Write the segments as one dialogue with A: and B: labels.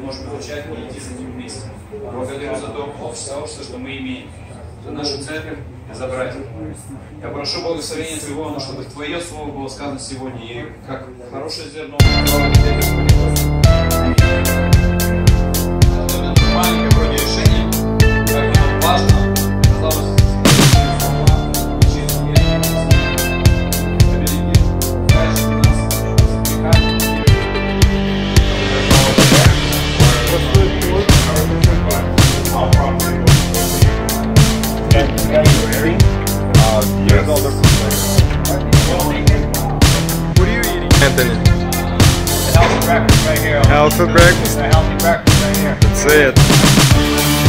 A: можем получать и идти за этим вместе. Благодарю за то сообщество, что мы имеем, за нашу церковь, за братьев. Я прошу благословения Твоего, но чтобы Твое слово было сказано сегодня, и как хорошее зерно. Маленькое вроде решение, как оно важно, казалось, слова, чистые, великие, дальше нас, веками,
B: А,
C: Anthony.
D: Healthy breakfast right here.
C: Out for breakfast.
D: A healthy breakfast right here.
C: That's it.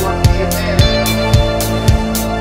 E: Thank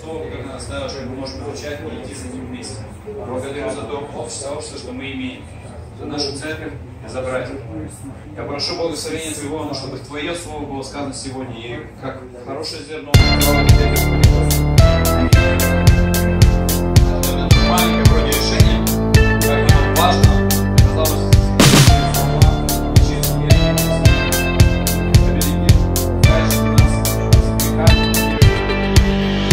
A: слово, которое нас дает, что мы можем получать и идти за ним вместе. Благодарю за то сообщество, что мы имеем, за нашу церковь, за братьев. Я прошу благословения Твоего, но чтобы Твое слово было сказано сегодня, и как хорошее зерно. Маленькое вроде решение, как оно важно, казалось, слова, чистые, великие, дальше нас, веками,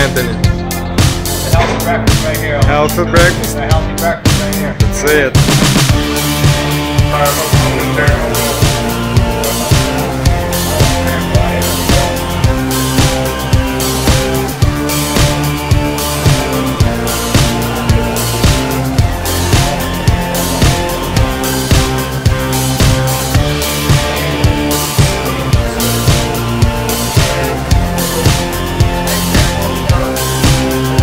C: Anthony.
D: A healthy breakfast right here.
C: Out for breakfast.
D: A healthy breakfast right here.
C: That's it.
E: you.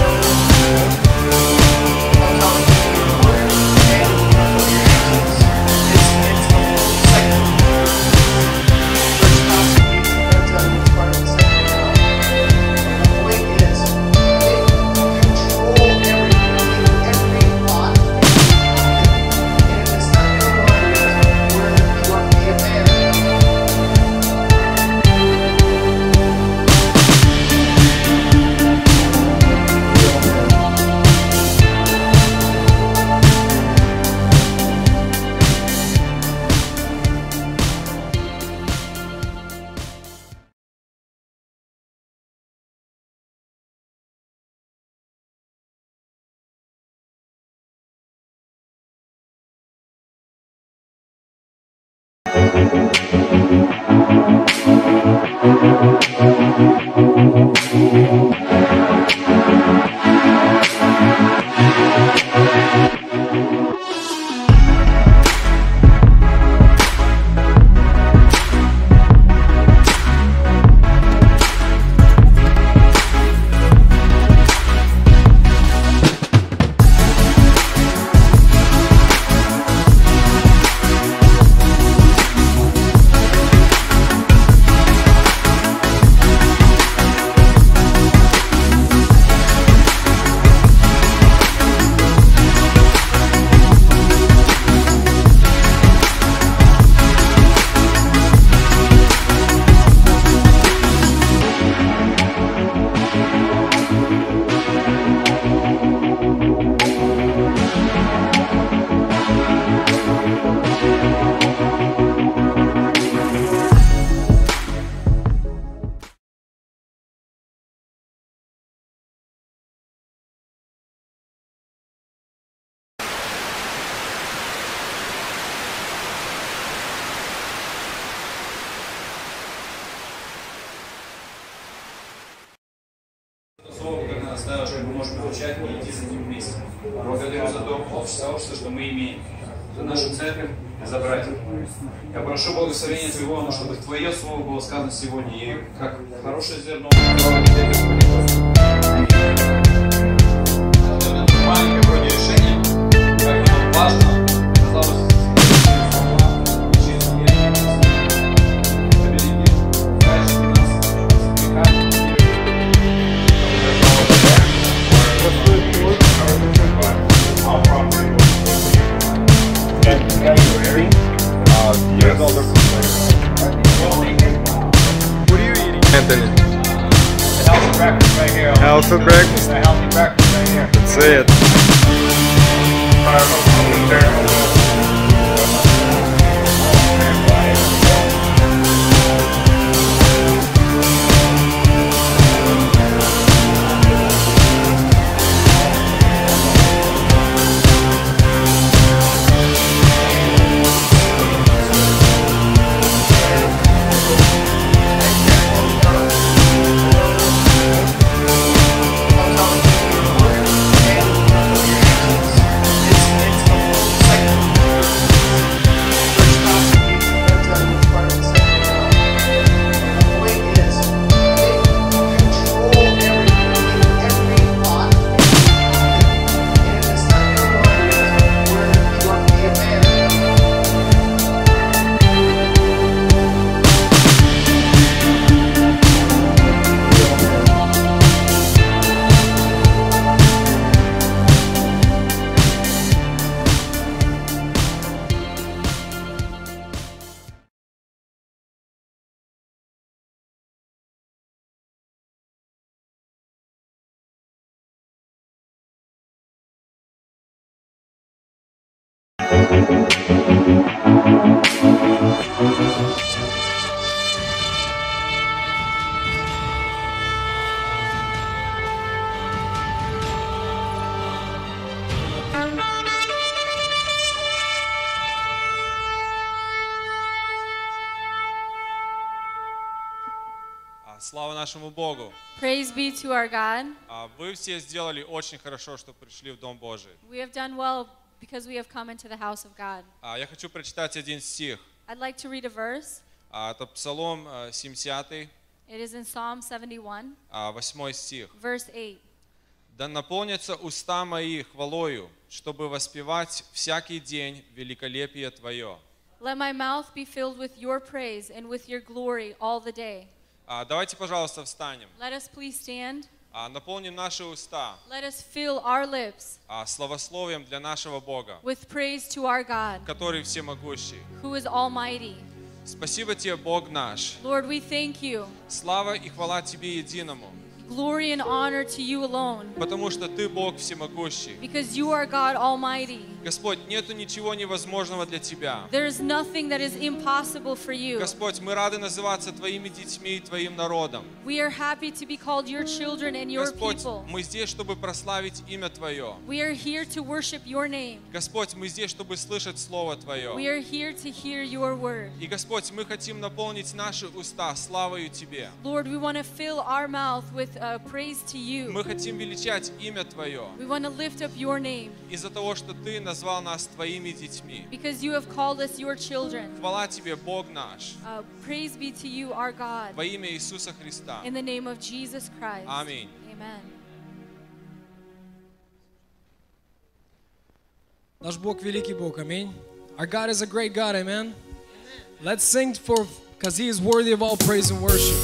A: Слово, как она сказала, что мы можем получать и идти с этим вместе. Благодарю за то сообщество, что мы имеем, за нашу церковь, за братьев. Я прошу благословения Твоего, но чтобы Твое Слово было сказано сегодня, и как хорошее зерно. Маленькое вроде решение, как нам важно, казалось,
C: Anthony.
F: A healthy breakfast right here.
C: Alpha breakfast.
F: A healthy breakfast right here.
C: That's it.
G: Thank you
B: А, Слава нашему Богу!
H: Praise be to our God.
B: А, Вы все сделали очень хорошо, что пришли в Дом Божий.
H: We have done well because we have come into the house of God.
B: А, Я хочу прочитать один стих.
H: I'd like to read a verse.
B: А, Это Псалом э, 70,
H: It is in Psalm 71,
B: а, 8 стих.
H: verse 8.
B: «Да наполнятся уста мои хвалою, чтобы воспевать всякий день великолепие Твое».
H: Let my mouth be filled with your praise and with your glory all the day.
B: А, Давайте, пожалуйста, встанем.
H: Let us please stand.
B: А, Наполним наши уста
H: Let us fill our lips
B: а, словословием для нашего Бога,
H: with praise to our God,
B: который всемогущий.
H: who is almighty.
B: Спасибо Тебе, Бог наш.
H: Lord, we thank you.
B: Слава и хвала Тебе единому.
H: Glory and honor to you alone,
B: потому что Ты Бог всемогущий.
H: because you are God Almighty.
B: Господь, нету ничего невозможного для Тебя.
H: There is nothing that is impossible for you.
B: Господь, мы рады называться Твоими детьми и Твоим народом.
H: We are happy to be called your children and your
B: Господь,
H: people.
B: мы здесь, чтобы прославить имя Твое.
H: We are here to worship your name.
B: Господь, мы здесь, чтобы слышать Слово
H: We
B: Твое.
H: are here to hear your word.
B: И, Господь, мы хотим наполнить наши уста славою Тебе.
H: Lord, we want to fill our mouth with uh, praise to you.
B: Мы хотим величать имя Твое
H: We want to lift up your name
B: из-за того, что Ты назвал нас Твоими детьми.
H: because you have called us your children.
B: Хвала Тебе, Бог наш,
H: Uh, praise be to you, our God.
B: во имя Иисуса Христа.
H: In the name of Jesus Christ.
B: Amen.
H: Amen.
G: Наш Бог великий Бог, аминь. Our God is a great God, amen. Let's sing for, because He is worthy of all praise and worship.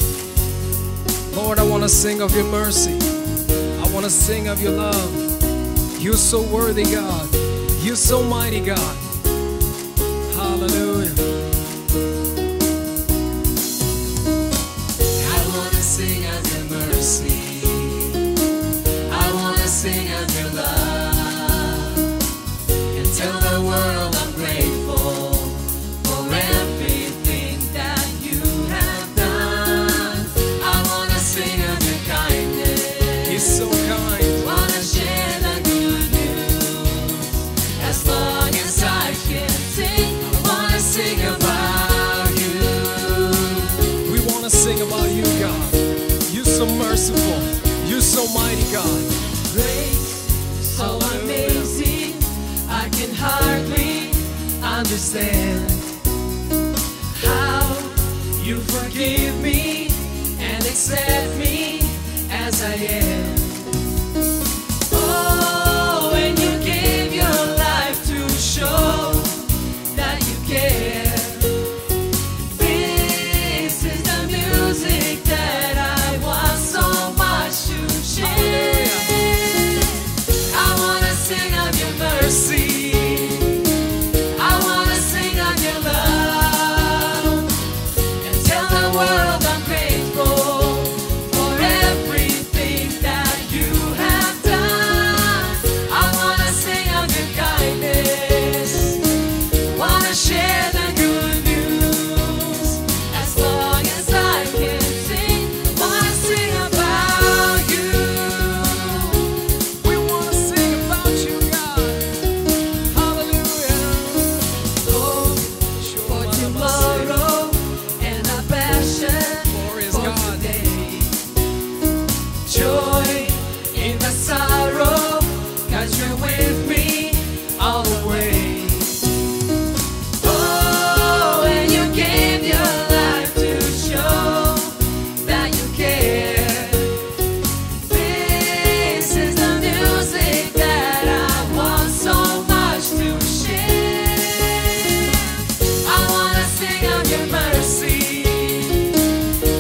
G: Lord, I want to sing of Your mercy. I want to sing of Your love. You're so worthy, God. You're so mighty, God. Hallelujah. I want to sing of Your mercy. I want to sing of Your love and tell the world I'm grateful for everything that you have done. I wanna sing of your kindness. You're so kind. Wanna share the good news as long as I can sing. I wanna sing about you. We wanna sing about you, God. You're so merciful. You're so mighty, God. Great, so amazing. I can hardly understand how you forgive me and accept me as I am. Oh, and you gave your life to show that you care. This is the music that I want so much to share. I wanna sing of your mercy. I wanna sing of your love and tell the world I'm grateful for everything that you have done. I wanna sing of your kindness. Wanna share the good news as long as I can sing. Wanna sing about you. We wanna sing about you, God. Hallelujah. Oh, for tomorrow and our passion for today. Joy in the sorrow, 'cause you're with me all the way. Oh, and you gave your life to show that you care. This is the music that I want so much to share. I wanna sing of your mercy.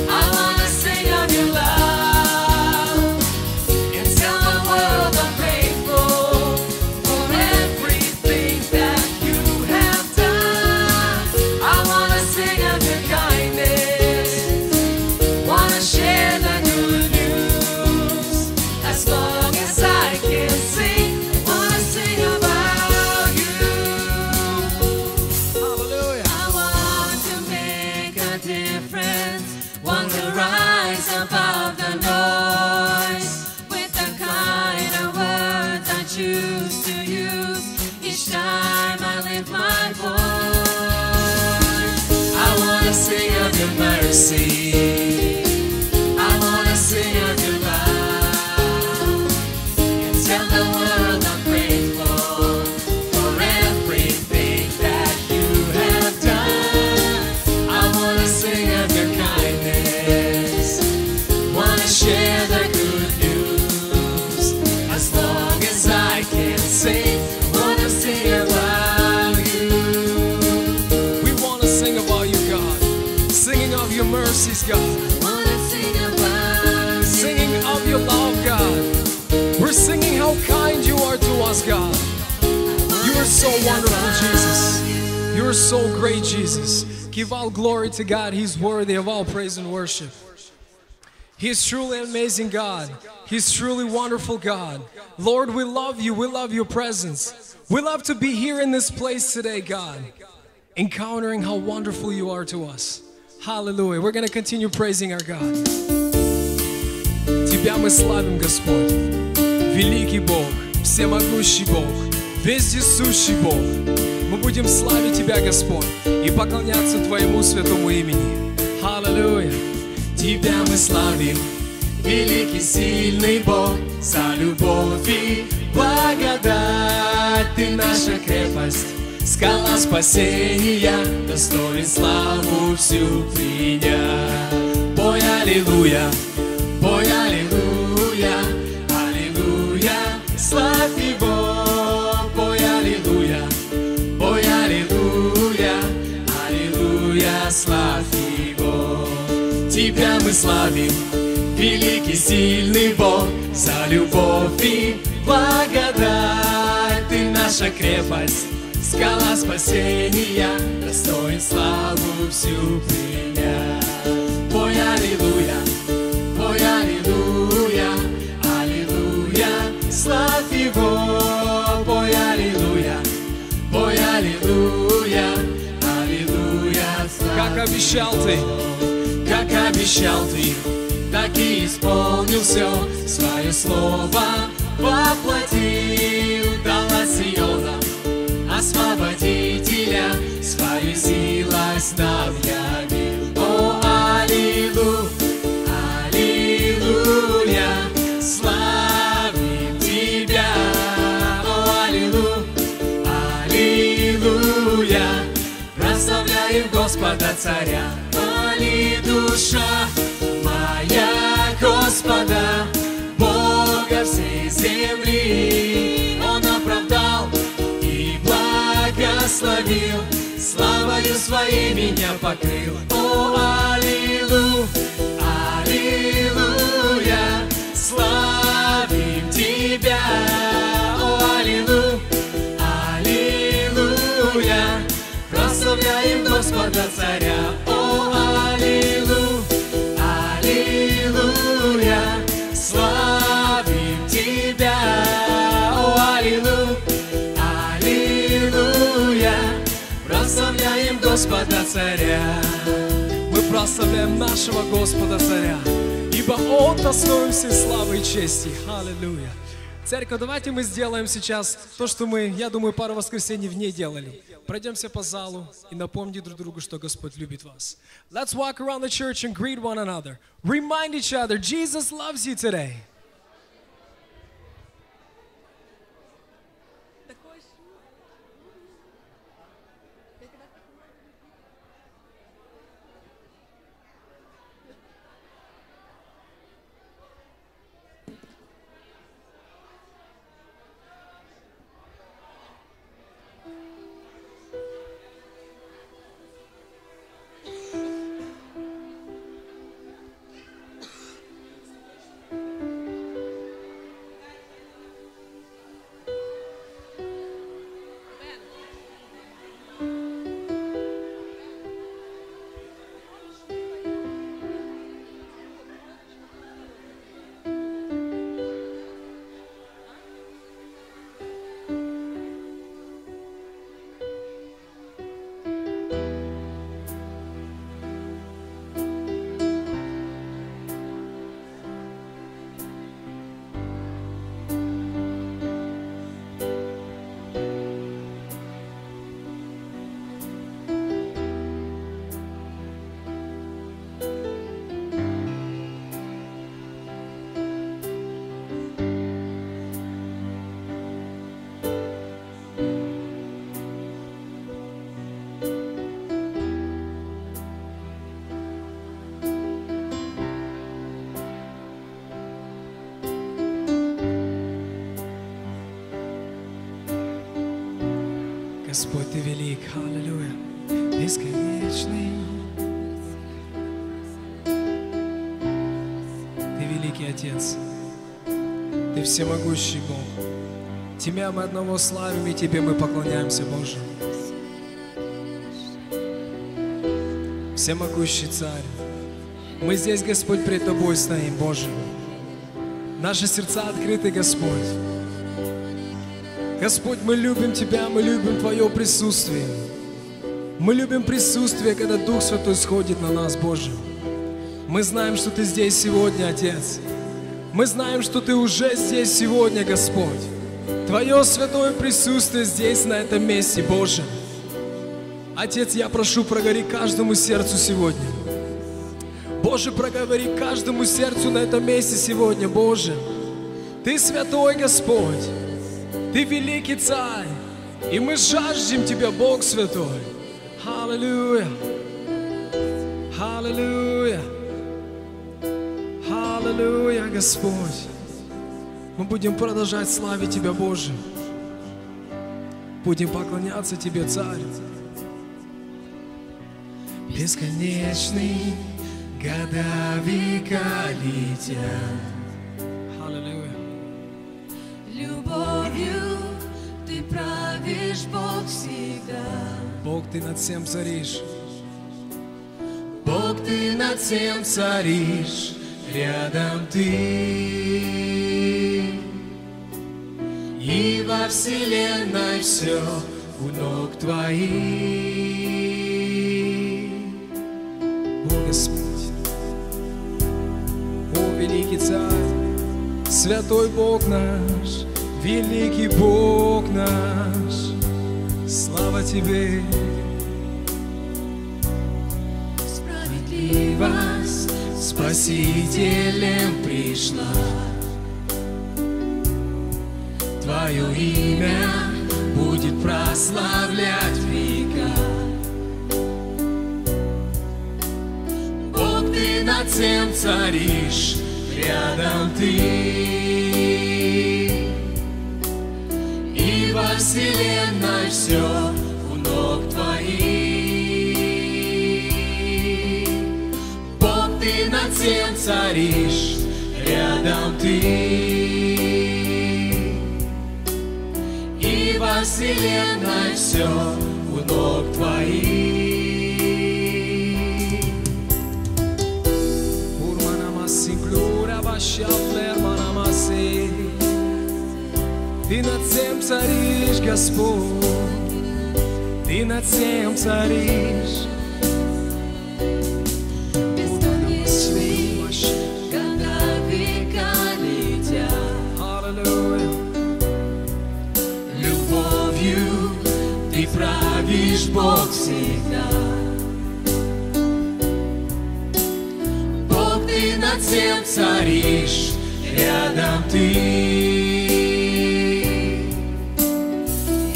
G: I wanna sing of your love. And tell the world I'm grateful for everything that you have done. I wanna sing of your kindness. Wanna share the good news as long as I can sing. Wanna sing about you. Hallelujah. I want to make a difference. Want to rise above the noise with the kind of words I choose to use each time I lift my voice. I wanna sing of your mercy. I wanna sing of your love. And tell the world I'm grateful for everything that you have done. I wanna sing of your kindness. Wanna share the good news. As long as I can sing, wanna sing about you. We want to sing about you, God. Singing of your mercies, God. Singing of your love, God. We're singing how kind you are to us, God. You are so wonderful, Jesus. You are so great, Jesus. Give all glory to God. He's worthy of all praise and worship. He's truly amazing God. He's truly wonderful God. Lord, we love you. We love your presence. We love to be here in this place today, God, encountering how wonderful you are to us. Hallelujah. We're going to continue praising our God. Тебя мы славим, Господь. Великий Бог, всемогущий Бог, вездесущий Бог. Мы будем славить Тебя, Господь, и поклоняться Твоему святому имени. Аллилуйя! Тебя мы славим, великий сильный Бог, за любовь и благодать. Ты наша крепость, скала спасения, достоин славу всю принять. Пой Аллилуйя, пой Аллилуйя, Аллилуйя, славь Его, пой Аллилуйя, пой Аллилуйя, Аллилуйя, славь Его. Тебя мы славим, великий сильный Бог, за любовь и благодать. Ты наша крепость, скала спасения, достоин славу всю принять. Пой Аллилуйя, пой Аллилуйя, Аллилуйя, славь Его, пой Аллилуйя, пой Аллилуйя, Аллилуйя, Как обещал Ты, как обещал Ты, так и исполнил все свое слово, воплотил, дала Сиона, освободителя, свою силость нам явил. О, Аллилуйя! Аллилуйя, славим Тебя, о Аллилу, Аллилуйя, прославляем Господа Царя, моли душа моя Господа, Бога всей земли, Он оправдал и благословил, славою своей меня покрыл, о Аллилуйя. Аллилуйя, славим Тебя, о Аллилу, Аллилуйя, прославляем Господа Царя, о Аллилу, Аллилуйя, славим Тебя, о Аллилу, Аллилуйя, прославляем Господа Царя мы прославляем нашего Господа Царя, ибо Он достоин всей славы и чести. Аллилуйя. Церковь, давайте мы сделаем сейчас то, что мы, я думаю, пару воскресений в ней делали. Пройдемся по залу и напомним друг другу, что Господь любит вас. Let's walk around the church and greet one another. Remind each other, Jesus loves you today. Господь, Ты велик, аллилуйя, бесконечный. Ты великий Отец, Ты всемогущий Бог. Тебя мы одного славим, и Тебе мы поклоняемся, Боже. Всемогущий Царь,
I: Мы здесь, Господь, пред Тобой стоим, Боже. Наши сердца открыты, Господь. Господь, мы любим Тебя, мы любим Твое присутствие. Мы любим присутствие, когда Дух Святой сходит на нас, Боже. Мы знаем, что Ты здесь сегодня, Отец. Мы знаем, что Ты уже здесь сегодня, Господь. Твое святое присутствие здесь, на этом месте, Боже. Отец, я прошу, прогори каждому сердцу сегодня. Боже, проговори каждому сердцу на этом месте сегодня, Боже. Ты святой Господь, Ты великий Царь, и мы жаждем Тебя, Бог святой. Аллилуйя! Аллилуйя! Аллилуйя, Господь! Мы будем продолжать славить Тебя, Боже. Будем поклоняться Тебе, Царь. Бесконечный года века летят. Аллилуйя.
G: Любовью ты правишь, Бог всегда.
I: Бог, Ты над всем царишь.
G: Бог, ты над всем
I: царишь, рядом Ты. И во вселенной все у ног Твоих. О Господь, о великий Царь, Святой Бог наш, великий Бог наш, слава Тебе,
G: справедливость
I: Спасителем пришла.
G: Твое имя будет прославлять века. Бог, ты над всем царишь, рядом ты. И во вселенной все у ног твоих. Бог, ты над всем царишь, рядом ты. И во вселенной все у ног твоих.
I: Урманамаси, Глюраваща, Флерманамаси. Ты над всем царишь, Господь, Ты над всем царишь.
G: Бесконечный, когда века летят,
I: Аллилуйя.
G: любовью ты правишь, Бог всегда. Бог, ты над всем царишь, рядом ты.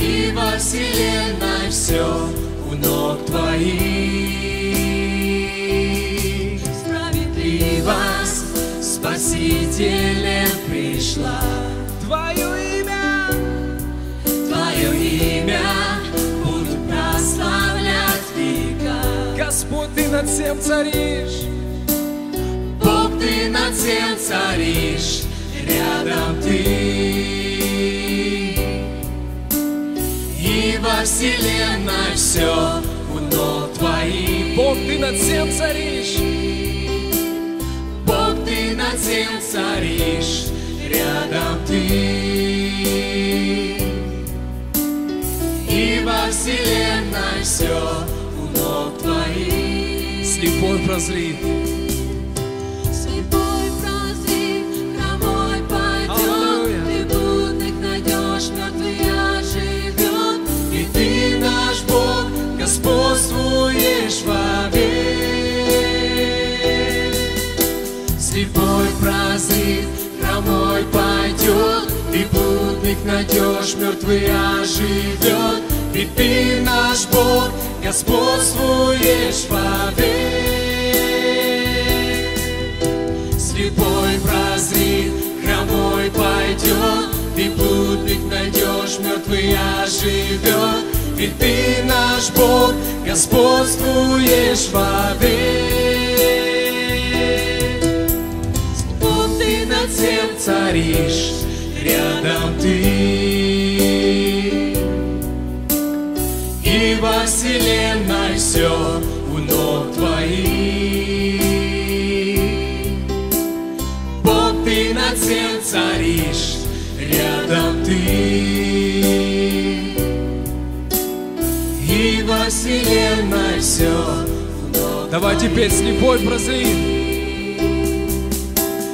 G: И во вселенной все у ног твоих. Справедливость спасителем пришла.
I: Твое имя
G: Твое имя будут прославлять века.
I: Господь, ты над всем царишь.
G: Бог, ты над всем царишь, рядом ты. И во вселенной все у ног твоих.
I: Бог, ты над всем царишь.
G: Бог, ты над всем царишь, рядом ты. И во вселенной все у ног твоих.
I: Слепой прозрит.
G: Слепой прозри, хромой
I: Аллилуйя.
G: пойдет, ты будных найдешь, мертвый оживет. И ты наш Бог, господствуешь вовек. Слепой прозри, хромой пойдет, ты будных найдешь, мертвый оживет. Ведь ты наш Бог, господствуешь вовек. Слепой прозри, хромой пойдет, Ты путник найдешь, мертвый оживет. Ведь Ты наш Бог, господствуешь вовек. Бог, Ты над всем царишь, рядом Ты. И во вселенной все у ног твоих. ты. И во вселенной все
I: Давайте петь слепой прозрит.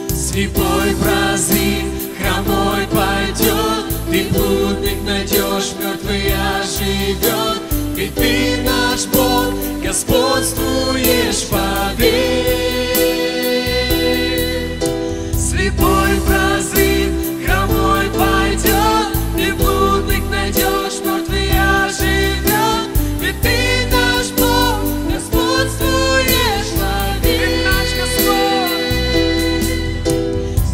G: Слепой прозрит, хромой пойдет, Ты блудник найдешь, мертвый оживет, Ведь ты наш Бог, господствуешь вовек. Слепой прозрит, хромой пойдет, Ты блудник найдешь, мертвый оживет, Ведь ты наш Бог, господствуешь вовек. наш Господь,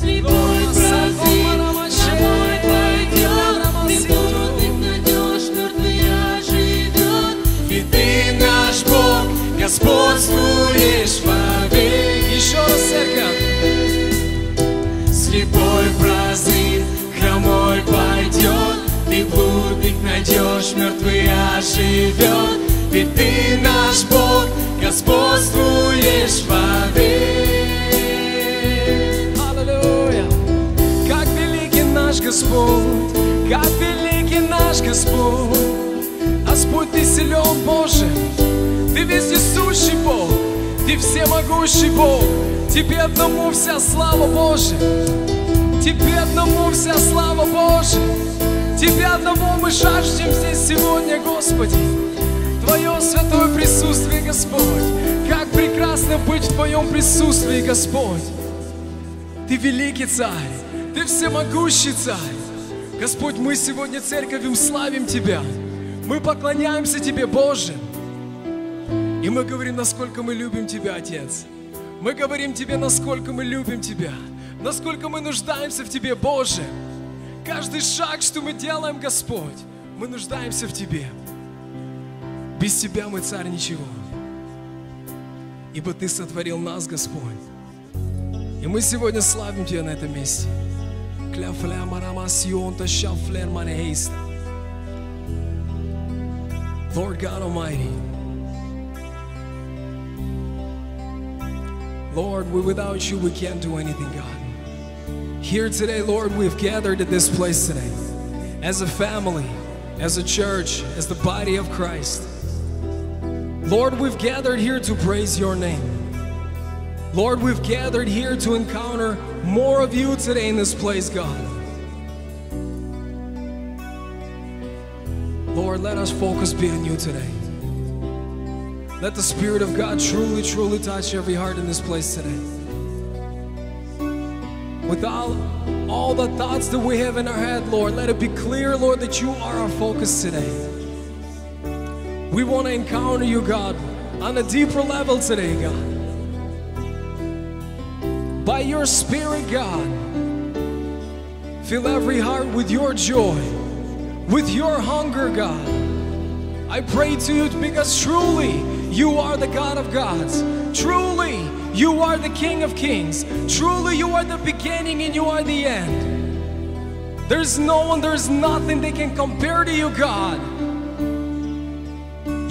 G: Слепой прозрит, домой пойдет, Ты трудных найдешь, мертвая живет, И ты наш Бог, господствуешь вовек.
I: Еще раз, церковь.
G: Слепой прозрит, хромой пойдет, Ты блудных найдешь, мертвая живет, Ведь ты наш Бог, господствуешь вовек.
I: Аллилуйя. Как великий наш Господь, как великий наш Господь. Господь, Ты силен, Боже, Ты вездесущий Бог, Ты всемогущий Бог. Тебе одному вся слава Божия. Тебе одному вся слава Божия. Тебе одному мы жаждем здесь сегодня, Господи. Твое святое присутствие, Господь. Как прекрасно быть в Твоем присутствии, Господь. Ты великий царь, ты всемогущий царь. Господь, мы сегодня церковью славим Тебя. Мы поклоняемся Тебе, Боже. И мы говорим, насколько мы любим Тебя, Отец. Мы говорим Тебе, насколько мы любим Тебя. Насколько мы нуждаемся в Тебе, Боже. Каждый шаг, что мы делаем, Господь, мы нуждаемся в Тебе. Без Тебя мы, Царь, ничего. Ибо Ты сотворил нас, Господь. И мы сегодня славим Тебя на этом месте. Кля фля марама сион та ща флер маре хейст. Lord God Almighty. Lord, we, without you we can't do anything, God. Here today, Lord, we've gathered at this place today as a family, as a church, as the body of Christ. Lord, we've gathered here to praise your name. Lord, we've gathered here to encounter more of you today in this place, God. Lord, let us focus be on you today. Let the Spirit of God truly, truly touch every heart in this place today. With all, all the thoughts that we have in our head, Lord, let it be clear, Lord, that you are our focus today. We want to encounter you, God, on a deeper level today, God by your Spirit, God. Fill every heart with your joy, with your hunger, God. I pray to you because truly you are the God of gods. Truly you are the King of kings. Truly you are the beginning and you are the end. There's no one, there's nothing that can compare to you, God.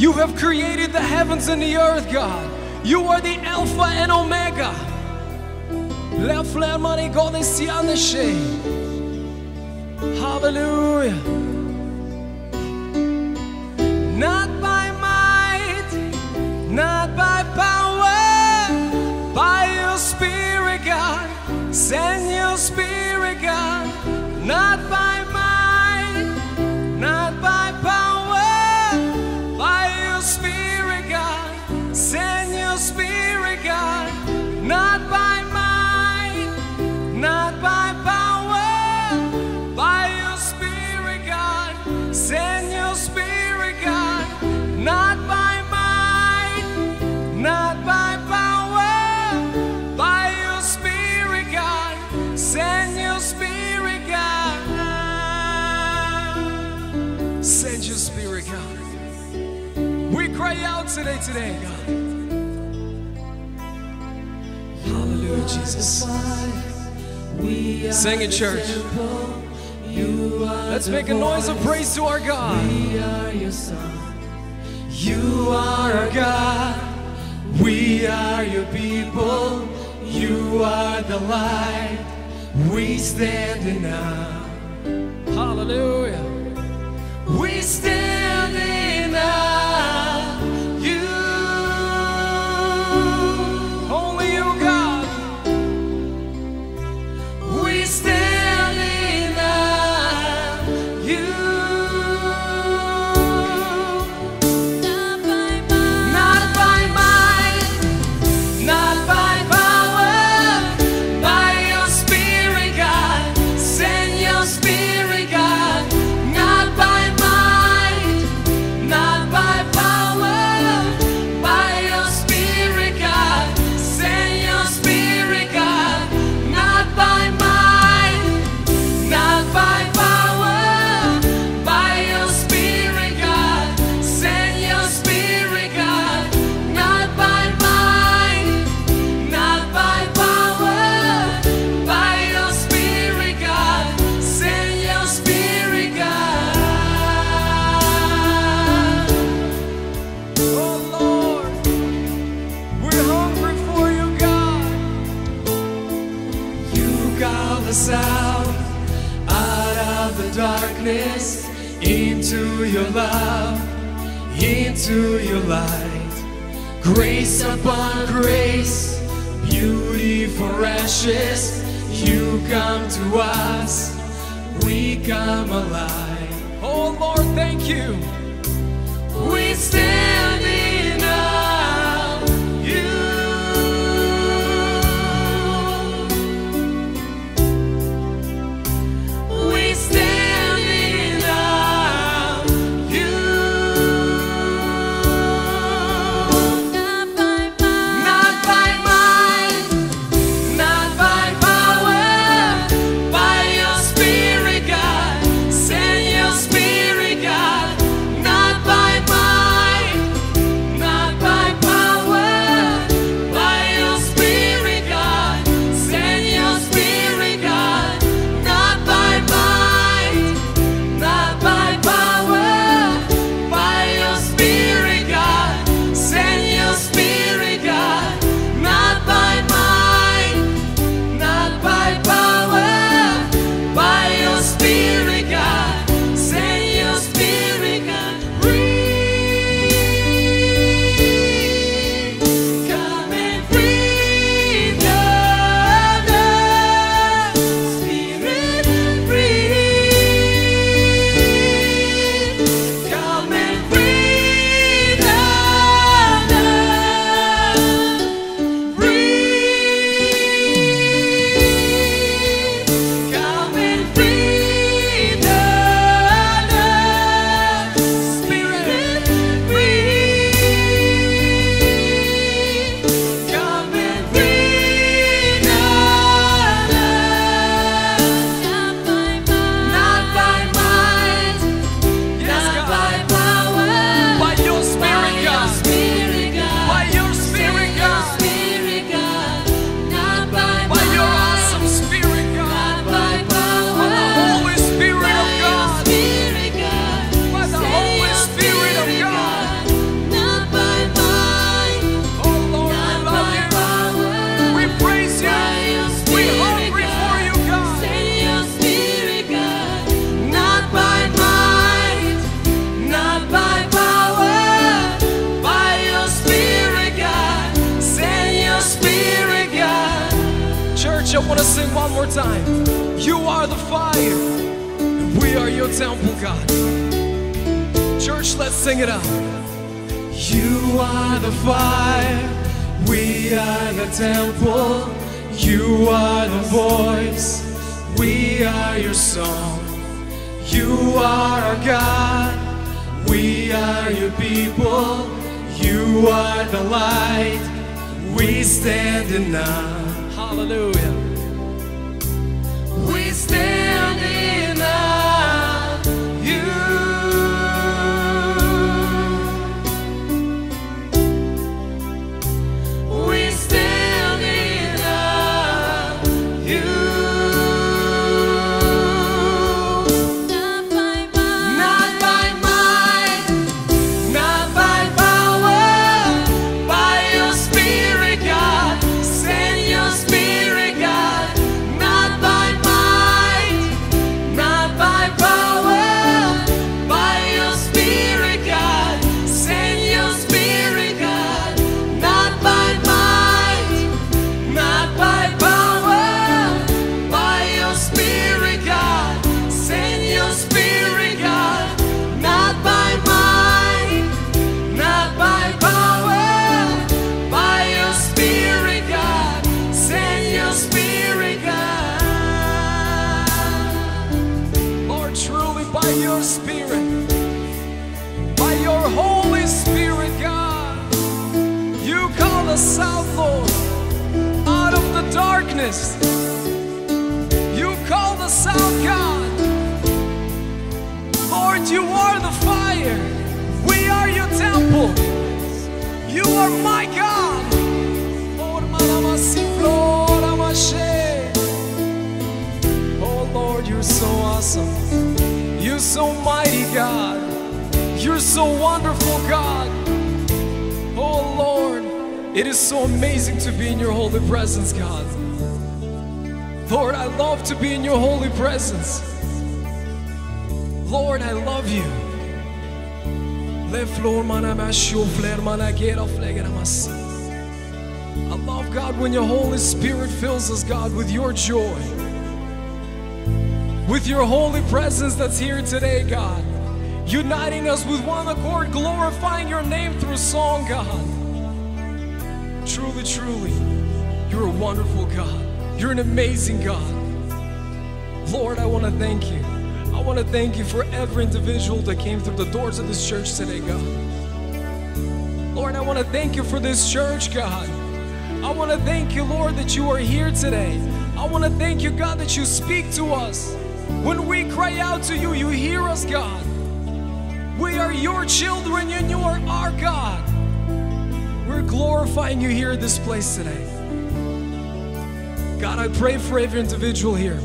I: You have created the heavens and the earth, God. You are the Alpha and Omega. La flamme des cordes est si enléchée. Hallelujah. Not by might, not by power, by your spirit, God. Send your spirit, God. Not by might, not by power, by your spirit, God. Send your spirit, God. Not by might, not by power, by your spirit, God. Send your spirit, God. Not by might, not by power, by your spirit, God. Send your spirit, God. Send your spirit, God. We cry out today, today, God. Hallelujah, Jesus. Sing it, church. Let's make a noise of praise to our God. You are our God. We are your people. You are the light. We stand in awe.
G: darkness into your love, into your light. Grace upon grace, beauty for ashes, you come to us, we come alive. Oh Lord, thank you. We stand in awe of you. We stand in awe of you.
I: Not by might,
G: Not by might, not by power, by your spirit, God. Send your spirit, God. Not by might, not by power, by your spirit, God. Send your spirit, God. Not by might, not by power, by your spirit, God. Send your spirit, God. Not by might, not by power, by your spirit, God. Send your spirit, God. Breathe, come and breathe on us. Spirit, breathe. Come and breathe on us. Breathe. Come and breathe on us. Spirit, breathe. Come and breathe on us.
I: not by might,
G: Not by might, not by power, by your spirit, God.
I: spirit God,
G: By your spirit, God.
I: spirit God, not by
G: By your
I: might,
G: awesome spirit, God.
I: not by
G: By the
I: power,
G: Holy Spirit of God.
I: spirit God,
G: By the Holy Spirit of God.
I: not by might,
G: Oh Lord, we love
I: by
G: you.
I: power,
G: We praise you. We hungry for you, God.
I: send your spirit God,
G: Not by might, not by power, by your spirit, God. Send your spirit, God. Church, I want to sing one more time. You are the fire, and we are your temple, God. Church, let's sing it out. You are the fire, we are the temple. You are the voice, we are your song. You are our God, we are your people. You are the light, we stand in awe. Hallelujah. We stand in awe of you. We stand in awe of you.
I: not by might.
G: Not by might, not by power, by your spirit, God. Send your spirit, God. Not by might, not by power, by your spirit, God. Send your spirit, God. Not by might, not by power, by your spirit, God. Send your spirit, God. Not by might, not by power, by your spirit, God. Send your spirit, God. Lord, truly by your spirit, by your Holy Spirit, God, you call us out, Lord out of the darkness. You call the south God. Lord, you are the fire. We are your temple. You are my God. Oh Lord, you're so awesome. You're so mighty, God. You're so wonderful, God. Oh Lord, it is so amazing to be in your holy presence, God. Lord, I love to be in your holy presence.
I: Lord, I love you. Le flor mana basho, flair mana gera, flegera masi. I love God when your Holy Spirit fills us, God, with your joy. With your holy presence that's here today, God. Uniting us with one accord, glorifying your name through song, God. Truly, truly, you're a wonderful God. You're an amazing God. Lord, I want to thank you. I want to thank you for every individual that came through the doors of this church today, God. Lord, I want to thank you for this church, God. I want to thank you, Lord, that you are here today. I want to thank you, God, that you speak to us. When we cry out to you, you hear us, God. We are your children and you are our God. We're glorifying you here in this place today. God, I pray for every individual here.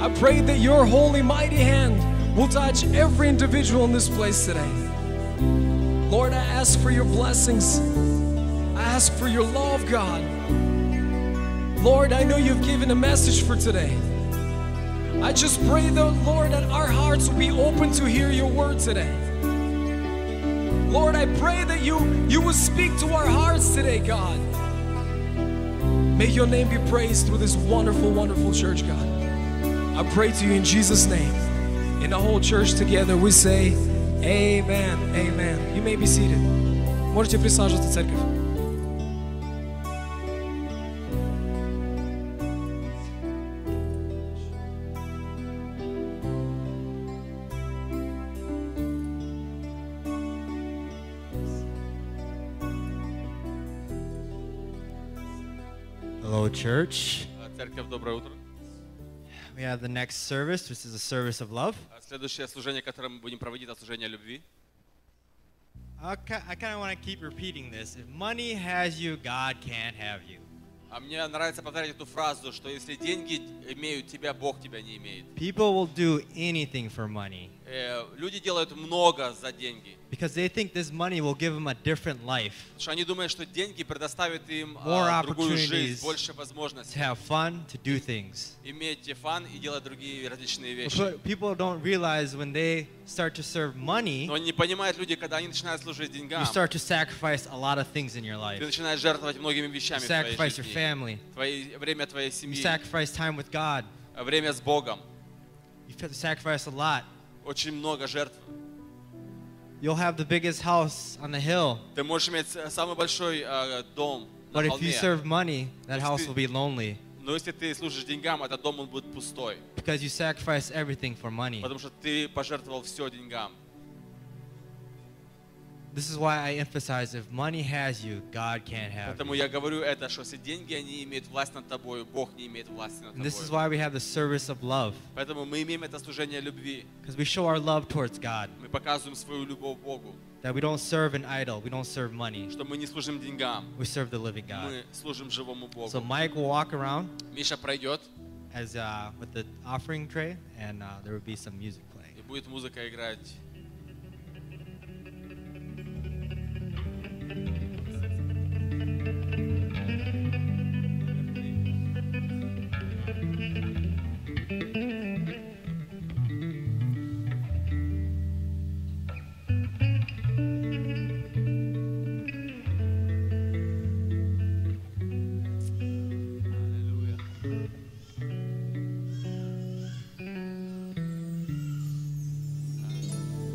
I: I pray that your holy, mighty hand will touch every individual in this place today. Lord, I ask for your blessings. I ask for your love, God. Lord, I know you've given a message for today. I just pray, though, Lord, that our hearts will be open to hear your word today. Lord, I pray that you, you will speak to our hearts today, God. May your name be praised through this wonderful, wonderful church, God. I pray to you in Jesus' name. In the whole church together, we say, Amen, Amen. You may be seated. Можете присаживаться, церковь.
C: Hello, church.
J: Э, Церковь, доброе утро.
C: We have the next service, which is a service of love.
J: Э, Следующее служение, которое мы будем проводить, это служение любви.
C: I kind of want to keep repeating this. If money has you, God can't have you.
J: А мне нравится повторять эту фразу, что если деньги имеют тебя, Бог тебя не имеет.
C: People will do anything for money
J: Э, люди делают много за деньги,
C: because they think this money will give them a different life
J: потому что они думают, что деньги предоставят им э,
C: More
J: другую
C: opportunities.
J: жизнь, больше возможностей.
C: to have fun, to do things.
J: иметь фан и делать другие различные вещи.
C: But people don't realize when they start to serve money,
J: Но не понимают люди, когда они начинают служить деньгам,
C: you start to sacrifice a lot of things in your
J: ты
C: life.
J: начинаешь жертвовать многими
C: You
J: вещами в твоей
C: sacrifice your
J: жизни.
C: family,
J: Твои- время твоей
C: you
J: семьи,
C: sacrifice time with God,
J: э, время с Богом.
C: you have to sacrifice a lot.
J: Очень много жертв.
C: You'll have the biggest house on the hill,
J: Ты можешь иметь э, самый большой э, дом на
C: But if you
J: холме,
C: serve money, that
J: Если
C: house
J: ты-
C: will be lonely
J: но если ты служишь деньгам, этот дом он будет пустой,
C: because you sacrifice everything for money.
J: потому что ты пожертвовал все деньгам.
C: This is why I emphasize if money has you, God can't have
J: Поэтому
C: you.
J: я говорю это, что если деньги, они имеют власть над тобой, Бог не имеет власти над
C: And this is
J: тобой.
C: why we have the service of love
J: Поэтому мы имеем это служение любви.
C: because we show our love towards God,
J: Мы показываем свою любовь Богу.
C: that we don't serve an idol, we don't serve money,
J: что мы не служим деньгам,
C: we serve the living God.
J: мы служим живому Богу.
C: So Mike will walk around
J: Миша пройдет,
C: as uh, with the offering tray, and uh, there will be some music playing.
J: и будет музыка играть.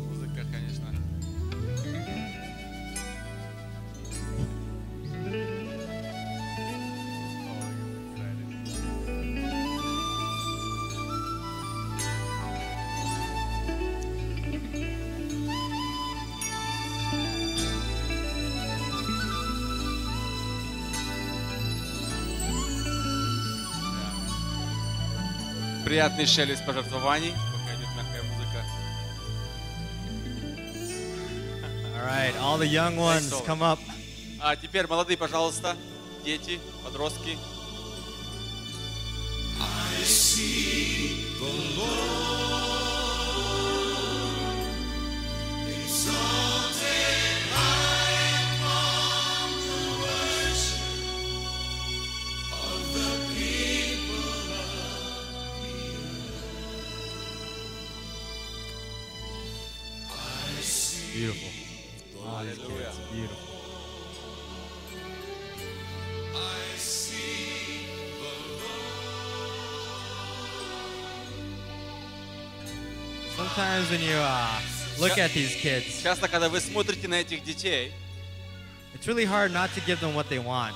J: Музыка, конечно. Приятный шелест пожертвований, пока идет мягкая музыка.
C: All right, all the young ones,
J: Excellent.
C: come up.
J: А теперь молодые, пожалуйста, дети, подростки.
C: beautiful.
B: Hallelujah.
C: It's beautiful.
K: I see
C: Sometimes when you uh, look at these kids,
J: Часто, когда вы смотрите на этих детей,
C: it's really hard not to give them what they want.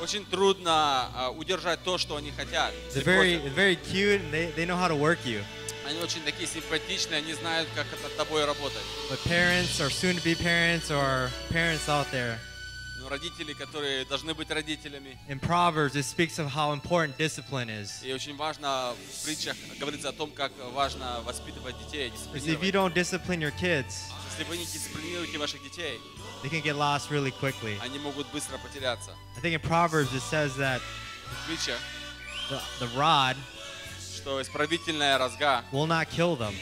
J: очень трудно а, удержать то, что они хотят.
C: They're
J: Или
C: very,
J: просят.
C: very cute and they, they know how to work you.
J: Они очень такие симпатичные, они знают, как над тобой работать.
C: But parents or soon to be parents or parents out there,
J: Но Ну, родители, которые должны быть родителями,
C: in Proverbs, it speaks of how important discipline is.
J: и очень важно в притчах говорится о том, как важно воспитывать детей, а
C: Because if you
J: дисциплинировать.
C: don't discipline your kids,
J: Если вы не дисциплинируете ваших детей,
C: they can get lost really quickly.
J: они могут быстро потеряться.
C: I think in Proverbs it says that
J: В притчах,
C: the, the rod
J: что исправительная разга,
C: will not kill them,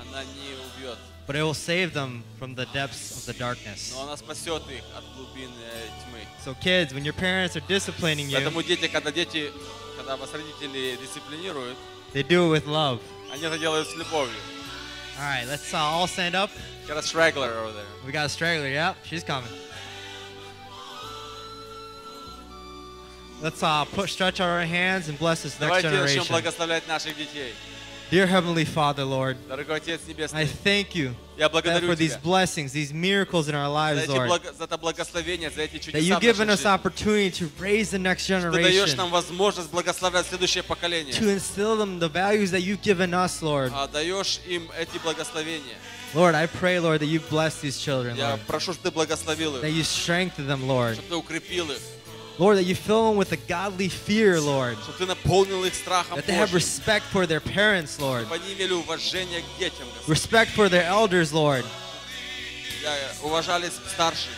J: она не убьет,
C: but it will save them from the depths of the darkness.
J: но она спасет их от глубин э, тьмы.
C: So, kids, when your parents are disciplining
J: Поэтому
C: you,
J: дети, когда дети, когда вас родители дисциплинируют,
C: they do it with love.
J: они это делают с любовью.
C: All right, let's uh, all stand up.
J: Got a straggler over there.
C: We got a straggler. Yep, she's coming. Let's uh, put, stretch out our hands and bless this next
J: Давайте начнем
C: generation.
J: благословлять наших детей.
C: Dear Heavenly Father, Lord,
J: Дорогой Отец
C: I
J: Небесный,
C: thank you
J: я
C: that
J: благодарю
C: for these
J: Тебя
C: blessings, these miracles in our
J: за,
C: lives,
J: эти
C: Lord,
J: благо- за это благословение, за эти чудеса
C: that you've
J: в нашей
C: given us
J: жизни.
C: opportunity to raise the next
J: Ты даешь
C: generation,
J: нам возможность благословлять следующее поколение.
C: to instill them the values that you've given us, Lord.
J: А, даешь им эти благословения.
C: Lord, I pray, Lord, that you bless these children,
J: Я
C: Lord,
J: прошу, чтобы ты благословил
C: that
J: их,
C: you strengthen them, Lord.
J: чтобы ты укрепил их,
C: Lord, that you fill them with a godly fear, Lord,
J: чтобы ты наполнил их страхом
C: that they have
J: Божьим,
C: respect for their parents, Lord.
J: чтобы они имели уважение к детям, Господь.
C: respect for their elders, Lord.
J: Я- уважали старших.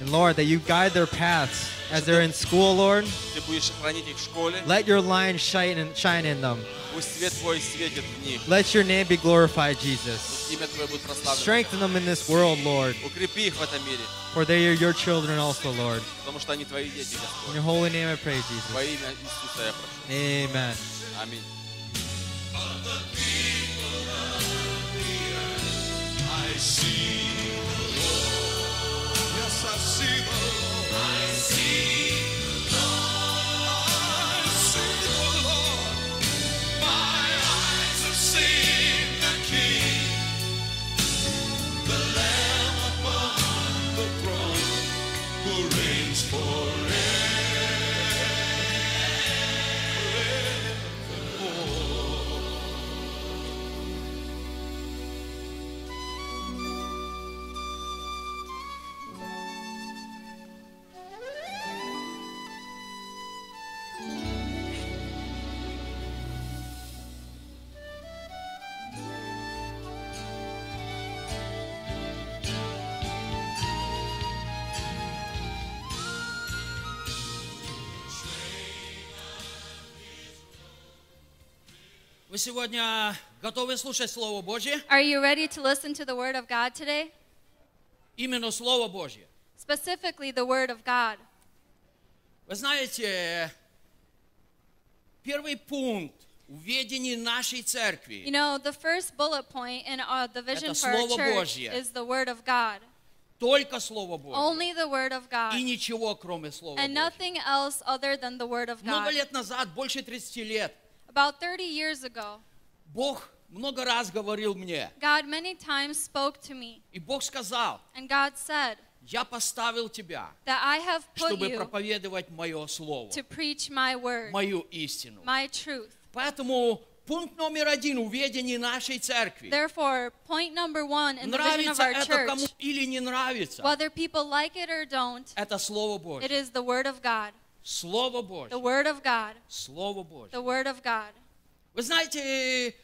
C: And Lord, that you guide their paths as they're in school, Lord.
J: Ты будешь хранить их в школе,
C: Let your light shine in, shine in them.
J: пусть свет твой светит в них.
C: Let your name be glorified, Jesus.
J: Имя твое будет прославлено.
C: Strengthen them in this world, Lord,
J: Укрепи их в этом мире,
C: for they are your children also, Lord.
J: потому что они твои дети,
C: In
J: Господь.
C: your holy name I pray,
J: Во
C: Jesus.
J: имя Иисуса я прошу.
C: Amen.
J: Аминь.
G: Вы сегодня готовы слушать Слово Божье?
D: Are you ready to listen to the Word of God today?
G: Именно Слово Божье.
D: Specifically, the Word of God.
G: Вы знаете, первый пункт в ведении нашей
D: You
G: церкви
D: know, the first bullet point in uh, the vision
G: Это
D: for our
G: Слово
D: church
G: Божье.
D: is the Word of God.
G: только Слово Божье
D: Only the Word of oh God.
G: и ничего, кроме Слова
D: And
G: Божьего.
D: nothing else other than the Word of
G: Много
D: God.
G: лет назад, больше 30 лет,
D: About 30 years ago,
G: Бог много раз говорил мне,
D: God many times spoke to me,
G: и Бог сказал,
D: and God said
G: я поставил тебя,
D: that I have put
G: чтобы
D: you
G: проповедовать мое слово,
D: to preach my Word,
G: мою истину.
D: my truth.
G: Поэтому пункт номер один в ведении нашей церкви.
D: Therefore, point number one in the vision of
G: Нравится
D: our
G: это
D: church,
G: кому или не нравится,
D: whether people like it or don't,
G: это Слово Божье.
D: it is the Word of God. The
G: Слово Божье.
D: Word of God.
G: Слово Божье.
D: The Word of God.
G: Вы знаете,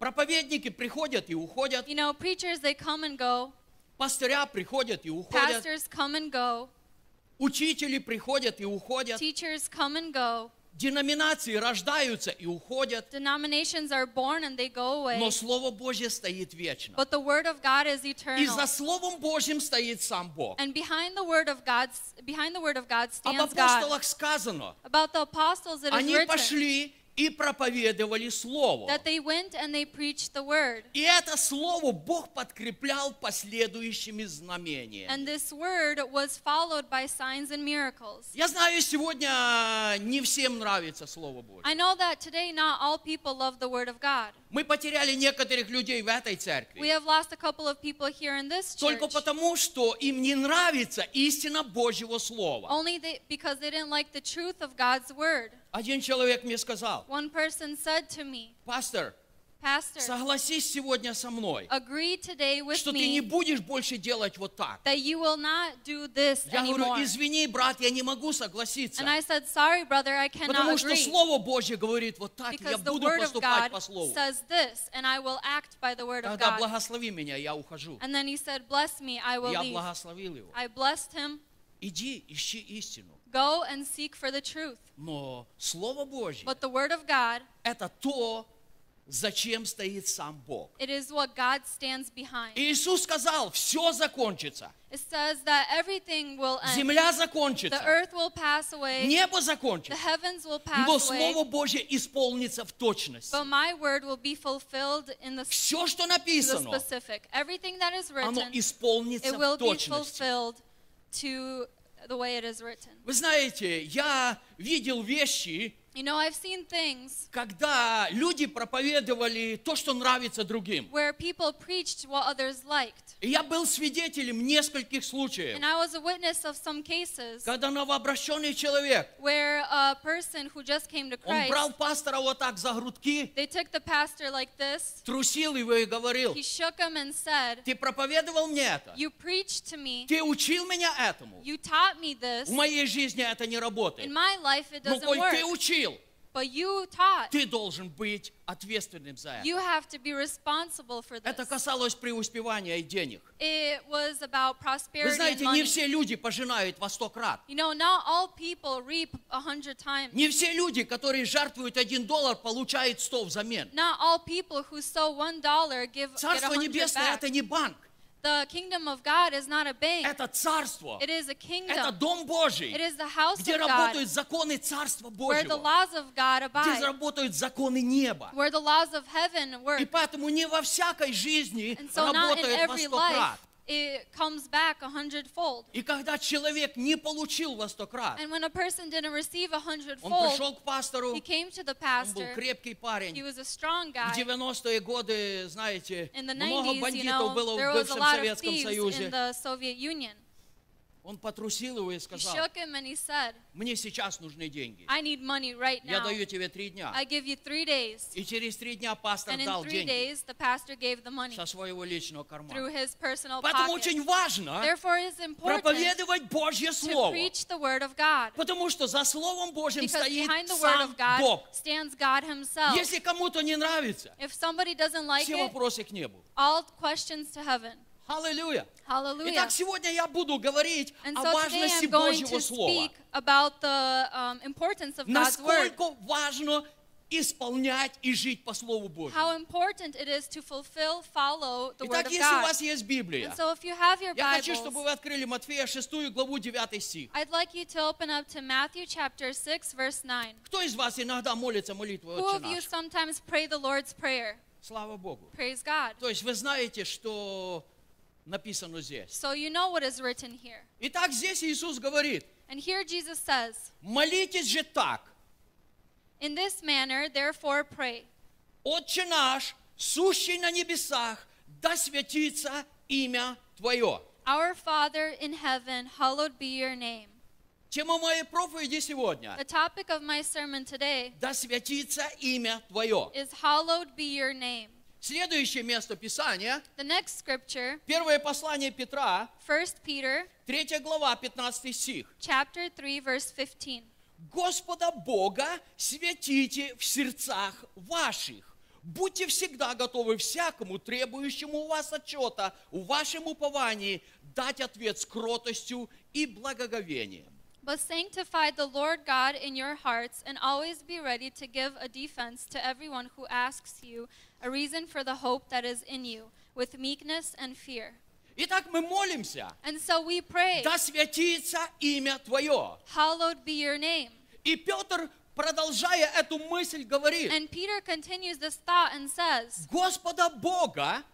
G: проповедники приходят и уходят,
D: You know, preachers, they come and go,
G: пастыря приходят и уходят,
D: pastors come and go,
G: учители приходят и уходят,
D: teachers come and go,
G: деноминации рождаются и уходят.
D: denominations are born and they go away.
G: Но Слово Божье стоит вечно.
D: But the Word of God is
G: И за
D: eternal.
G: Словом Божьим стоит сам Бог.
D: And behind the Word of God, behind the Word of God
G: Об
D: stands God.
G: апостолах сказано,
D: About the apostles, it is
G: они
D: written
G: пошли
L: и проповедовали Слово.
D: that they went and they preached the word.
L: И это Слово Бог подкреплял последующими знамениями.
D: And this word was followed by signs and miracles.
L: Я знаю, сегодня э, не всем нравится Слово Божье.
D: I know that today not all people love the word of God.
L: Мы потеряли некоторых людей в этой
D: We
L: церкви
D: have lost a couple of people here in this church
L: только потому, что им не нравится истина Божьего Слова.
D: only they, because they didn't like the truth of God's word.
L: Один человек мне сказал,
D: One person said to me,
L: пастор,
D: Pastor,
L: согласись сегодня со мной,
D: agree today uh, with
L: что ты не
D: me
L: будешь больше делать вот так.
D: that you will not do this
L: Я
D: anymore.
L: говорю, извини, брат, я не могу согласиться.
D: And I said, Sorry, brother, I
L: Потому
D: cannot
L: что
D: agree.
L: Слово Божье говорит вот так, и я
D: Because the
L: буду
D: word of
L: поступать
D: God
L: по Слову.
D: says this, and I will act by the word of
L: Тогда
D: God.
L: благослови меня, я ухожу.
D: And then he said, Bless me, I will
L: Я
D: leave.
L: благословил его.
D: I blessed him.
L: Иди, ищи истину.
D: Go and seek for the truth.
L: Но Слово Божье
D: But the word of God,
L: – это то, зачем стоит сам Бог.
D: it is what God stands behind.
L: И Иисус сказал, все закончится,
D: It says that everything will end.
L: земля закончится,
D: The earth will pass away.
L: небо
D: The
L: закончится,
D: heavens will
L: но
D: pass
L: Слово
D: away.
L: Божье исполнится в точности.
D: But my word will be fulfilled in the,
L: Все, что
D: the
L: написано,
D: specific. Everything that is
L: оно
D: written,
L: исполнится
D: it will
L: в
D: be
L: точности.
D: fulfilled to the way it is written.
L: Вы знаете, я видел вещи,
D: You know, I've seen things
L: когда люди проповедовали то, что нравится другим.
D: where people preached what others liked.
L: И я был свидетелем нескольких случаев,
D: And I was a witness of some cases
L: когда новообращенный человек,
D: where a person who just came to
L: он брал
D: Christ,
L: пастора вот так за грудки,
D: they took the pastor like this,
L: трусил его и говорил,
D: he shook him and said,
L: ты проповедовал мне это,
D: You preached to me,
L: ты учил меня этому,
D: you taught me this,
L: в моей жизни это не работает.
D: in my life it
L: Но
D: doesn't
L: коль ты
D: work,
L: учил,
D: but you taught.
L: ты должен быть ответственным за
D: You
L: это.
D: have to be responsible for
L: Это
D: this.
L: касалось преуспевания и денег.
D: It was about
L: Вы
D: prosperity and
L: знаете, не
D: money.
L: все люди пожинают во сто крат.
D: You know, not all people reap a hundred times.
L: Не все люди, которые жертвуют один доллар, получают сто взамен.
D: Not all people who sow one dollar give get a
L: Царство
D: hundred
L: Небесное –
D: back.
L: это не банк,
D: The kingdom of God is not a bank.
L: это царство.
D: It is a kingdom.
L: Это дом Божий,
D: It is the house
L: где
D: of God,
L: работают законы Царства
D: where the
L: Божьего,
D: laws of God
L: где
D: abide,
L: работают законы неба.
D: where the laws of heaven work.
L: И поэтому не во всякой жизни
D: And so not in
L: работает во
D: every
L: сто
D: life
L: крат.
D: it comes back a hundredfold.
L: И когда человек не получил во сто крат,
D: And when a person didn't receive a
L: он пришел
D: hundredfold,
L: к пастору,
D: he came to the
L: он был
D: pastor.
L: крепкий
D: He
L: парень.
D: was a strong
L: В
D: guy.
L: 90-е годы, знаете,
D: In the
L: много
D: 90s, you
L: бандитов
D: know,
L: было
D: there
L: в
D: was a
L: бывшем
D: lot of
L: Советском
D: thieves in
L: Союзе.
D: the Soviet Union.
L: Он потрусил его и
D: He
L: сказал,
D: shook him and he said,
L: мне сейчас нужны деньги.
D: I need money right
L: Я
D: now.
L: даю тебе три дня.
D: I give you three days.
L: И через три дня пастор
D: And in
L: дал
D: three
L: деньги
D: days, the pastor gave the money
L: со своего личного кармана.
D: through his personal
L: Поэтому
D: pocket.
L: очень важно
D: Therefore, it is important
L: проповедовать Божье
D: to
L: Слово.
D: preach the word of God.
L: Потому что за Словом Божьим
D: Because
L: стоит
D: behind the word
L: сам
D: of God
L: Бог.
D: stands God himself.
L: Если кому-то не нравится,
D: If somebody doesn't like
L: все
D: it,
L: вопросы к небу.
D: all questions to heaven.
L: Аллилуйя.
D: Hallelujah.
L: Итак, сегодня я буду говорить
D: And
L: о
D: so today
L: важности
D: I'm going
L: Божьего
D: to
L: Слова.
D: speak about the um, importance of God's word.
L: Насколько важно исполнять и жить по Слову Божьему.
D: How important it is to fulfill, follow the word
L: Итак,
D: of
L: если у
D: God.
L: вас есть Библия,
D: And so if you have your
L: я хочу,
D: Bibles,
L: чтобы вы открыли Матфея 6 главу 9 стих.
D: I'd like you to open up to Matthew chapter 6, verse 9.
L: Кто из вас иногда молится молитву
D: Who
L: Отче
D: of you
L: наш?
D: sometimes pray the Lord's Prayer?
L: Слава Богу.
D: Praise God.
L: То есть вы знаете, что написано здесь.
D: So you know what is written here.
L: Итак, здесь Иисус говорит,
D: And here Jesus says,
L: молитесь же так.
D: In this manner, therefore, pray.
L: Отче наш, сущий на небесах, да святится имя Твое.
D: Our Father in heaven, hallowed be your name.
L: Тема моей проповеди сегодня.
D: The topic of my sermon today
L: Да святится имя Твое.
D: is Hallowed be your name.
L: Следующее место Писания.
D: The next scripture,
L: Первое послание Петра,
D: 1 Peter
L: 3 глава, 15 стих.
D: chapter 3, verse 15.
L: Господа Бога святите в сердцах ваших. Будьте всегда готовы всякому, требующему у вас отчета, в вашем уповании, дать ответ с кротостью и благоговением.
D: But sanctify the Lord God in your hearts, and always be ready to give a defense to everyone who asks you a reason for the hope that is in you, with meekness and fear.
L: Итак, мы молимся.
D: And so we pray,
L: Да святится имя Твое.
D: Hallowed be your name.
L: И Петр продолжая эту мысль, говорит,
D: And Peter continues this thought and says,
L: Господа Бога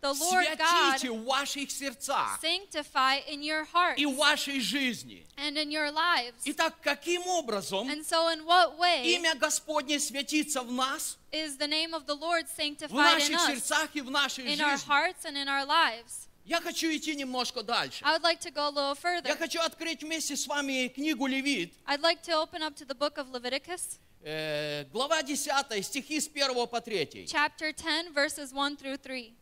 D: The Lord God
L: святите в ваших сердцах
D: sanctify in your hearts
L: и в вашей жизни.
D: and in your lives.
L: Итак, каким образом
D: And so, in what way
L: имя Господне светится в нас,
D: is the name of the Lord
L: в
D: sanctified in
L: наших
D: us,
L: сердцах и в нашей
D: in our
L: жизни?
D: hearts and in our lives?
L: Я хочу идти немножко дальше.
D: I would like to go a little further.
L: Я хочу открыть вместе с вами книгу Левит,
D: I'd like to open up to the book of Leviticus,
L: э, глава 10, стихи с 1 по 3.
D: chapter 10, verses 1 through 3.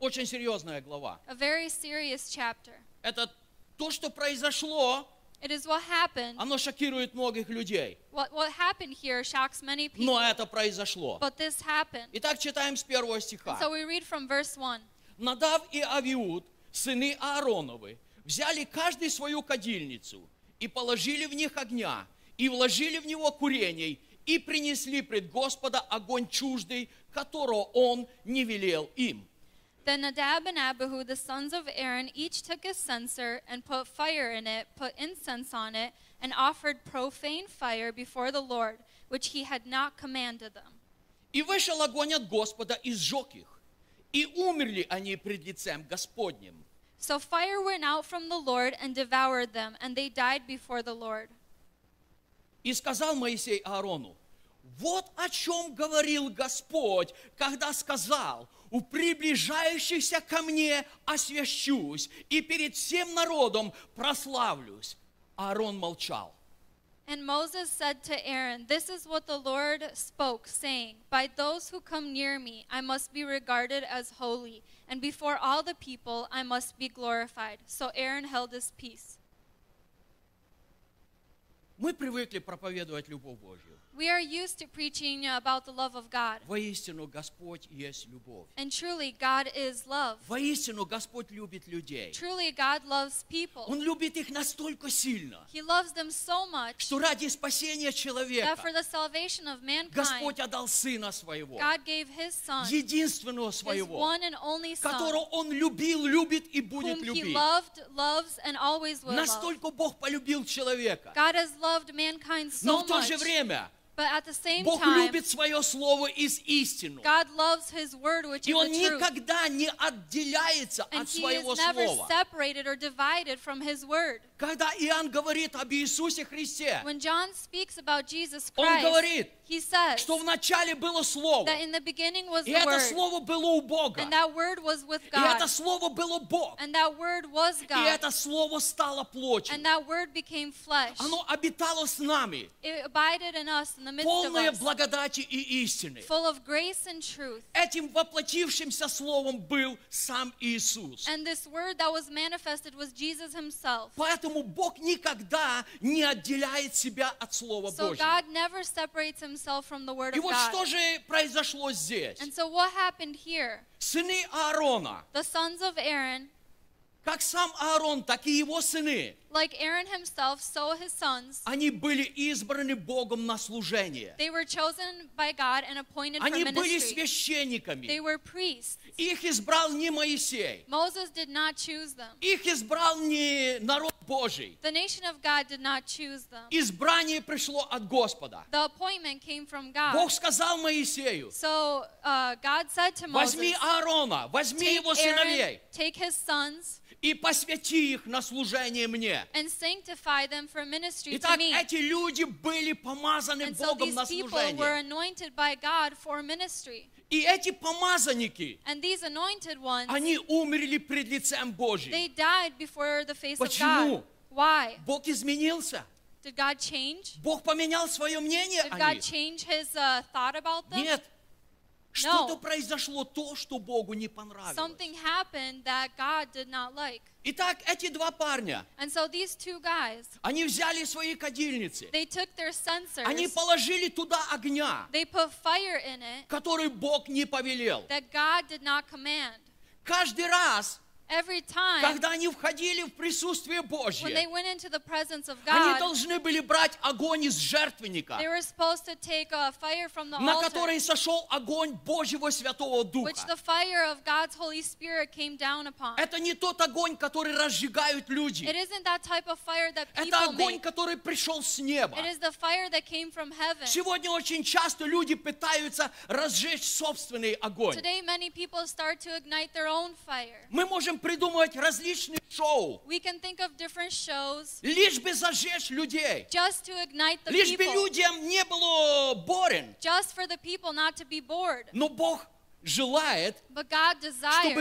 L: Очень серьезная глава.
D: A very serious chapter.
L: Это то, что произошло,
D: It is what happened.
L: оно шокирует многих людей.
D: What, what happened here shocks many people,
L: Но это произошло.
D: but this happened.
L: Итак, читаем с первого стиха.
D: So we read from verse 1.
L: Надав и Авиуд, сыны Аароновы, взяли каждый свою кадильницу и положили в них огня, и вложили в него курений, и принесли пред Господа огонь чуждый, которого он не велел им.
D: Then Nadab and Abihu, the sons of Aaron, each took his censer and put fire in it, put incense on it, and offered profane fire before the Lord, which he had not commanded them.
L: И вышел огонь от Господа и сжег их. И умерли они пред лицем Господним.
D: So fire went out from the Lord and devoured them, and they died before the Lord.
L: И сказал Моисей Аарону, вот о чем говорил Господь, когда сказал, у приближающихся ко мне освящусь и перед всем народом прославлюсь. Аарон молчал.
D: And Moses said to Aaron, This is what the Lord spoke, saying, By those who come near me, I must be regarded as holy, and before all the people, I must be glorified. So Aaron held his peace.
L: Мы привыкли проповедовать любовь Божью.
D: We are used to preaching about the love of God,
L: Воистину, Господь есть любовь.
D: and truly, God is love.
L: Воистину, Господь любит людей.
D: Truly, God loves people.
L: Он любит их настолько сильно,
D: He loves them so much
L: что ради спасения
D: that for
L: человека
D: the salvation of mankind,
L: Господь отдал Сына Своего,
D: God gave His Son,
L: единственного
D: His
L: Своего,
D: one and only Son,
L: которого Он любил, любит и будет
D: whom He
L: любить.
D: loved, loves, and always will love.
L: Настолько Бог полюбил человека.
D: God has loved mankind
L: Но
D: so
L: в то
D: much,
L: же время
D: but at the same
L: Бог
D: time,
L: любит Свое Слово и с истину.
D: God loves His word, which
L: И
D: is
L: Он
D: the truth,
L: никогда не отделяется
D: and
L: от
D: He
L: Своего
D: is never
L: Слова.
D: separated or divided from His word.
L: Когда Иоанн говорит об Иисусе Христе,
D: When John speaks about Jesus
L: Он
D: Christ,
L: говорит,
D: he says
L: что вначале было Слово,
D: that in the beginning was
L: и
D: the
L: это
D: Word,
L: Слово было у Бога,
D: and that Word was with
L: и
D: God,
L: это Слово было Бог,
D: and that Word was
L: и
D: God,
L: это Слово стало плотью.
D: and that Word became flesh.
L: Оно обитало с нами,
D: It abided in us in the midst of
L: полное
D: us,
L: благодати и истины.
D: full of grace and truth.
L: Этим воплотившимся словом был сам Иисус.
D: And this Word that was manifested was Jesus Himself.
L: Поэтому Бог никогда не отделяет себя от Слова
D: So
L: Божьего.
D: God never separates Himself from the Word
L: И
D: of
L: вот что
D: God.
L: же произошло здесь?
D: And so what happened here?
L: Сыны Аарона,
D: The sons of Aaron,
L: как сам Аарон, так и его сыны,
D: like Aaron himself, so his sons,
L: они были избраны Богом на служение.
D: they were chosen by God and appointed for
L: Они были
D: ministry. They
L: священниками.
D: were priests.
L: Их избрал не Моисей.
D: Moses did not choose them.
L: Их избрал не народ Божий.
D: The nation of God did not choose them.
L: Избрание пришло от Господа.
D: The appointment came from
L: Бог
D: God.
L: сказал Моисею,
D: So uh, God said to Moses,
L: Возьми Аарона, возьми
D: take,
L: его
D: Aaron,
L: сыновей
D: take his sons
L: и посвяти их на служение мне.
D: and sanctify them for ministry to
L: Итак,
D: me.
L: эти люди были помазаны
D: And so
L: Богом
D: these
L: на
D: people were
L: служение.
D: anointed by God for ministry.
L: И эти помазанники,
D: And these anointed ones,
L: они умерли пред лицем Божьим.
D: they died before the face of
L: Почему?
D: God. Why?
L: Бог изменился.
D: Did God change?
L: Бог поменял свое мнение
D: Did
L: о
D: God
L: них.
D: change his uh, thought about them?
L: Нет. Что-то произошло то, что Богу не понравилось.
D: Something happened that God did not like.
L: Итак, эти два парня,
D: And so these two guys,
L: они взяли свои кадильницы,
D: they took their censers,
L: они положили туда огня,
D: they put fire in it
L: который Бог не повелел.
D: that God did not command.
L: Каждый раз,
D: every time
L: Когда они входили в присутствие
D: when they
L: Божье,
D: went into the presence of
L: они
D: God,
L: должны были брать огонь из жертвенника,
D: they were supposed to take a fire from the
L: на
D: altar,
L: который сошел огонь Божьего Святого
D: which
L: Духа.
D: the fire of God's Holy Spirit came down upon.
L: Это не тот огонь, который разжигают люди.
D: It isn't that type of fire that
L: Это
D: people
L: огонь,
D: make.
L: который пришел с неба.
D: It is the fire that came from heaven.
L: Сегодня очень часто люди пытаются разжечь собственный огонь.
D: Today, many people start to ignite their own fire.
L: Мы можем придумывать различные шоу,
D: We can think of different shows
L: лишь бы зажечь людей,
D: just to ignite the
L: лишь бы
D: people,
L: людям не было борен.
D: just for the people not to be bored.
L: Но Бог желает,
D: But God
L: чтобы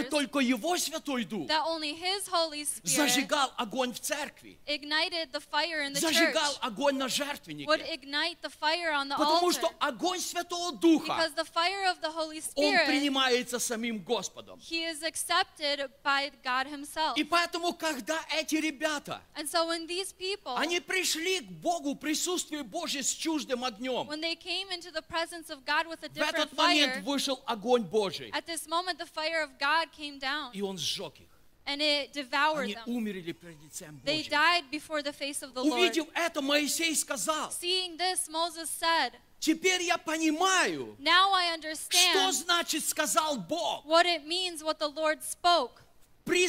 D: desires
L: только Его Святой Дух
D: that only His Holy Spirit
L: зажигал огонь в церкви,
D: ignited the fire in the church,
L: зажигал огонь на
D: would
L: жертвеннике.
D: ignite the fire on the
L: Потому
D: altar.
L: что огонь Святого Духа,
D: Because the fire of the Holy
L: он
D: Spirit,
L: принимается самим Господом.
D: He is accepted by God Himself.
L: И поэтому, когда эти ребята,
D: And so when these people,
L: они пришли к Богу, присутствие Божье с чуждым огнем,
D: when they came into the presence of God with a
L: в этот
D: different fire,
L: момент вышел огонь Божий,
D: at this moment the fire of God came down
L: и он сжег их.
D: and it devoured
L: Они
D: them.
L: умерли перед лицем
D: They
L: Божьим.
D: died before the face of the Lord.
L: Увидев это, Моисей сказал,
D: Seeing this, Moses said,
L: теперь я понимаю,
D: Now I
L: что
D: understand
L: значит сказал Бог,
D: what it means what the Lord spoke.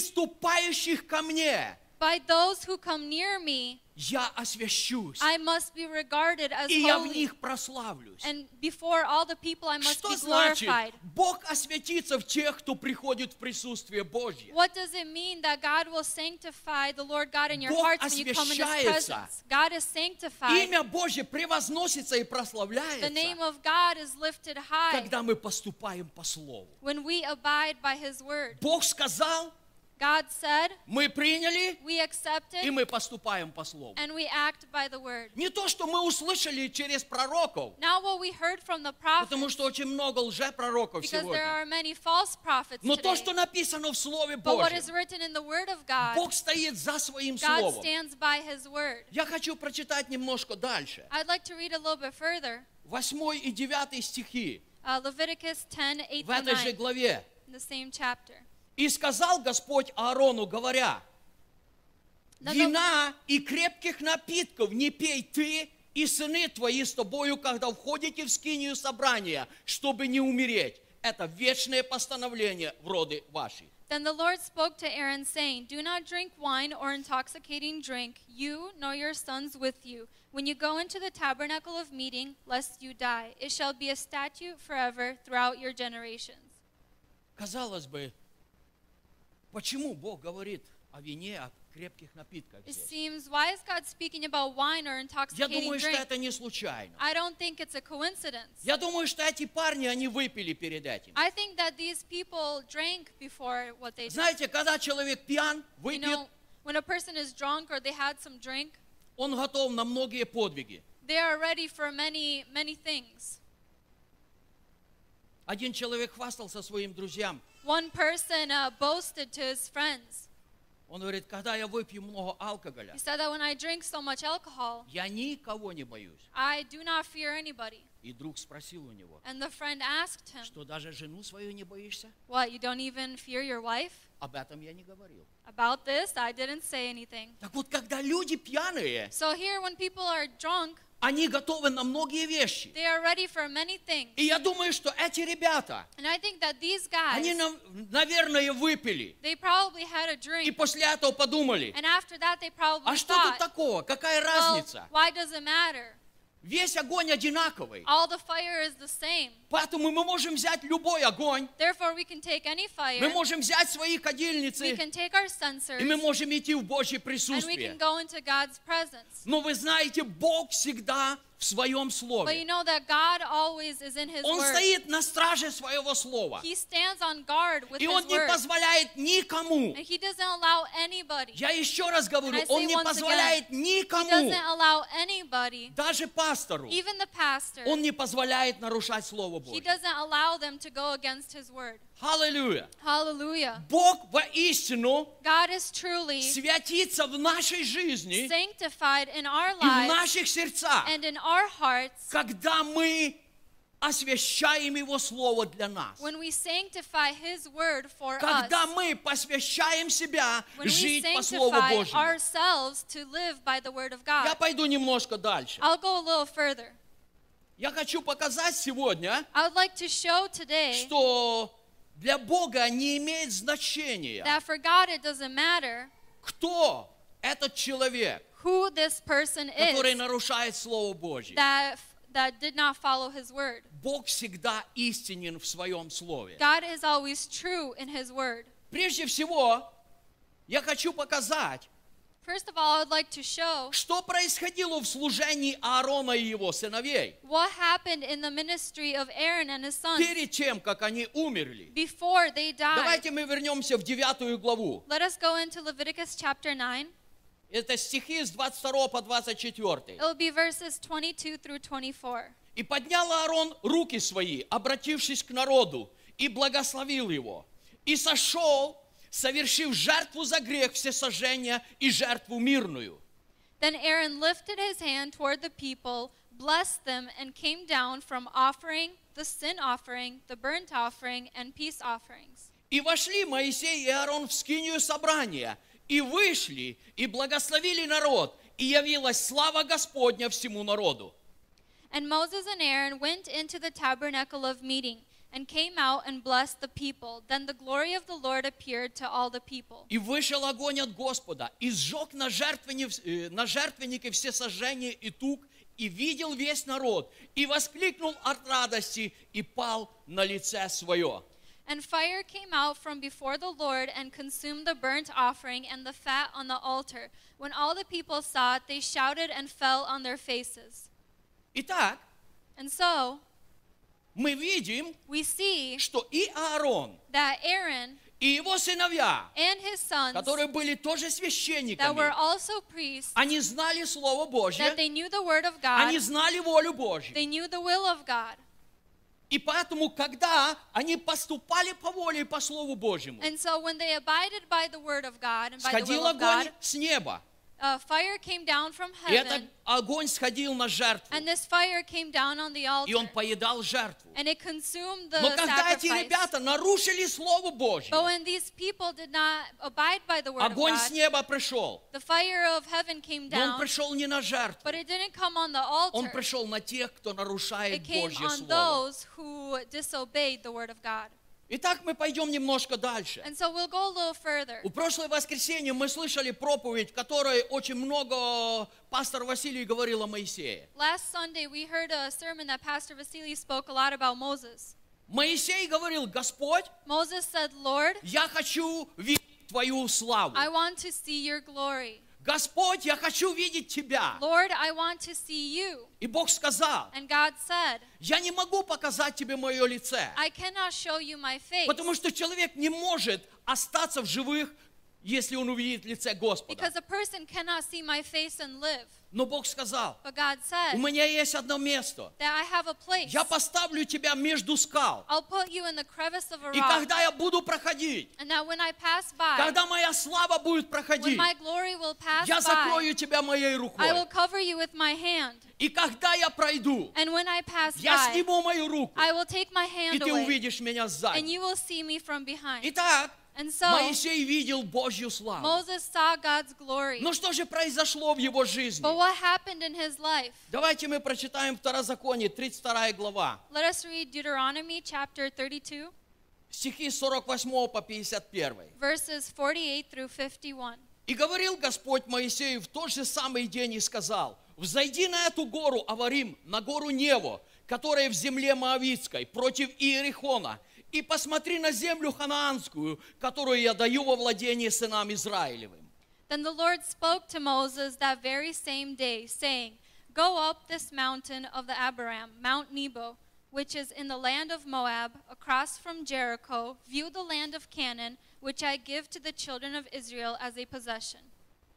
L: приступающих ко мне,
D: By those who come near me,
L: я освящусь,
D: I must be regarded as
L: и я в
D: holy.
L: них прославлюсь.
D: And before all the people, I must
L: Что
D: be
L: значит,
D: glorified.
L: Бог освятится в тех, кто приходит в присутствие Божье?
D: What does it mean that God will sanctify the Lord God in your
L: Бог
D: hearts when you come in His
L: освящается.
D: presence? God is sanctified.
L: Имя Божье превозносится и
D: The name
L: прославляется,
D: of God is lifted high
L: когда мы поступаем по Слову.
D: when we abide by His word.
L: Бог сказал,
D: God said,
L: мы приняли,
D: We accept
L: и
D: it
L: мы поступаем по Слову.
D: and we act by the word.
L: Не то, что мы услышали через пророков,
D: Not what we heard from the prophets,
L: потому что очень много лжепророков
D: because there
L: сегодня,
D: are many false prophets
L: но то,
D: today.
L: что написано в Слове
D: But what is
L: Божьем.
D: written in the word of God,
L: Бог стоит за Своим
D: God
L: Словом.
D: stands by His word.
L: Я хочу прочитать немножко дальше.
D: I'd like to read a little bit further.
L: Восьмой и девятый стихи
D: Uh, Leviticus 10, 8
L: в этой же
D: to 9,
L: главе.
D: in the same chapter.
L: И сказал Господь Аарону, говоря,
D: Да,
L: вина и крепких напитков не пей ты и сыны твои с тобою, когда входите в скинию собрания, чтобы не умереть. Это вечное постановление в роды ваши.
D: Then the Lord spoke to Aaron, saying, Do not drink wine or intoxicating drink, you nor your sons with you, when you go into the tabernacle of meeting, lest you die. It shall be a statute forever throughout your generations.
L: Казалось бы, почему Бог говорит о вине, о крепких напитках
D: It
L: здесь?
D: seems, why is God speaking about wine or
L: Я
D: intoxicating
L: думаю, что
D: drink?
L: это не случайно.
D: I don't think it's a coincidence.
L: Я думаю, что эти парни, они выпили перед этим.
D: I think that these people drank before what they did.
L: Знаете, когда человек пьян,
D: You
L: выпьет,
D: know, when a person is drunk or they had some drink,
L: он готов на многие подвиги.
D: they are ready for many, many things.
L: Один человек хвастался своим друзьям.
D: One person uh, boasted to his friends.
L: Он говорит, когда я выпью много алкоголя,
D: He said that when I drink so much alcohol,
L: я никого не боюсь.
D: I do not fear anybody.
L: И друг спросил у него,
D: And the friend asked him,
L: что даже жену свою не боишься?
D: What, you don't even fear your wife?
L: Об этом я не говорил.
D: About this, I didn't say anything.
L: Так вот, когда люди пьяные,
D: So here, when people are drunk,
L: они готовы на многие вещи.
D: they are ready for many things.
L: И я думаю, что эти ребята,
D: And I think that these guys,
L: они, нав- наверное, выпили.
D: they probably had a
L: И
D: drink.
L: после этого подумали,
D: And after that, they
L: а
D: probably
L: что тут
D: thought,
L: такого? Какая
D: well,
L: разница?
D: why does it matter?
L: Весь огонь одинаковый.
D: All the fire is the same.
L: Поэтому мы можем взять любой огонь,
D: Therefore, we can take any
L: мы
D: fire,
L: можем взять свои
D: we
L: кадильницы,
D: can take our
L: И мы
D: censers,
L: можем идти в Божье
D: and we can
L: присутствие.
D: go into God's presence.
L: Но вы знаете, Бог всегда в своем
D: But you
L: Слове.
D: know that God always is in His
L: Он
D: Word.
L: стоит на страже своего Слова.
D: He stands on guard with
L: И Он
D: His
L: не
D: Word.
L: позволяет никому,
D: And He doesn't allow anybody,
L: я еще раз говорю,
D: And I say
L: Он не
D: once
L: позволяет
D: He
L: никому,
D: doesn't allow anybody,
L: даже пастору,
D: even the pastor,
L: Он не позволяет нарушать Слово
D: He
L: Божье.
D: doesn't allow them to go against His Word.
L: Аллилуйя!
D: Hallelujah.
L: Бог воистину
D: God is truly
L: святится в нашей жизни и
D: sanctified in our
L: в
D: lives
L: наших сердцах,
D: and in our hearts
L: когда мы освящаем Его Слово для нас.
D: When we sanctify His word for us,
L: Когда мы посвящаем себя
D: when we
L: жить по Слову
D: sanctify
L: Божьему.
D: ourselves to live by the word of God,
L: Я пойду немножко дальше.
D: I'll go a little further.
L: Я хочу показать сегодня,
D: I would like to show today
L: что для Бога не имеет значения,
D: that for God it doesn't matter
L: кто этот человек,
D: who this person
L: который
D: is
L: нарушает Слово Божье.
D: that, that did not follow His word.
L: Бог всегда истинен в своем Слове.
D: God is always true in His word.
L: Прежде всего, я хочу показать,
D: First of all, I would like to show
L: что происходило в служении Аарона и его сыновей
D: what happened in the ministry of Aaron and his sons
L: перед тем, как они умерли.
D: before they died.
L: Давайте мы вернемся в 9 главу.
D: Let us go into Leviticus chapter 9.
L: Это стихи с 22 по 24.
D: It will be verses 22 through 24.
L: «И поднял Аарон руки свои, обратившись к народу, и благословил его. И сошел, совершив жертву за грех всесожжения и жертву мирную.
D: Then Aaron lifted his hand toward the people, blessed them, and came down from offering the sin offering, the burnt offering, and peace offerings.
L: И вошли Моисей и Аарон в скинию собрания, и вышли, и благословили народ, и явилась слава Господня всему народу.
D: And Moses and Aaron went into the tabernacle of meeting, and came out and blessed the people. Then the glory of the Lord appeared to all the people.
L: И вышел огонь от Господа, и сжег на, жертвенне- э, на жертвеннике все сожжения и тук, и видел весь народ, и воскликнул от радости, и пал на лице свое.
D: And fire came out from before the Lord and consumed the burnt offering and the fat on the altar. When all the people saw it, they shouted and fell on their faces.
L: Итак,
D: And so
L: мы видим,
D: we see
L: что и Аарон,
D: that Aaron
L: и его сыновья,
D: and his sons,
L: которые были тоже
D: that were
L: священниками,
D: also priests,
L: они знали Слово Божье,
D: that they knew the word of God,
L: Они знали волю Божью.
D: they knew the will of God.
L: И поэтому, когда они поступали по воле и по Слову Божьему,
D: And so when they abided by the word of God and by the
L: сходил
D: will of God,
L: огонь с неба.
D: uh, fire came down from
L: И этот
D: heaven,
L: огонь сходил на жертву.
D: and this fire came down on the
L: И
D: altar,
L: он поедал жертву.
D: and it consumed the
L: Но когда эти
D: sacrifice.
L: ребята нарушили Слово Божье,
D: But when these people did not abide by the word of
L: огонь с
D: God,
L: неба пришел.
D: the fire of heaven came
L: Но он
D: down,
L: пришел не на жертву.
D: but it didn't come on the
L: Он
D: altar.
L: пришел на тех, кто нарушает
D: It came
L: Божье
D: on
L: Слово.
D: those who disobeyed the word of God.
L: Итак, мы пойдем немножко дальше.
D: And so we'll go a little further.
L: У прошлое воскресенье мы слышали проповедь, в которой очень много пастор Василий говорил о Моисее.
D: Last Sunday, we heard a sermon that Pastor Vasily spoke a lot about Moses.
L: Моисей говорил, Господь,
D: Moses said, Lord,
L: я хочу видеть Твою славу.
D: I want to see your glory.
L: Господь, я хочу видеть Тебя.
D: Lord, I want to see you.
L: И Бог сказал,
D: And God said,
L: я не могу показать Тебе мое лице,
D: I cannot show you my face
L: потому что человек не может остаться в живых, если он увидит лице Господа.
D: because a person cannot see my face and live.
L: Но Бог сказал,
D: But God said
L: у меня есть одно место.
D: that I have a place.
L: Я поставлю тебя между скал.
D: I'll put you in the crevice of a
L: И
D: rock.
L: когда я буду проходить,
D: And that when I pass by,
L: когда моя слава будет
D: when
L: проходить,
D: my glory will pass
L: я
D: by,
L: закрою тебя моей
D: I will
L: рукой.
D: cover you with my hand.
L: И когда я пройду,
D: And when I pass
L: Я
D: by,
L: сниму мою руку,
D: I will take my
L: и
D: hand
L: ты
D: away.
L: увидишь меня
D: and
L: сзади.
D: you will see me from behind.
L: Итак,
D: And so
L: Моисей видел Божью славу.
D: Moses saw God's glory.
L: Но Ну что же произошло в его жизни?
D: But what happened in his life?
L: Давайте мы прочитаем Второзаконие, 32 глава,
D: Let us read Deuteronomy chapter 32,
L: стихи с 48 по 51.
D: verses 48 through 51.
L: «И говорил Господь Моисею в тот же самый день и сказал, «Взойди на эту гору, Аварим, на гору Нево, которая в земле Моавицкой, против Иерихона, и посмотри на землю ханаанскую, которую я даю во владение сынам Израилевым».
D: Then the Lord spoke to Moses that very same day, saying, Go up this mountain of the Abiram, Mount Nebo, which is in the land of Moab, across from Jericho, view the land of Canaan, which I give to the children of Israel as a possession.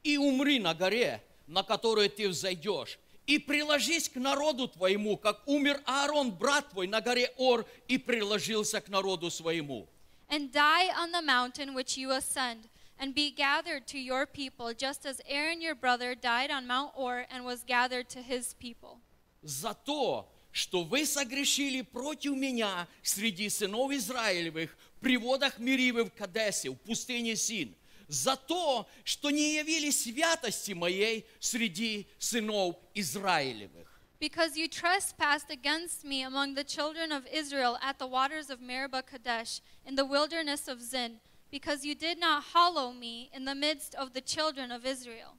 L: и умри на горе, на которую ты взойдешь, и приложись к народу твоему, как умер Аарон, брат твой, на горе Ор, и приложился к народу своему.
D: And die on the mountain which you ascend, and be gathered to your people, just as Aaron your brother died on Mount Or and was gathered to his people.
L: За то, что вы согрешили против меня среди сынов Израилевых при водах Меривы в Кадесе, в пустыне Син, за то, что не явили святости моей среди сынов Израилевых.
D: Because you trespassed against me among the children of Israel at the waters of Meribah Kadesh in the wilderness of Zin, because you did not hallow me in the midst of the children of Israel.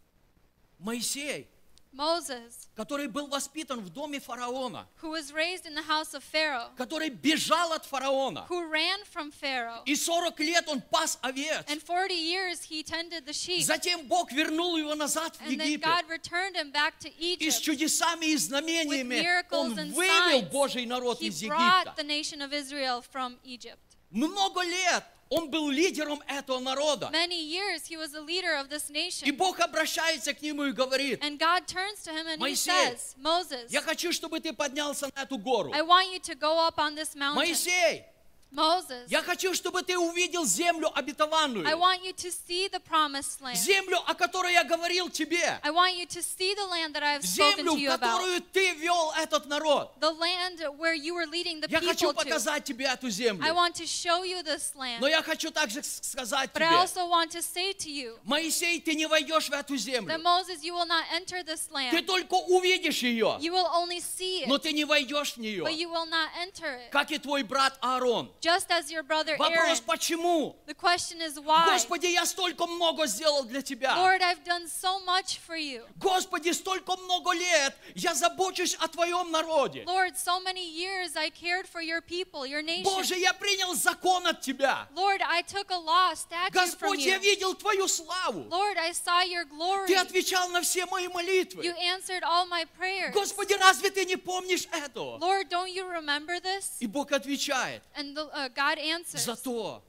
L: Моисей,
D: Moses,
L: который был воспитан в доме фараона,
D: who was raised in the house of Pharaoh,
L: который бежал от фараона,
D: who ran from Pharaoh,
L: и 40 лет он пас овец.
D: and 40 years he tended the sheep,
L: Затем Бог вернул его назад в
D: and then
L: Египет.
D: God returned him back to
L: И с
D: Egypt.
L: чудесами и
D: With
L: знамениями
D: miracles
L: он
D: and
L: вывел
D: signs,
L: Божий народ
D: He
L: из Египта.
D: brought the nation of Israel from Egypt.
L: Много лет он был лидером этого народа.
D: Many years he was the leader of this
L: И
D: nation.
L: Бог обращается к нему и говорит,
D: And God turns to him and he
L: Моисей,
D: says, Moses,
L: я хочу, чтобы ты поднялся на эту гору.
D: I want you to go up on this mountain.
L: Моисей,
D: Moses,
L: я хочу, чтобы ты увидел землю обетованную.
D: I want you to see the promised land.
L: Землю, о которой я говорил тебе.
D: I want you to see the land that I have spoken
L: Землю,
D: to
L: в
D: you about.
L: которую ты вел этот народ.
D: The land where you were leading the
L: Я хочу
D: people to.
L: показать тебе эту землю.
D: I want to show you this land.
L: Но я хочу также с- сказать
D: But I
L: тебе,
D: also want to say to you
L: Моисей, ты не войдешь в эту
D: that
L: землю.
D: Moses, you will not enter this
L: Ты
D: land.
L: только увидишь ее,
D: You will only see
L: но
D: it,
L: ты не войдешь в нее.
D: but you will not enter it.
L: Как и твой брат Аарон.
D: Just as your brother Aaron.
L: Вопрос, почему?
D: The question is why?
L: Господи, я столько много сделал для тебя.
D: Lord, I've done so much for you.
L: Господи, столько много лет я забочусь о твоем народе.
D: Lord, so many years I cared for your people, your
L: Боже,
D: nation.
L: я принял закон от тебя.
D: Lord, I took a law, statute from
L: Господь, я
D: you.
L: видел твою славу.
D: Lord, I saw your glory.
L: Ты отвечал на все мои
D: You
L: молитвы.
D: answered all my prayers.
L: Господи, разве ты не помнишь этого?
D: Lord, don't you remember this?
L: И Бог отвечает
D: And the, uh, God answers
L: за то,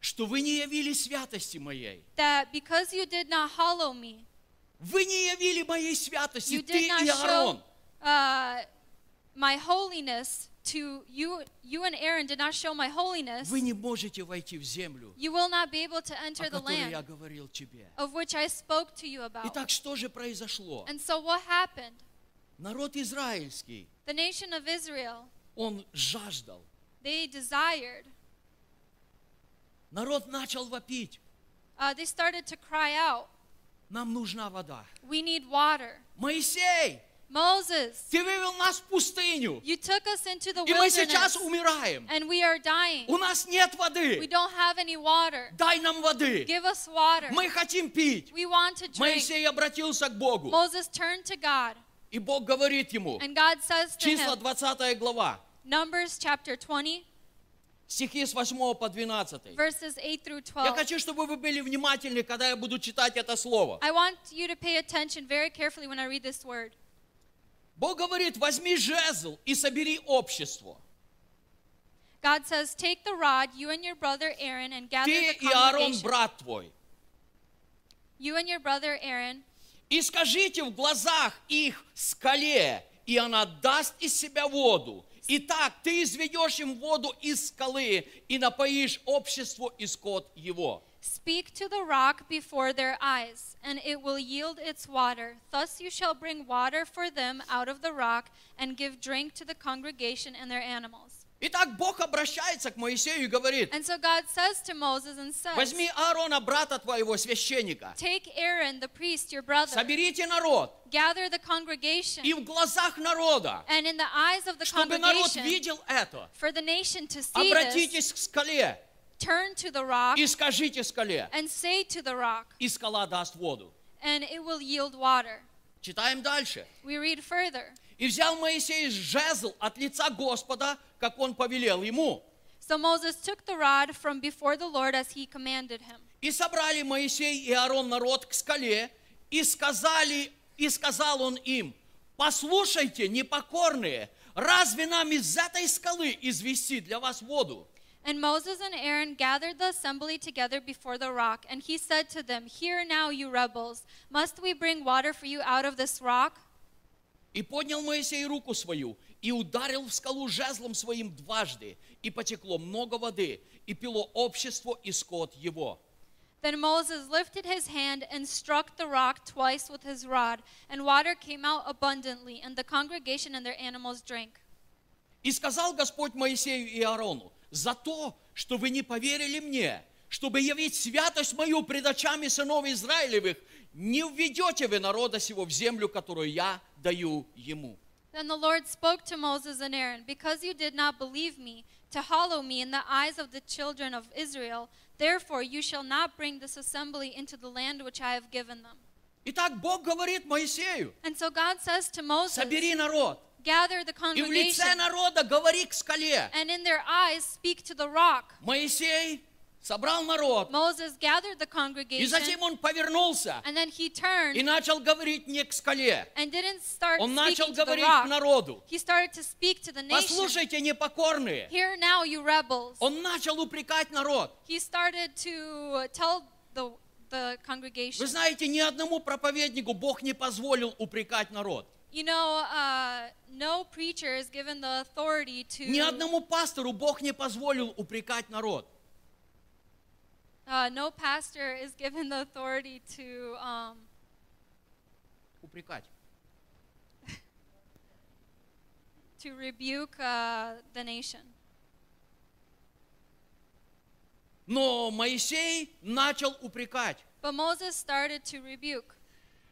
L: что вы не явили святости моей.
D: that because you did not hallow me,
L: Вы не явили моей святости,
D: you
L: ты
D: did not
L: и Аарон.
D: show uh, my holiness to you. You and Aaron did not show my holiness.
L: Вы не можете войти в землю,
D: You will not be able to
L: о
D: enter the
L: которой я
D: land
L: говорил тебе.
D: of which I spoke to you about.
L: Итак, что же произошло?
D: And so what happened?
L: Народ израильский,
D: The nation of Israel,
L: он жаждал.
D: they desired,
L: Народ начал вопить.
D: uh, they started to cry out,
L: Нам нужна вода.
D: We need water.
L: Моисей,
D: Moses,
L: ты вывел нас в пустыню.
D: you took us into the
L: И мы сейчас
D: wilderness,
L: умираем.
D: and we are dying.
L: У нас нет
D: We
L: воды.
D: don't have any water.
L: Дай нам воды.
D: Give us water.
L: Мы хотим пить.
D: We want to drink.
L: Моисей обратился к Богу.
D: Moses turned to God,
L: И Бог говорит ему,
D: and God says to
L: числа
D: him,
L: 20 глава,
D: Numbers chapter 20,
L: стихи с 8 по 12.
D: verses 8 through
L: Я
D: 12.
L: хочу, чтобы вы были внимательны, когда я буду читать это слово.
D: I want you to pay attention very carefully when I read this word.
L: Бог говорит, возьми жезл и собери общество.
D: God says, Take the rod, you and your brother Aaron, and gather
L: Ты
D: the
L: и Аарон,
D: congregation.
L: брат твой.
D: You and your brother Aaron,
L: И скажите в глазах их скале, и она даст из себя воду. Итак, ты изведешь им воду из скалы и напоишь общество и скот его.
D: speak to the rock before their eyes, and it will yield its water. Thus you shall bring water for them out of the rock, and give drink to the congregation and their animals.
L: Итак, Бог обращается к Моисею и говорит,
D: And so God says to Moses and says,
L: возьми Аарона, брата твоего, священника,
D: Take Aaron, the priest, your brother,
L: соберите народ,
D: gather the congregation,
L: и в глазах народа,
D: and in the eyes of the
L: чтобы народ
D: congregation,
L: видел это,
D: for the nation to see this, А?
L: обратитесь к скале
D: turn to the rock,
L: и скажите скале,
D: and say to the rock,
L: и скала даст воду.
D: and it will yield water.
L: Читаем дальше.
D: We read further.
L: И взял Моисей жезл от лица Господа, как он повелел ему.
D: So Moses took the rod from before the Lord as he commanded him.
L: И собрали Моисей и Аарон народ к скале, и сказали, и сказал он им, послушайте, непокорные, разве нам из этой скалы извести для вас воду?
D: And Moses and Aaron gathered the assembly together before the rock, and he said to them, Hear now, you rebels, must we bring water for you out of this rock?
L: И поднял Моисей руку свою, и ударил в скалу жезлом своим дважды, и потекло много воды, и пило общество и скот его.
D: Then Moses lifted his hand and struck the rock twice with his rod, and water came out abundantly, and the congregation and their animals drank.
L: И сказал Господь Моисею и Аарону, за то, что вы не поверили мне, чтобы явить святость мою пред очами сынов Израилевых, не введете вы народа сего в землю, которую я даю ему.
D: Then the Lord spoke to Moses and Aaron, Because you did not believe me, to hallow me in the eyes of the children of Israel, therefore you shall not bring this assembly into the land which I have given them.
L: Итак, Бог говорит Моисею,
D: And so God says to Moses,
L: собери народ,
D: Gather the
L: и в лице
D: congregation,
L: народа говори к скале.
D: and in their eyes speak to the rock.
L: Моисей собрал народ,
D: Moses gathered the
L: и
D: congregation,
L: затем он повернулся
D: and then he turned
L: и начал говорить не к скале,
D: and didn't start
L: он
D: speaking
L: начал
D: to the
L: говорить к
D: rock.
L: народу.
D: He started to speak to the nation.
L: Послушайте, непокорные.
D: Here now, you rebels.
L: Он начал упрекать народ.
D: He started to tell the, the congregation.
L: Вы знаете, ни одному проповеднику Бог не позволил упрекать народ.
D: You know, uh, no preacher is given the authority
L: Ни
D: to.
L: одному пастору Бог не позволил упрекать народ.
D: Uh, no pastor is given the authority to. Um,
L: Упрекать.
D: to rebuke uh, the nation.
L: Но Моисей начал упрекать.
D: But Moses started to rebuke.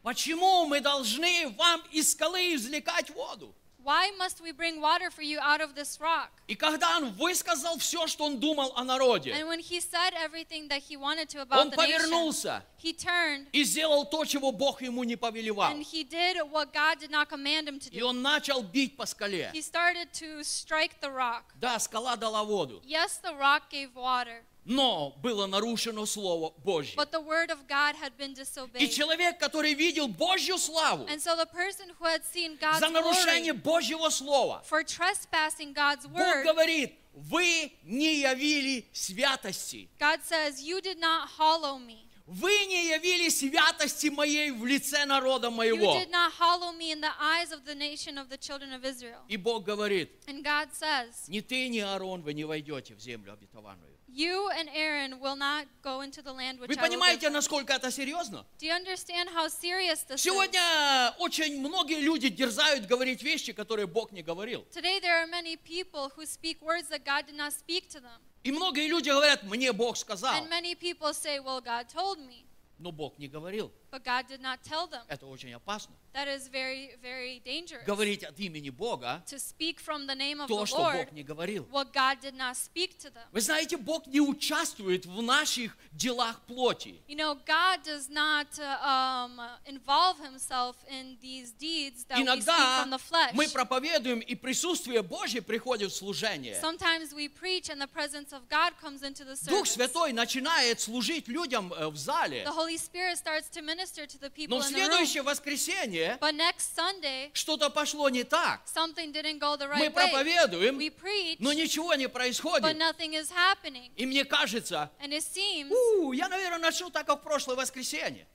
L: Почему мы должны вам из скалы извлекать воду?
D: Why must we bring water for you out of this rock?
L: И когда он высказал все, что он думал о народе,
D: And when he said everything that he wanted to about
L: он
D: the nation,
L: повернулся
D: he turned
L: и сделал то, чего Бог ему не повелевал.
D: and he did what God did not command him to
L: И
D: do.
L: он начал бить по скале.
D: He started to strike the rock.
L: Да, скала дала воду,
D: Yes, the rock gave water,
L: но было нарушено Слово Божье.
D: but the word of God had been
L: И
D: disobeyed.
L: человек, который видел Божью славу
D: And so the person who had seen God's
L: за нарушение
D: glory
L: Божьего Слова,
D: for trespassing God's
L: Бог
D: word,
L: говорит, вы не явили святости.
D: God says, You did not hollow me.
L: Вы не явили святости моей в лице народа
D: You
L: моего.
D: did not hollow me in the eyes of the nation of the children of Israel.
L: И Бог говорит,
D: And God says,
L: ни ты, ни Аарон, вы не войдете в землю обетованную.
D: You and Aaron will not go into the land
L: Вы
D: which I will give
L: понимаете, насколько это серьезно?
D: Do you understand how serious this is?
L: Сегодня очень многие люди дерзают говорить вещи, которые Бог не говорил.
D: Today there are many people who speak words that God did not speak to them.
L: И многие люди говорят, мне Бог сказал,
D: And many people say, Well, God told me,
L: но Бог не говорил.
D: but God did not tell them.
L: Это очень опасно.
D: That is very, very dangerous.
L: Говорить от имени Бога
D: To speak from the name of
L: то,
D: the
L: что
D: Lord
L: Бог не говорил.
D: what God did not speak to them.
L: Вы знаете, Бог не участвует в наших делах плоти.
D: You know, God does not uh, um, involve himself in these deeds that we speak
L: Иногда
D: from the flesh.
L: мы проповедуем, и присутствие Божье приходит в служение.
D: Sometimes we preach and the presence of God comes into the
L: Дух
D: service.
L: Святой начинает служить людям э, в зале.
D: The Holy Spirit starts to minister to the people
L: Но в
D: in the room.
L: следующее воскресенье
D: But next Sunday,
L: что-то пошло не так.
D: something didn't go the
L: Мы
D: right way.
L: проповедуем,
D: We preach,
L: но ничего не
D: but
L: происходит.
D: nothing is happening.
L: И мне кажется,
D: And it seems,
L: «У, я, наверное, начну так, как в прошлое воскресенье.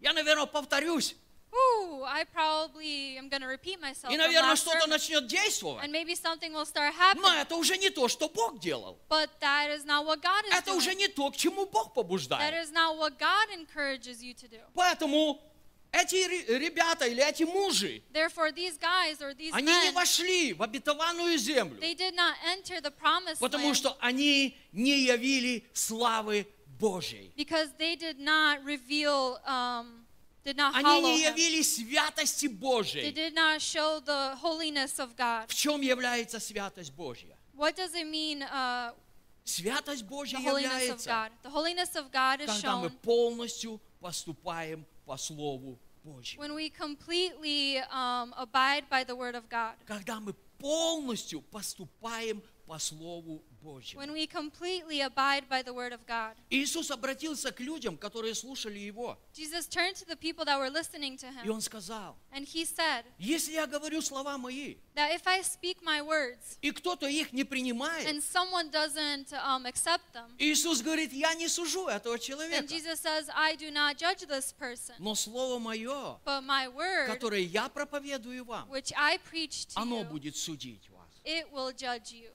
L: Я, наверное, повторюсь.
D: ooh, I probably am going to repeat myself.
L: И,
D: from
L: наверное,
D: last
L: что-то
D: sermon."
L: начнет действовать.
D: And maybe something will start happening.
L: Но это уже не то, что Бог делал.
D: But that is not what God is
L: Это уже
D: doing.
L: не то, к чему Бог
D: That
L: побуждает.
D: is not what God encourages you to do.
L: Поэтому эти ре- ребята или эти мужи,
D: Therefore, these guys or these
L: они не
D: men,
L: вошли в обетованную землю,
D: they did not enter the promised
L: потому
D: land
L: что они не явили славы Божьей.
D: because they did not reveal, um, did not
L: Они
D: hollow
L: не
D: him.
L: явили святости
D: They
L: Божьей.
D: did not show the holiness of God.
L: В чем является святость Божья?
D: What does it mean, uh,
L: Святость
D: the
L: Божья
D: holiness of
L: является,
D: God? The holiness of God is
L: когда мы
D: shown
L: полностью поступаем по Слову Божьему.
D: when we completely um, abide by the Word of God.
L: Когда мы полностью поступаем по Слову Божьему.
D: When we completely abide by the Word of God.
L: Иисус обратился к людям, которые слушали Его,
D: Jesus turned to the people that were listening to
L: и
D: him
L: Он сказал,
D: and he said
L: если я говорю слова мои,
D: that if I speak my words
L: и кто-то их не принимает,
D: and someone doesn't um, accept them,
L: Иисус говорит, я не сужу этого
D: then
L: человека,
D: Jesus says, I do not judge this person,
L: но слово мое,
D: but my word,
L: которое я проповедую вам,
D: which I preach to
L: оно
D: you,
L: будет судить вас.
D: it will judge you.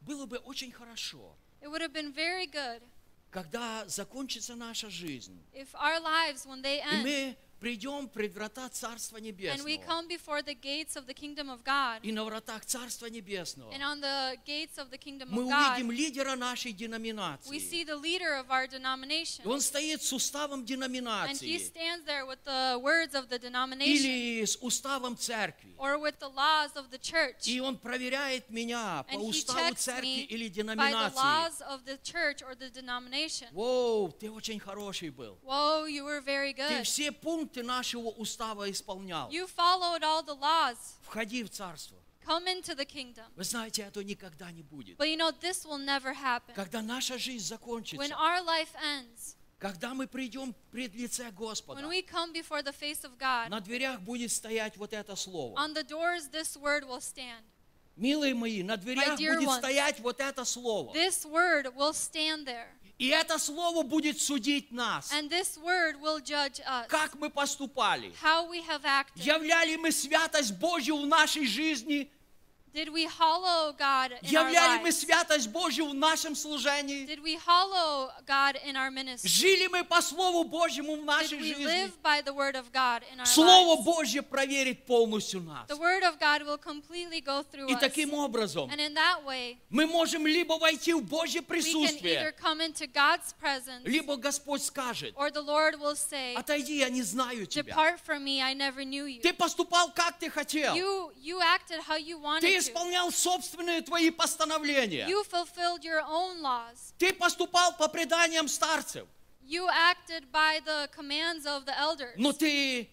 L: Было бы очень хорошо,
D: It would have been very good
L: когда закончится наша жизнь,
D: if our lives, when they
L: и
D: end,
L: мы придем пред врата Царства
D: And we
L: Небесного.
D: come before the gates of the kingdom of God.
L: И на вратах Царства Небесного
D: And on the gates of the kingdom
L: мы
D: of God,
L: увидим лидера нашей
D: we
L: деноминации.
D: see the leader of our
L: И
D: denomination.
L: Он стоит с уставом
D: And he
L: деноминации
D: stands there with the words of the denomination
L: или с уставом церкви.
D: or with the laws of the church.
L: И он проверяет меня по
D: And he
L: уставу
D: checks
L: церкви
D: me
L: или
D: by the
L: деноминации.
D: laws of the church or the denomination.
L: Воу, ты очень хороший был.
D: Whoa, you were very
L: Ты
D: good.
L: все пункты нашего устава исполнял.
D: You followed all the laws.
L: Входи в царство.
D: Come into the kingdom.
L: Вы знаете, это никогда не будет.
D: But you know, this will never happen.
L: Когда наша жизнь
D: When
L: закончится,
D: our life ends,
L: когда мы придем пред лице Господа,
D: when we come before the face of God,
L: на дверях будет стоять вот это слово.
D: on the doors this word will stand.
L: Милые мои, на дверях
D: dear
L: будет
D: ones,
L: стоять вот это слово.
D: This word will stand there.
L: И это слово будет судить нас.
D: And this word will judge us.
L: Как мы поступали?
D: How we have acted.
L: Являли мы святость Божью в нашей жизни?
D: Did we hollow God in our
L: Являли мы
D: lives?
L: святость Божью в нашем служении?
D: Did we hollow God in our ministry?
L: Жили мы по Слову Божьему в нашей
D: Did we
L: жизни?
D: live by the word of God in our lives?
L: Слово Божье проверит полностью нас.
D: The word of God will completely go through
L: И
D: us.
L: таким образом
D: And in that way,
L: мы можем либо войти в Божье
D: we can either
L: присутствие,
D: come into God's presence
L: либо Господь скажет,
D: or the Lord will say,
L: отойди, я не знаю тебя.
D: Depart from me, I never knew you.
L: Ты поступал, как ты хотел.
D: You you acted how you
L: Ты
D: wanted to.
L: исполнял собственные твои постановления.
D: You fulfilled your own laws.
L: Ты поступал по преданиям старцев,
D: You acted by the commands of the elders.
L: но ты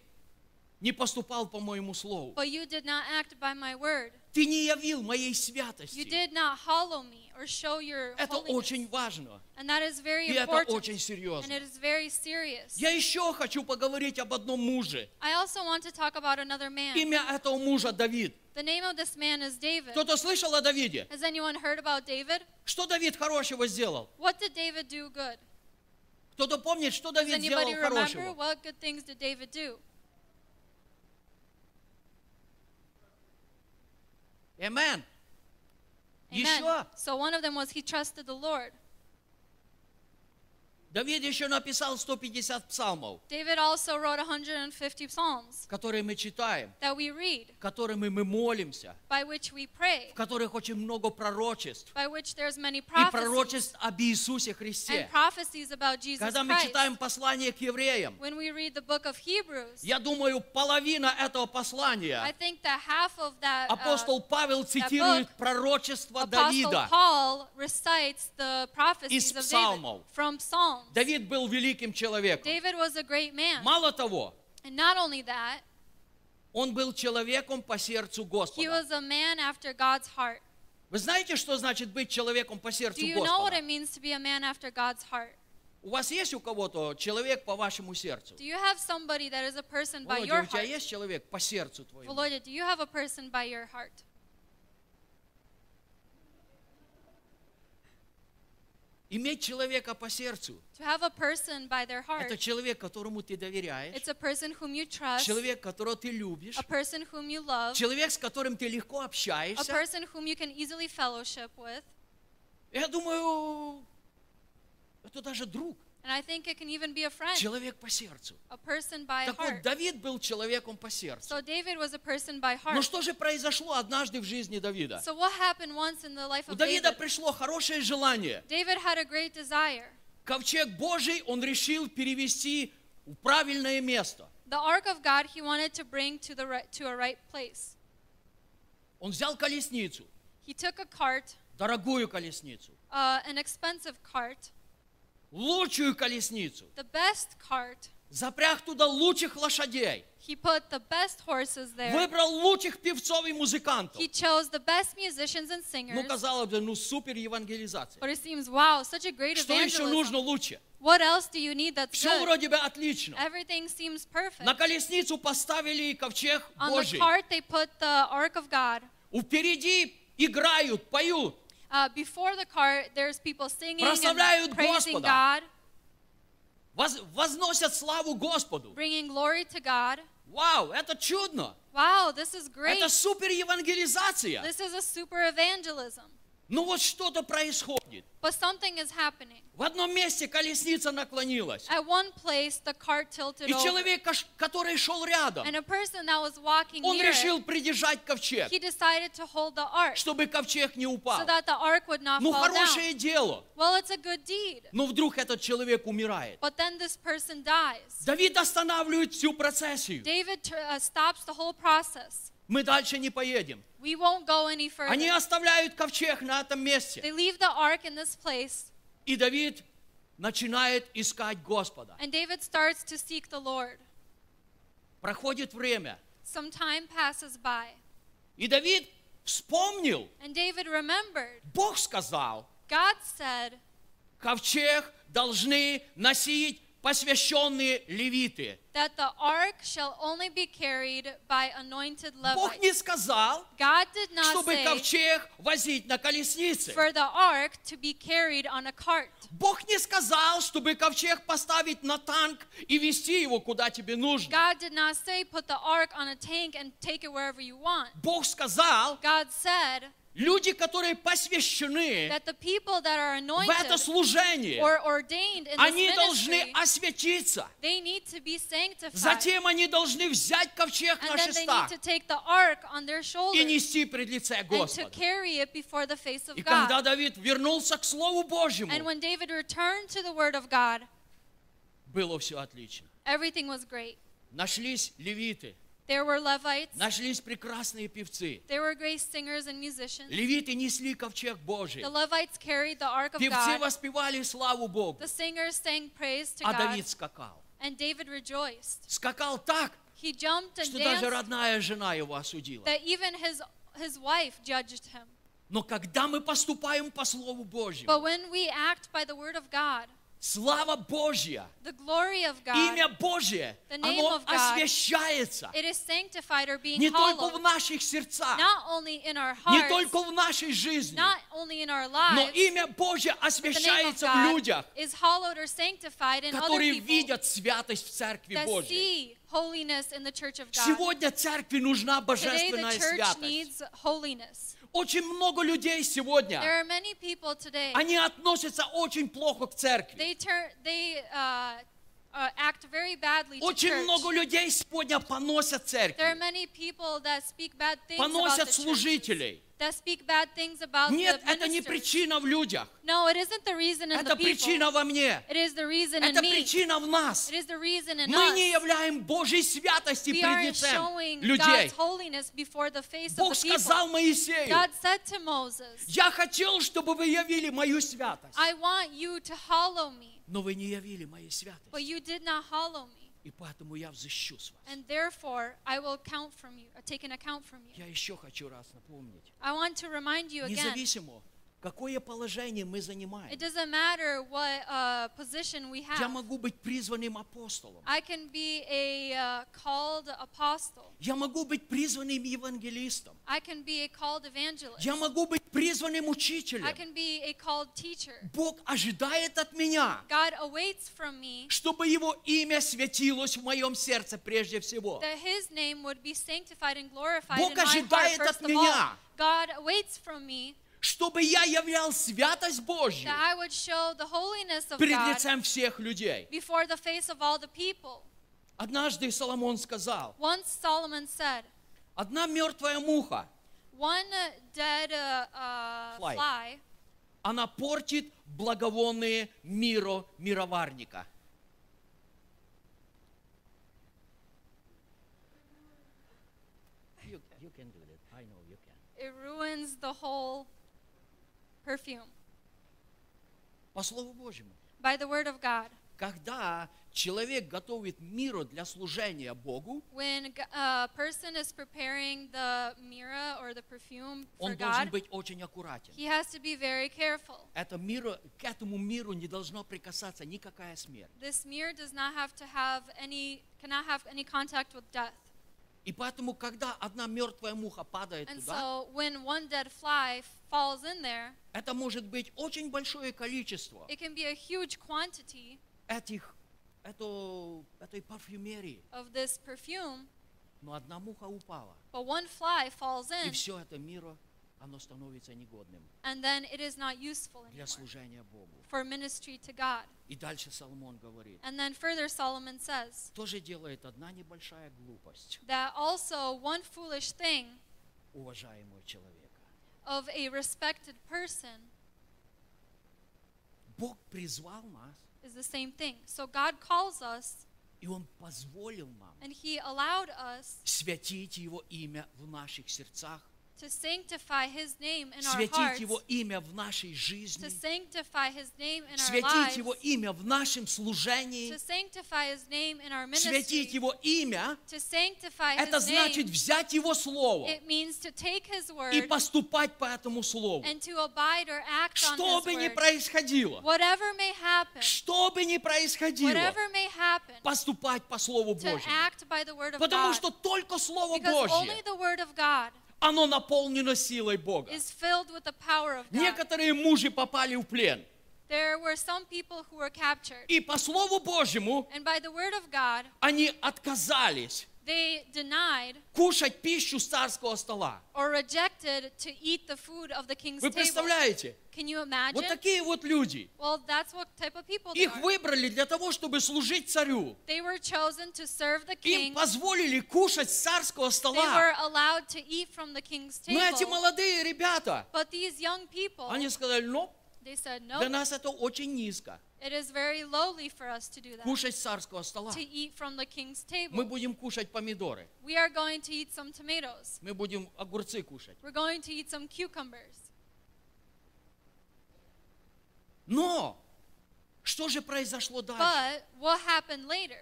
L: не поступал по моему слову.
D: But you did not act by my word.
L: Ты не явил моей
D: You
L: святости.
D: did not hollow me or show your
L: Это
D: holiness.
L: очень важно.
D: And that is very
L: И это
D: important.
L: очень
D: And it
L: серьезно.
D: is very serious.
L: Я еще хочу поговорить об одном муже.
D: I also want to talk about another man.
L: Имя этого мужа Давид.
D: The name of this man is David.
L: Кто-то слышал о Давиде?
D: Has anyone heard about David?
L: Что Давид хорошего сделал?
D: What did David do good?
L: Кто-то помнит, что
D: Does
L: Давид сделал
D: anybody remember
L: хорошего?
D: what good things did David do?
L: Амен.
D: Amen.
L: Еще
D: So one of them was he trusted the Lord.
L: Давид еще написал 150 псалмов,
D: David also wrote 150 psalms
L: которые мы читаем,
D: that we read,
L: которыми мы молимся,
D: by which we pray,
L: в которых очень много пророчеств.
D: by which there's many
L: И
D: prophecies
L: пророчеств об Иисусе
D: and
L: Христе.
D: prophecies about Jesus
L: Когда мы
D: Christ.
L: читаем послание к евреям,
D: When we read the book of Hebrews,
L: я думаю, половина этого
D: I
L: послания
D: think that half of that
L: апостол
D: uh,
L: Павел цитирует пророчество
D: Apostle
L: Давида.
D: Paul recites the prophecies of David
L: псалмов.
D: from Psalms.
L: Давид был великим человеком.
D: David was a great man.
L: Мало того,
D: And not only that,
L: он был человеком по сердцу
D: he
L: Господа.
D: was a man after God's heart.
L: Вы знаете, что значит быть человеком по сердцу
D: Do you know what
L: Господа?
D: it means to be a man after God's heart?
L: У вас есть у кого-то человек по вашему сердцу?
D: Do you have somebody that is a person by
L: Володя,
D: your
L: у тебя
D: heart?
L: есть человек по сердцу твоему?
D: Volodya, do you have a person by your heart?
L: Иметь человека по сердцу
D: To have a person by
L: –
D: their
L: это
D: heart,
L: человек, которому ты доверяешь,
D: it's a person whom you trust,
L: человек, которого ты любишь,
D: a person whom you love,
L: человек, с которым ты легко
D: a
L: общаешься.
D: person whom you can easily fellowship with.
L: Я думаю, это даже друг,
D: And I think it can even be a friend,
L: человек по сердцу.
D: a person by
L: Так вот,
D: heart.
L: Давид был человеком по сердцу.
D: So David was a person by
L: Но
D: heart.
L: что же произошло однажды в жизни Давида?
D: So what happened once in the life
L: У
D: of
L: Давида
D: David?
L: пришло хорошее желание.
D: David had a great desire.
L: Ковчег Божий он решил перевести в правильное место.
D: The ark of God he wanted to bring to the right, to a right place.
L: Он взял колесницу,
D: He took a cart,
L: дорогую колесницу,
D: uh, an expensive cart,
L: лучшую колесницу,
D: the best cart.
L: запряг туда лучших лошадей,
D: He put the best horses there.
L: выбрал лучших певцов и музыкантов.
D: He chose the best musicians and singers.
L: Ну, казалось бы, ну супер евангелизация.
D: But it seems, wow, such a great
L: Что еще
D: evangelism.
L: нужно лучше?
D: What else do you need that's
L: Все
D: good?
L: вроде бы отлично.
D: Everything seems perfect.
L: На колесницу поставили ковчег
D: On the
L: Божий.
D: cart they put the ark of God.
L: Впереди играют, поют.
D: Uh, before the cart, there's people singing
L: Прославляют
D: and praising
L: Господа.
D: God,
L: Воз- возносят славу Господу.
D: bringing glory to God.
L: Вау, это чудно.
D: Wow, this is great.
L: Это супер евангелизация.
D: This is a super evangelism.
L: Ну вот что-то происходит.
D: But something is happening.
L: В одном месте колесница наклонилась.
D: At one place, the cart tilted
L: И
D: over.
L: человек, кош- который шел рядом,
D: And a person that was walking
L: он
D: near
L: решил
D: it,
L: придержать ковчег,
D: he decided to hold the ark
L: чтобы ковчег не
D: so
L: упал.
D: that the ark would not
L: Ну,
D: fall down.
L: хорошее дело.
D: Well, it's a good deed.
L: Но вдруг этот человек умирает.
D: But then this person dies.
L: Давид останавливает всю процессию.
D: David tr- uh, stops the whole process.
L: Мы дальше не поедем.
D: We won't go any further.
L: Они оставляют ковчег на этом месте.
D: They leave the ark in this place,
L: И Давид начинает искать Господа.
D: and David starts to seek the Lord.
L: Проходит время.
D: Some time passes by,
L: И Давид вспомнил.
D: and David remembered.
L: Бог сказал,
D: God said,
L: ковчег должны носить посвященные левиты.
D: that the ark shall only be carried by anointed
L: Бог
D: Levites.
L: не сказал,
D: God did not
L: чтобы
D: say
L: ковчег возить на колеснице.
D: for the ark to be carried on a cart.
L: Бог не сказал, чтобы ковчег поставить на танк и вести его куда тебе нужно.
D: God did not say put the ark on a tank and take it wherever you want.
L: Бог сказал,
D: God said
L: люди, которые посвящены
D: that the people that are
L: в это
D: anointed
L: служение,
D: or ordained in this
L: они должны
D: ministry,
L: осветиться.
D: they need to be sanctified.
L: Затем они должны взять ковчег на
D: And then they need
L: шестах
D: to take the ark on their
L: и
D: shoulders
L: нести пред лице
D: and to
L: Господа.
D: carry it before the face of
L: И когда
D: God.
L: Давид вернулся к Слову Божьему,
D: And when David returned to the word of God,
L: было все отлично.
D: everything was great.
L: Нашлись левиты,
D: There were Levites.
L: нашлись прекрасные певцы.
D: There were great singers and musicians.
L: Левиты несли ковчег Божий.
D: The Levites carried the ark of
L: Певцы
D: God.
L: воспевали славу Богу.
D: The singers sang praise to
L: А
D: God.
L: Давид скакал.
D: And David rejoiced.
L: Скакал так,
D: He jumped and
L: что даже
D: danced
L: родная жена его осудила.
D: that even his, his wife judged him.
L: Но когда мы поступаем по Слову Божьему,
D: But when we act by the word of God,
L: слава Божья,
D: the glory of God,
L: имя Божье,
D: The name
L: оно
D: of God.
L: освящается
D: it is sanctified or being
L: не только в
D: hallowed,
L: наших сердцах,
D: not only in our
L: не
D: hearts,
L: только в нашей жизни,
D: not only in our
L: но
D: lives,
L: имя Божье
D: but the name of
L: освящается в
D: God
L: людях,
D: is hallowed or sanctified in other
L: которые
D: people
L: видят святость в Церкви
D: that
L: Божьей.
D: see holiness in the church of God.
L: Сегодня Церкви нужна
D: Today the
L: божественная
D: church
L: святость.
D: needs holiness.
L: Очень много людей сегодня,
D: There are many people today.
L: они относятся очень плохо к церкви.
D: They turn. They uh, uh, act very badly to
L: Очень много
D: church.
L: людей сегодня поносят
D: There are
L: церковь,
D: many people that speak bad things about
L: поносят
D: the church.
L: служителей.
D: That speak bad things about
L: Нет,
D: the
L: это не
D: ministers.
L: причина в людях.
D: No, it isn't the reason in
L: Это
D: the people.
L: причина во мне.
D: It is the reason in
L: Это
D: me.
L: причина в нас.
D: It is the reason in
L: Мы не
D: us.
L: являем Божьей святости
D: We
L: пред
D: aren't
L: лицем
D: showing
L: людей.
D: God's holiness before the face
L: Бог
D: of the people.
L: сказал Моисею,
D: God said to Moses,
L: я хотел, чтобы вы явили мою святость,
D: I want you to hollow me,
L: но вы не явили моей святость,
D: but you did not hollow me,
L: и поэтому я взыщу с вас.
D: and therefore I will count from you, or take an account from you.
L: Я еще хочу раз напомнить,
D: I want to remind you again,
L: независимо, какое положение мы занимаем,
D: it doesn't matter what uh, position we
L: я
D: have.
L: могу быть призванным апостолом,
D: I can be a uh, called apostle.
L: я могу быть призванным евангелистом,
D: I can be a called evangelist.
L: я могу быть призванным
D: I
L: учителем.
D: can be a called teacher.
L: Бог ожидает от меня,
D: God awaits from me
L: чтобы Его имя светилось в моем сердце прежде всего.
D: that His name would be sanctified and glorified
L: Бог
D: in my heart,
L: ожидает
D: first
L: от
D: of all.
L: меня.
D: God awaits from me
L: Чтобы я являл святость Божью
D: that I would show the holiness of
L: пред
D: God
L: лицем всех людей.
D: before the face of all the people.
L: Однажды Соломон сказал,
D: Once Solomon said,
L: одна мертвая муха,
D: one dead uh, uh,
L: Fly.
D: fly
L: она портит благовонные миро мироварника.
D: it ruins the whole perfume
L: По Слову Божьему.
D: by the word of God.
L: Когда человек готовит миру для служения Богу,
D: When g- a person is preparing the mira or the perfume for
L: он должен
D: God,
L: быть очень аккуратен.
D: he has to be very careful.
L: Это миру, к этому миру не должно прикасаться никакая смерть.
D: This mirror does not have to have any, cannot have any contact with death.
L: И поэтому, когда одна мертвая муха падает
D: And
L: туда,
D: so when one dead fly falls in there,
L: это может быть очень большое количество
D: it can be a huge quantity
L: этих, это, этой парфюмерии.
D: of this perfume,
L: Но одна муха упала,
D: but one fly falls
L: и
D: in
L: все это миро оно становится негодным
D: and then it is not useful
L: для
D: anymore
L: служения Богу.
D: for ministry to God.
L: И дальше Соломон говорит,
D: And then further, Solomon says
L: тоже делает одна небольшая глупость,
D: that also one foolish thing
L: уважаемого человека.
D: of a respected person
L: Бог призвал нас,
D: is the same thing. So God calls us
L: и Он позволил нам
D: and He allowed us
L: святить Его имя в наших сердцах,
D: to sanctify His name in our
L: святить
D: hearts,
L: Его имя в нашей
D: to
L: жизни,
D: sanctify His name in our
L: святить
D: lives,
L: Его имя в нашем служении,
D: to sanctify His name in our
L: святить
D: ministry,
L: Его имя,
D: to sanctify
L: это
D: His name.
L: значит взять Его Слово
D: It means to take His word
L: и поступать по этому Слову.
D: and to abide or act on
L: Что
D: His
L: бы ни
D: word.
L: происходило,
D: Whatever may happen,
L: что бы ни происходило,
D: whatever may happen,
L: поступать по Слову
D: to
L: Божьему.
D: act by the word of
L: Потому
D: God.
L: что только Слово
D: Because only
L: Божье,
D: the word of God
L: оно наполнено силой Бога.
D: is filled with the power of God.
L: Некоторые мужи попали в плен.
D: There were some people who were captured,
L: И по Слову Божьему
D: and by the word of God,
L: они отказались
D: they denied
L: кушать пищу с царского стола.
D: or rejected to eat the food of the king's
L: Вы
D: table.
L: представляете?
D: Can you imagine?
L: Вот такие вот люди.
D: Well, that's what type of people they
L: Их
D: are.
L: выбрали для того, чтобы служить царю.
D: They were chosen to serve the
L: Им
D: king.
L: позволили кушать с царского
D: They were
L: стола.
D: allowed to eat from the king's
L: Но эти
D: table.
L: молодые ребята,
D: But these young people,
L: они сказали, ну,
D: they said, no,
L: для нас это очень низко.
D: it is very lowly for us to do that,
L: Кушать с царского стола.
D: to eat from the king's
L: Мы
D: table.
L: будем кушать помидоры.
D: We are going to eat some tomatoes.
L: Мы будем огурцы кушать.
D: We're going to eat some cucumbers.
L: Но что же произошло дальше?
D: But what happened later?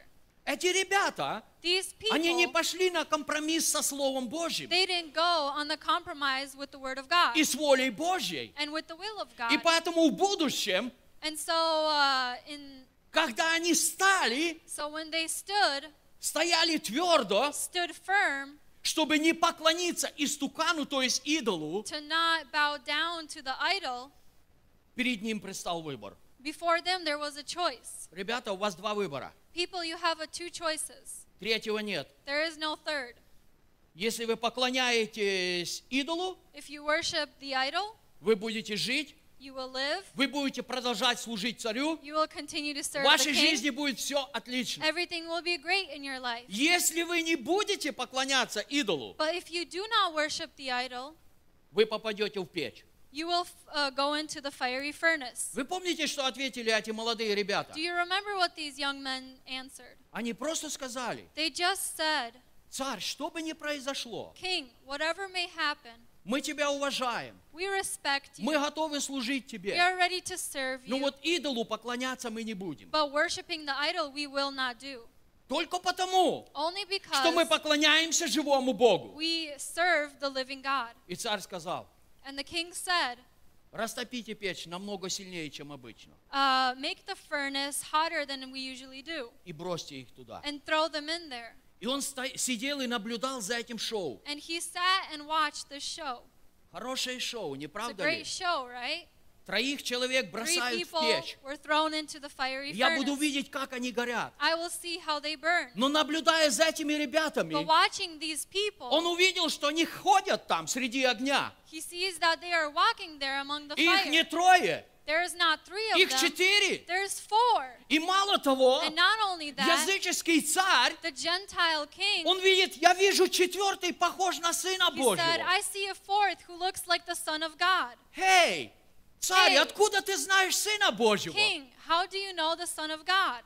L: Эти ребята,
D: These
L: они не
D: people,
L: пошли на компромисс со Словом Божьим
D: they didn't go on the compromise with the word of God
L: и с волей Божьей.
D: and with the will of
L: И
D: God.
L: поэтому в будущем,
D: And so, uh, in
L: когда они стали,
D: so when they stood,
L: стояли твердо,
D: stood firm
L: чтобы не поклониться истукану, то есть идолу,
D: to not bow down to the idol,
L: перед ним предстал выбор.
D: before them there was a choice.
L: Ребята, у вас два выбора.
D: People, you have a two choices.
L: Третьего нет.
D: There is no third.
L: Если вы поклоняетесь идолу,
D: If you worship the idol,
L: вы будете жить,
D: you will live.
L: вы будете продолжать служить царю,
D: You will continue to
L: в
D: serve the
L: вашей жизни
D: king.
L: будет все отлично.
D: Everything will be great in your life.
L: Если вы не будете поклоняться идолу,
D: But if you do not worship the idol,
L: вы попадете в печь.
D: you will f- uh, go into the fiery furnace.
L: Вы помните, что ответили эти молодые ребята?
D: Do you remember what these young men answered?
L: Они просто сказали,
D: They just said,
L: царь, что бы ни произошло,
D: King, whatever may happen,
L: мы тебя уважаем,
D: we respect
L: мы
D: you.
L: готовы служить
D: We
L: тебе,
D: are ready to serve
L: но
D: you.
L: вот идолу поклоняться мы не будем.
D: But worshiping the idol we will not do.
L: Только потому,
D: Only
L: что мы
D: because
L: поклоняемся живому Богу.
D: we serve the living God.
L: И царь сказал,
D: And the king said,
L: растопите печь намного сильнее, чем обычно,
D: uh, Make the furnace hotter than we usually do,
L: и бросьте их туда.
D: and throw them in there.
L: И он сто- сидел и наблюдал за этим шоу.
D: And he sat and watched the show.
L: Хорошее шоу, не
D: It's a
L: правда ли?
D: great show, right?
L: Троих человек
D: Three
L: бросают в
D: people
L: печь.
D: were thrown into the fiery
L: Я буду
D: furnace.
L: видеть, как они горят.
D: I will see how they burn.
L: Но наблюдая за этими ребятами,
D: But watching these
L: он
D: people,
L: увидел, что они ходят там среди огня.
D: he sees that they are walking there among the
L: Их не
D: fire.
L: трое,
D: There is not three
L: их
D: of them.
L: четыре.
D: There's four.
L: И мало того,
D: And not only that,
L: языческий царь,
D: the Gentile king,
L: он видит, я вижу четвертый похож на Сына
D: he said,
L: Божьего.
D: I see a fourth who looks like the Son of God.
L: Эй, царь,
D: Эй.
L: откуда ты знаешь Сына Божьего?
D: King, how do you know the Son of God?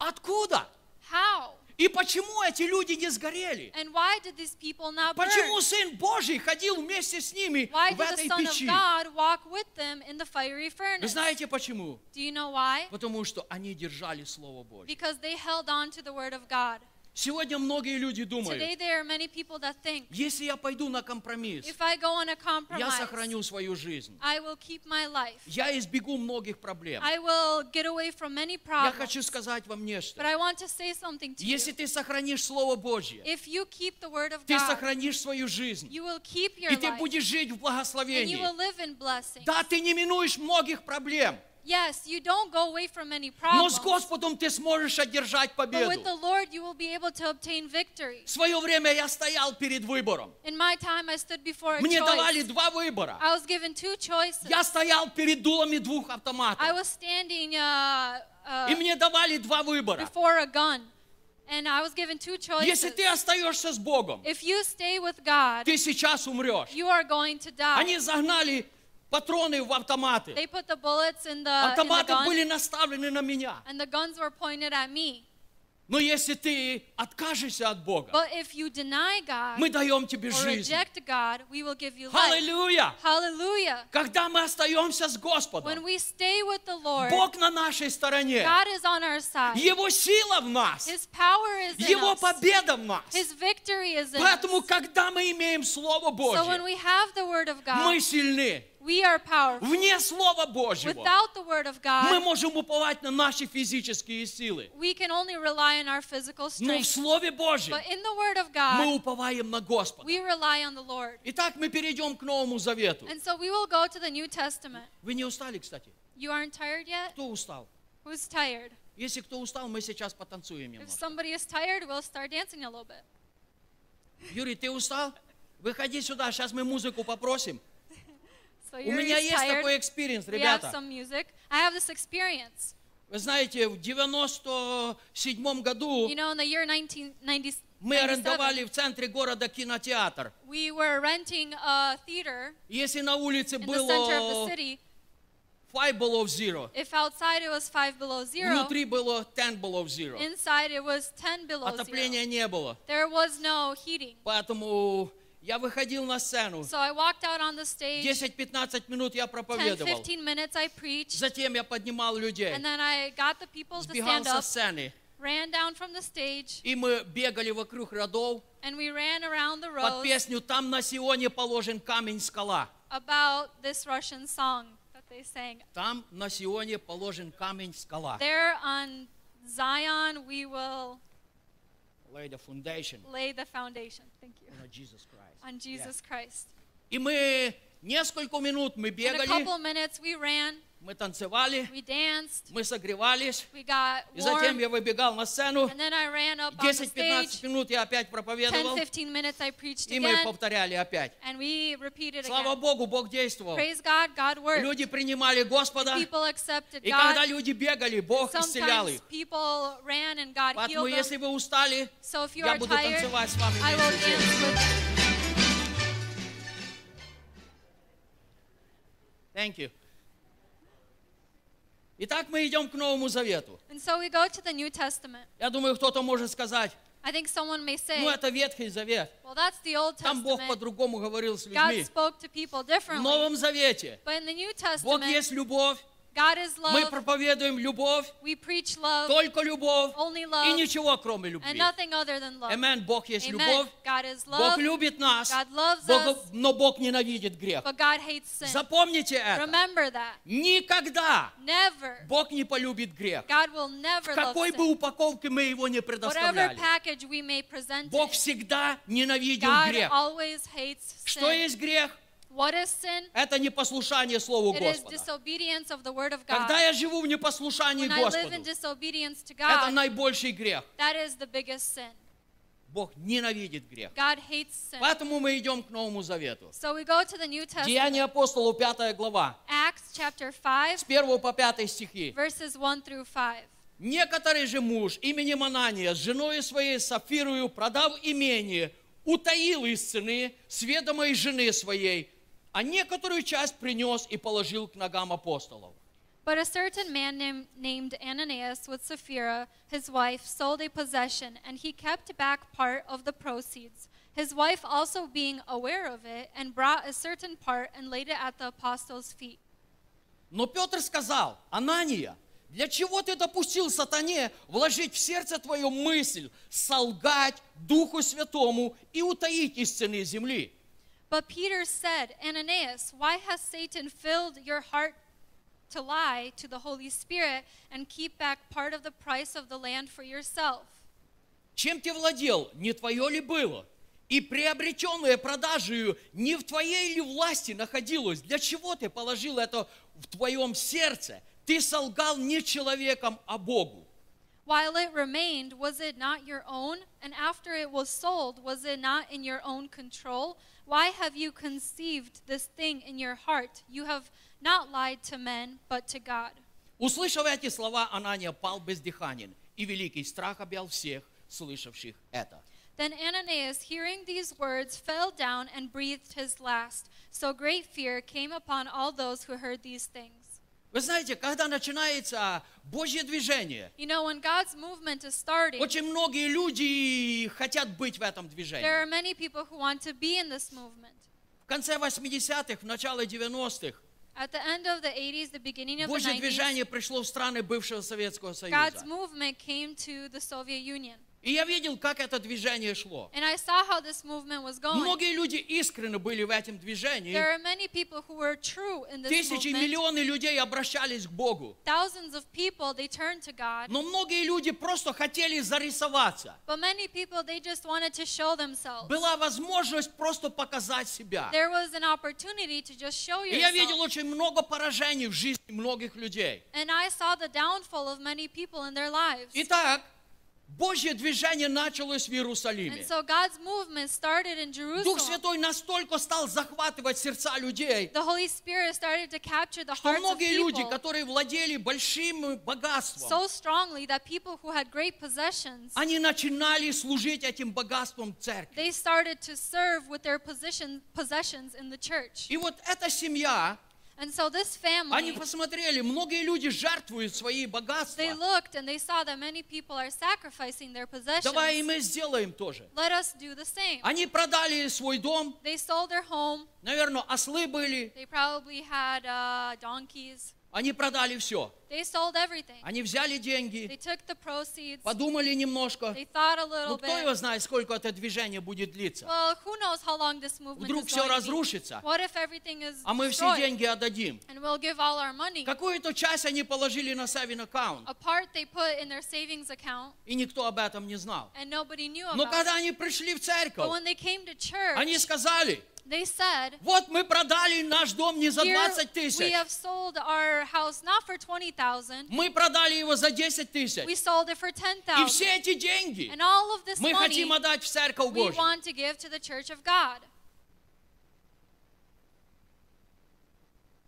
L: Откуда?
D: How?
L: И почему эти люди не сгорели?
D: And why did these people not burn?
L: Почему Сын Божий ходил вместе с ними
D: Why
L: в
D: did the
L: этой
D: Son of
L: печи?
D: God walk with them in the fiery
L: Вы
D: furnace?
L: знаете почему?
D: Do you know why?
L: Потому что они держали Слово Божье.
D: Because they held on to the word of God.
L: Сегодня многие люди
D: Today
L: думают,
D: there are many people that think,
L: если я пойду на компромисс,
D: if I go on a
L: я
D: compromise,
L: сохраню свою жизнь.
D: I will keep my life.
L: Я избегу многих проблем.
D: I will get away from many
L: Я
D: problems.
L: хочу сказать вам
D: But
L: нечто.
D: I want to say something to you.
L: Если ты сохранишь Слово Божье,
D: If you keep the word of
L: ты
D: God,
L: сохранишь свою жизнь,
D: you will keep your
L: и ты
D: life
L: будешь жить в
D: and you
L: благословении.
D: will live in blessing.
L: Да, ты не минуешь многих проблем,
D: Yes, you don't go away from any
L: Но
D: problem.
L: с Господом ты сможешь одержать
D: But with the
L: победу.
D: Lord, you will be able to obtain victory.
L: В свое время я стоял перед выбором.
D: In my time, I stood before a
L: Мне давали
D: choice.
L: два выбора.
D: I was given two choices.
L: Я стоял перед дулами двух автоматов.
D: I was standing uh, uh,
L: И мне давали два выбора.
D: before a gun, and I was given two
L: Если
D: choices.
L: ты остаешься с Богом,
D: If you stay with God,
L: ты сейчас умрешь.
D: you are going to
L: Они
D: die.
L: загнали патроны в автоматы.
D: They put the bullets in the, in the
L: Автоматы были
D: gun,
L: наставлены на меня.
D: and the guns were pointed at me.
L: Но если ты откажешься от Бога,
D: But if you deny God
L: мы даем тебе
D: or
L: жизнь.
D: reject God, we will give you life.
L: Аллилуйя!
D: Hallelujah.
L: Когда мы остаемся с
D: When
L: Господом,
D: we stay with the Lord,
L: Бог на нашей стороне.
D: God is on our side.
L: Его сила в нас.
D: His power is in
L: Его
D: us.
L: победа в нас.
D: His victory is in us.
L: Поэтому, когда мы имеем Слово
D: So when
L: Божье,
D: we have the Word of God,
L: мы сильны.
D: we are powerful.
L: Вне Слова Божьего
D: Without the Word of
L: мы
D: God,
L: можем уповать на наши физические силы.
D: we can only rely on our physical
L: Но в
D: strength.
L: Слове Божьем
D: But in the Word of
L: мы
D: God,
L: уповаем на Господа.
D: we rely on the Lord.
L: Итак, мы перейдем к Новому Завету.
D: And so we will go to the New Testament.
L: Вы не устали, кстати?
D: You aren't tired yet?
L: Кто устал?
D: Who's tired?
L: Если кто устал, мы сейчас потанцуем немножко.
D: If somebody is tired, we'll start dancing a little bit.
L: Юрий, ты устал? Выходи сюда, сейчас мы музыку попросим.
D: So
L: У
D: you're
L: меня есть такой
D: tired.
L: экспириенс,
D: We have
L: ребята.
D: some music. I have this experience.
L: Вы знаете, в 97 году
D: You know, in the year 1990,
L: мы арендовали в центре города кинотеатр.
D: we were renting a theater
L: Если на улице
D: in the center of the
L: было
D: city.
L: Five below zero,
D: If outside it was 5 below zero,
L: внутри было ten below zero,
D: inside it was 10 below zero.
L: отопления не было.
D: There was no heating.
L: Поэтому я выходил на сцену.
D: So I walked out on the stage.
L: 10-15 минут я
D: 10,
L: проповедовал.
D: 15 minutes I preached.
L: Затем я поднимал людей,
D: And then I got the people to
L: сбегал
D: stand
L: со
D: up,
L: сцены.
D: ran down from the stage,
L: И мы бегали вокруг родов
D: and we ran around the
L: под
D: rows
L: песню «Там на Сионе положен камень-скала».
D: about this Russian song that they sang.
L: Там на Сионе положен камень-скала.
D: There on Zion we will
L: Lay the foundation
D: lay the foundation. Thank you.
L: on Jesus Christ.
D: On Jesus Christ.
L: И мы несколько минут мы
D: In a
L: бегали,
D: couple minutes we ran,
L: мы танцевали,
D: we danced,
L: мы согревались.
D: we got
L: И затем
D: warm,
L: я выбегал на сцену.
D: and then I ran up on the stage.
L: 10-15 минут я опять
D: 10,
L: проповедовал.
D: 15 minutes I preached
L: И мы
D: again,
L: повторяли опять.
D: and we repeated
L: Слава
D: again.
L: Богу, Бог действовал.
D: Praise God, God worked.
L: Люди принимали Господа.
D: People accepted
L: И
D: God.
L: когда люди бегали, Бог исцелял
D: Sometimes
L: их.
D: people ran and God
L: Поэтому,
D: healed
L: если
D: them.
L: вы устали,
D: So if you
L: я
D: are
L: буду
D: tired,
L: танцевать с вами
D: I will
L: вместе.
D: dance with you.
L: Thank you. Итак, мы идем к Новому Завету.
D: And so we go to the New Testament.
L: Я думаю, кто-то может сказать,
D: I think someone may say,
L: ну это Ветхий Завет.
D: well, that's the Old
L: Там Бог
D: Testament.
L: по-другому говорил с
D: God
L: людьми.
D: spoke to people
L: В
D: differently.
L: Новом Завете
D: But in the New
L: Бог
D: Testament,
L: есть любовь.
D: God is
L: Мы
D: love.
L: проповедуем любовь,
D: We preach love,
L: только любовь
D: only
L: и
D: love,
L: ничего, кроме
D: and
L: любви.
D: nothing other than love.
L: Амен. Бог есть
D: Amen.
L: любовь.
D: God is
L: Бог
D: love,
L: любит нас,
D: God loves
L: Бог-
D: us.
L: но Бог ненавидит грех.
D: but God hates sin.
L: Запомните это.
D: Remember that.
L: Никогда
D: Never.
L: Бог не полюбит грех.
D: God will never
L: В
D: love
L: какой бы
D: sin.
L: упаковке мы его не
D: Whatever
L: предоставляли,
D: package we may present
L: Бог
D: it,
L: всегда ненавидел
D: God
L: грех.
D: always hates
L: Что
D: sin.
L: есть грех?
D: What is sin?
L: Это непослушание Слову
D: It is
L: Господа.
D: disobedience of the word of God.
L: Когда я живу в непослушании
D: When I live
L: Господу,
D: in disobedience to
L: это
D: God,
L: наибольший грех.
D: that is the biggest sin.
L: Бог ненавидит грех.
D: God hates sin.
L: Поэтому мы идем к Новому Завету.
D: So we go to the New Testament,
L: Деяния апостолов, 5 глава,
D: Acts chapter 5,
L: с 1 по 5 стихи.
D: verses 1 through 5.
L: Некоторый же муж именем Анания с женой своей Сафирою, продав имение, утаил из цены сведомой жены своей, а некоторую часть принес и положил к ногам апостолов.
D: But a certain man nam- named Ananias with Sapphira, his wife, sold a possession, and he kept back part of the proceeds. His wife also being aware of it, and brought a certain part and laid it at the apostles' feet.
L: Но Петр сказал, Анания, для чего ты допустил сатане вложить в сердце твою мысль, солгать Духу Святому и утаить из цены земли?
D: But Peter said, Ananias, why has Satan filled your heart to lie to the Holy Spirit and keep back part of the price of the land for yourself?
L: Чем ты владел, не твое ли было? И приобретенное продажею не в твоей ли власти находилось? Для чего ты положил это в твоем сердце? Ты солгал не человеком, а Богу.
D: While it remained, was it not your own? And after it was sold, was it not in your own control? Why have you conceived this thing in your heart? You have not lied to men, but to God.
L: Услышав эти слова, Анания пал бездыханен, и великий страх объял всех, слышавших это.
D: Then Ananias, hearing these words, fell down and breathed his last. So great fear came upon all those who heard these things.
L: Вы знаете, когда начинается Божье движение,
D: You know, when God's movement is starting,
L: очень многие люди хотят быть в этом
D: there
L: движении.
D: are many people who want to be in this movement.
L: В конце 80-х, в начало 90-х
D: At the end of the 80s, the beginning of
L: Божье
D: the 90s,
L: движение пришло в страны бывшего Советского
D: God's
L: Союза.
D: movement came to the Soviet Union.
L: И я видел, как это движение шло.
D: And I saw how this movement was going.
L: Многие люди искренне были в этом движении.
D: There are many people who were true in this
L: Тысячи,
D: movement.
L: миллионы людей обращались к Богу.
D: Thousands of people, they turned to God.
L: Но многие люди просто хотели зарисоваться.
D: But many people, they just wanted to show themselves.
L: Была возможность просто показать себя.
D: There was an opportunity to just show
L: И я видел
D: yourself.
L: очень много поражений в жизни многих людей.
D: And I saw the downfall of many people in their lives.
L: Итак, Божье движение началось в Иерусалиме.
D: And so God's movement started in
L: Дух
D: Jerusalem.
L: Святой настолько стал захватывать сердца людей,
D: The Holy Spirit started to capture the
L: что
D: hearts of
L: многие люди,
D: people
L: которые владели большим богатством,
D: so strongly that people who had great possessions,
L: они начинали служить этим богатством церкви.
D: they started to serve with their position, possessions in the church.
L: И вот эта семья,
D: And so this
L: они
D: family,
L: посмотрели, многие люди жертвуют свои богатства.
D: they looked and they saw that many people are sacrificing their
L: Давай и
D: possessions.
L: мы сделаем тоже.
D: Let us do the same.
L: Они продали свой дом,
D: They sold their home.
L: наверное, ослы были,
D: They probably had uh, donkeys.
L: они продали все.
D: They sold everything.
L: Они взяли
D: They
L: деньги,
D: took the proceeds.
L: подумали немножко.
D: They thought a
L: Ну,
D: little
L: кто его
D: bit.
L: знает, сколько это движение будет длиться.
D: Well, who knows how long this movement
L: Вдруг
D: is
L: всё
D: going to be?
L: разрушится,
D: What if everything is
L: А мы все
D: destroyed?
L: деньги отдадим.
D: And we'll give all our money.
L: Какую-то часть они положили на saving аккаунт,
D: A part they put in their savings account,
L: и никто об этом не знал.
D: and nobody knew
L: Но
D: about
L: когда
D: it.
L: они пришли в
D: But when
L: церковь,
D: they came to church,
L: они сказали,
D: they said,
L: вот мы продали наш дом не за
D: Here
L: 20
D: we
L: тысяч,
D: have sold our house not for 20,000.
L: мы продали его за 10
D: We
L: тысяч.
D: sold it for
L: И все
D: 10,000.
L: эти деньги
D: And all of this
L: мы
D: money
L: хотим отдать в церковь
D: we
L: Божью.
D: want to give to the church of God.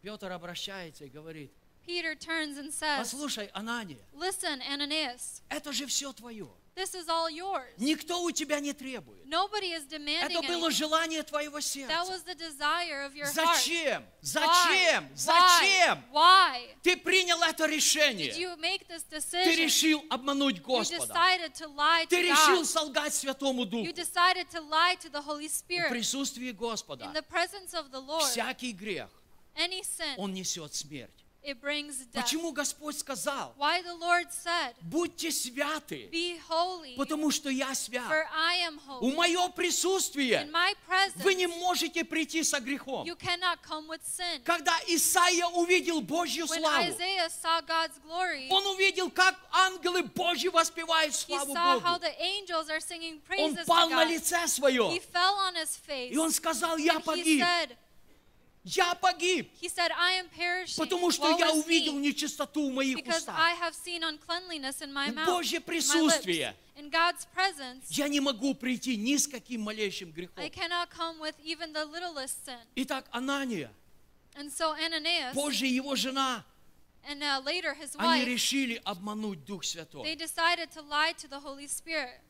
L: Петр обращается и говорит,
D: Peter turns and says,
L: послушай, Анания,
D: Listen, Ananias,
L: это же все твое.
D: this is all yours.
L: Никто у тебя не требует.
D: Nobody is demanding
L: Это было
D: anything.
L: желание твоего
D: That
L: сердца.
D: was the desire of your heart.
L: Зачем?
D: Why?
L: Зачем?
D: Why?
L: Зачем?
D: Why?
L: Ты принял это
D: Did
L: решение.
D: you make this decision?
L: Ты решил обмануть
D: You
L: Господа.
D: decided to lie
L: Ты
D: to
L: решил
D: God.
L: солгать Святому Духу.
D: You decided to lie to the Holy
L: В
D: Spirit.
L: присутствии Господа
D: In the presence of the Lord,
L: всякий грех,
D: any sin,
L: он несет смерть.
D: it brings death.
L: Почему Господь сказал,
D: Why the Lord said,
L: будьте святы,
D: Be holy,
L: потому что я свят.
D: for I am
L: У
D: holy.
L: мое присутствие
D: In my
L: вы не
D: presence,
L: можете прийти со грехом.
D: you cannot come with sin.
L: Когда Исаия увидел Божью
D: When
L: славу,
D: Isaiah saw God's glory,
L: он увидел, как ангелы Божьи воспевают
D: he
L: славу
D: saw how
L: Богу.
D: the angels are
L: Он
D: singing praises to
L: пал на
D: God.
L: лице
D: He
L: свое,
D: fell on his face.
L: и он сказал, я
D: and he
L: погиб,
D: said,
L: я погиб,
D: he said, I am perishing.
L: потому что
D: Woe
L: я
D: is me,
L: увидел нечистоту в моих
D: because I
L: устах.
D: have seen uncleanliness in my
L: В
D: mouth,
L: Божье
D: in my
L: присутствие.
D: lips. In God's presence,
L: Я не могу прийти ни с каким малейшим
D: I
L: грехом.
D: cannot come with even the littlest sin.
L: Итак, Анания,
D: And so Ananias
L: позже его жена,
D: and uh, later his
L: они
D: wife,
L: решили обмануть Дух
D: they
L: Святой.
D: decided to lie to the Holy Spirit.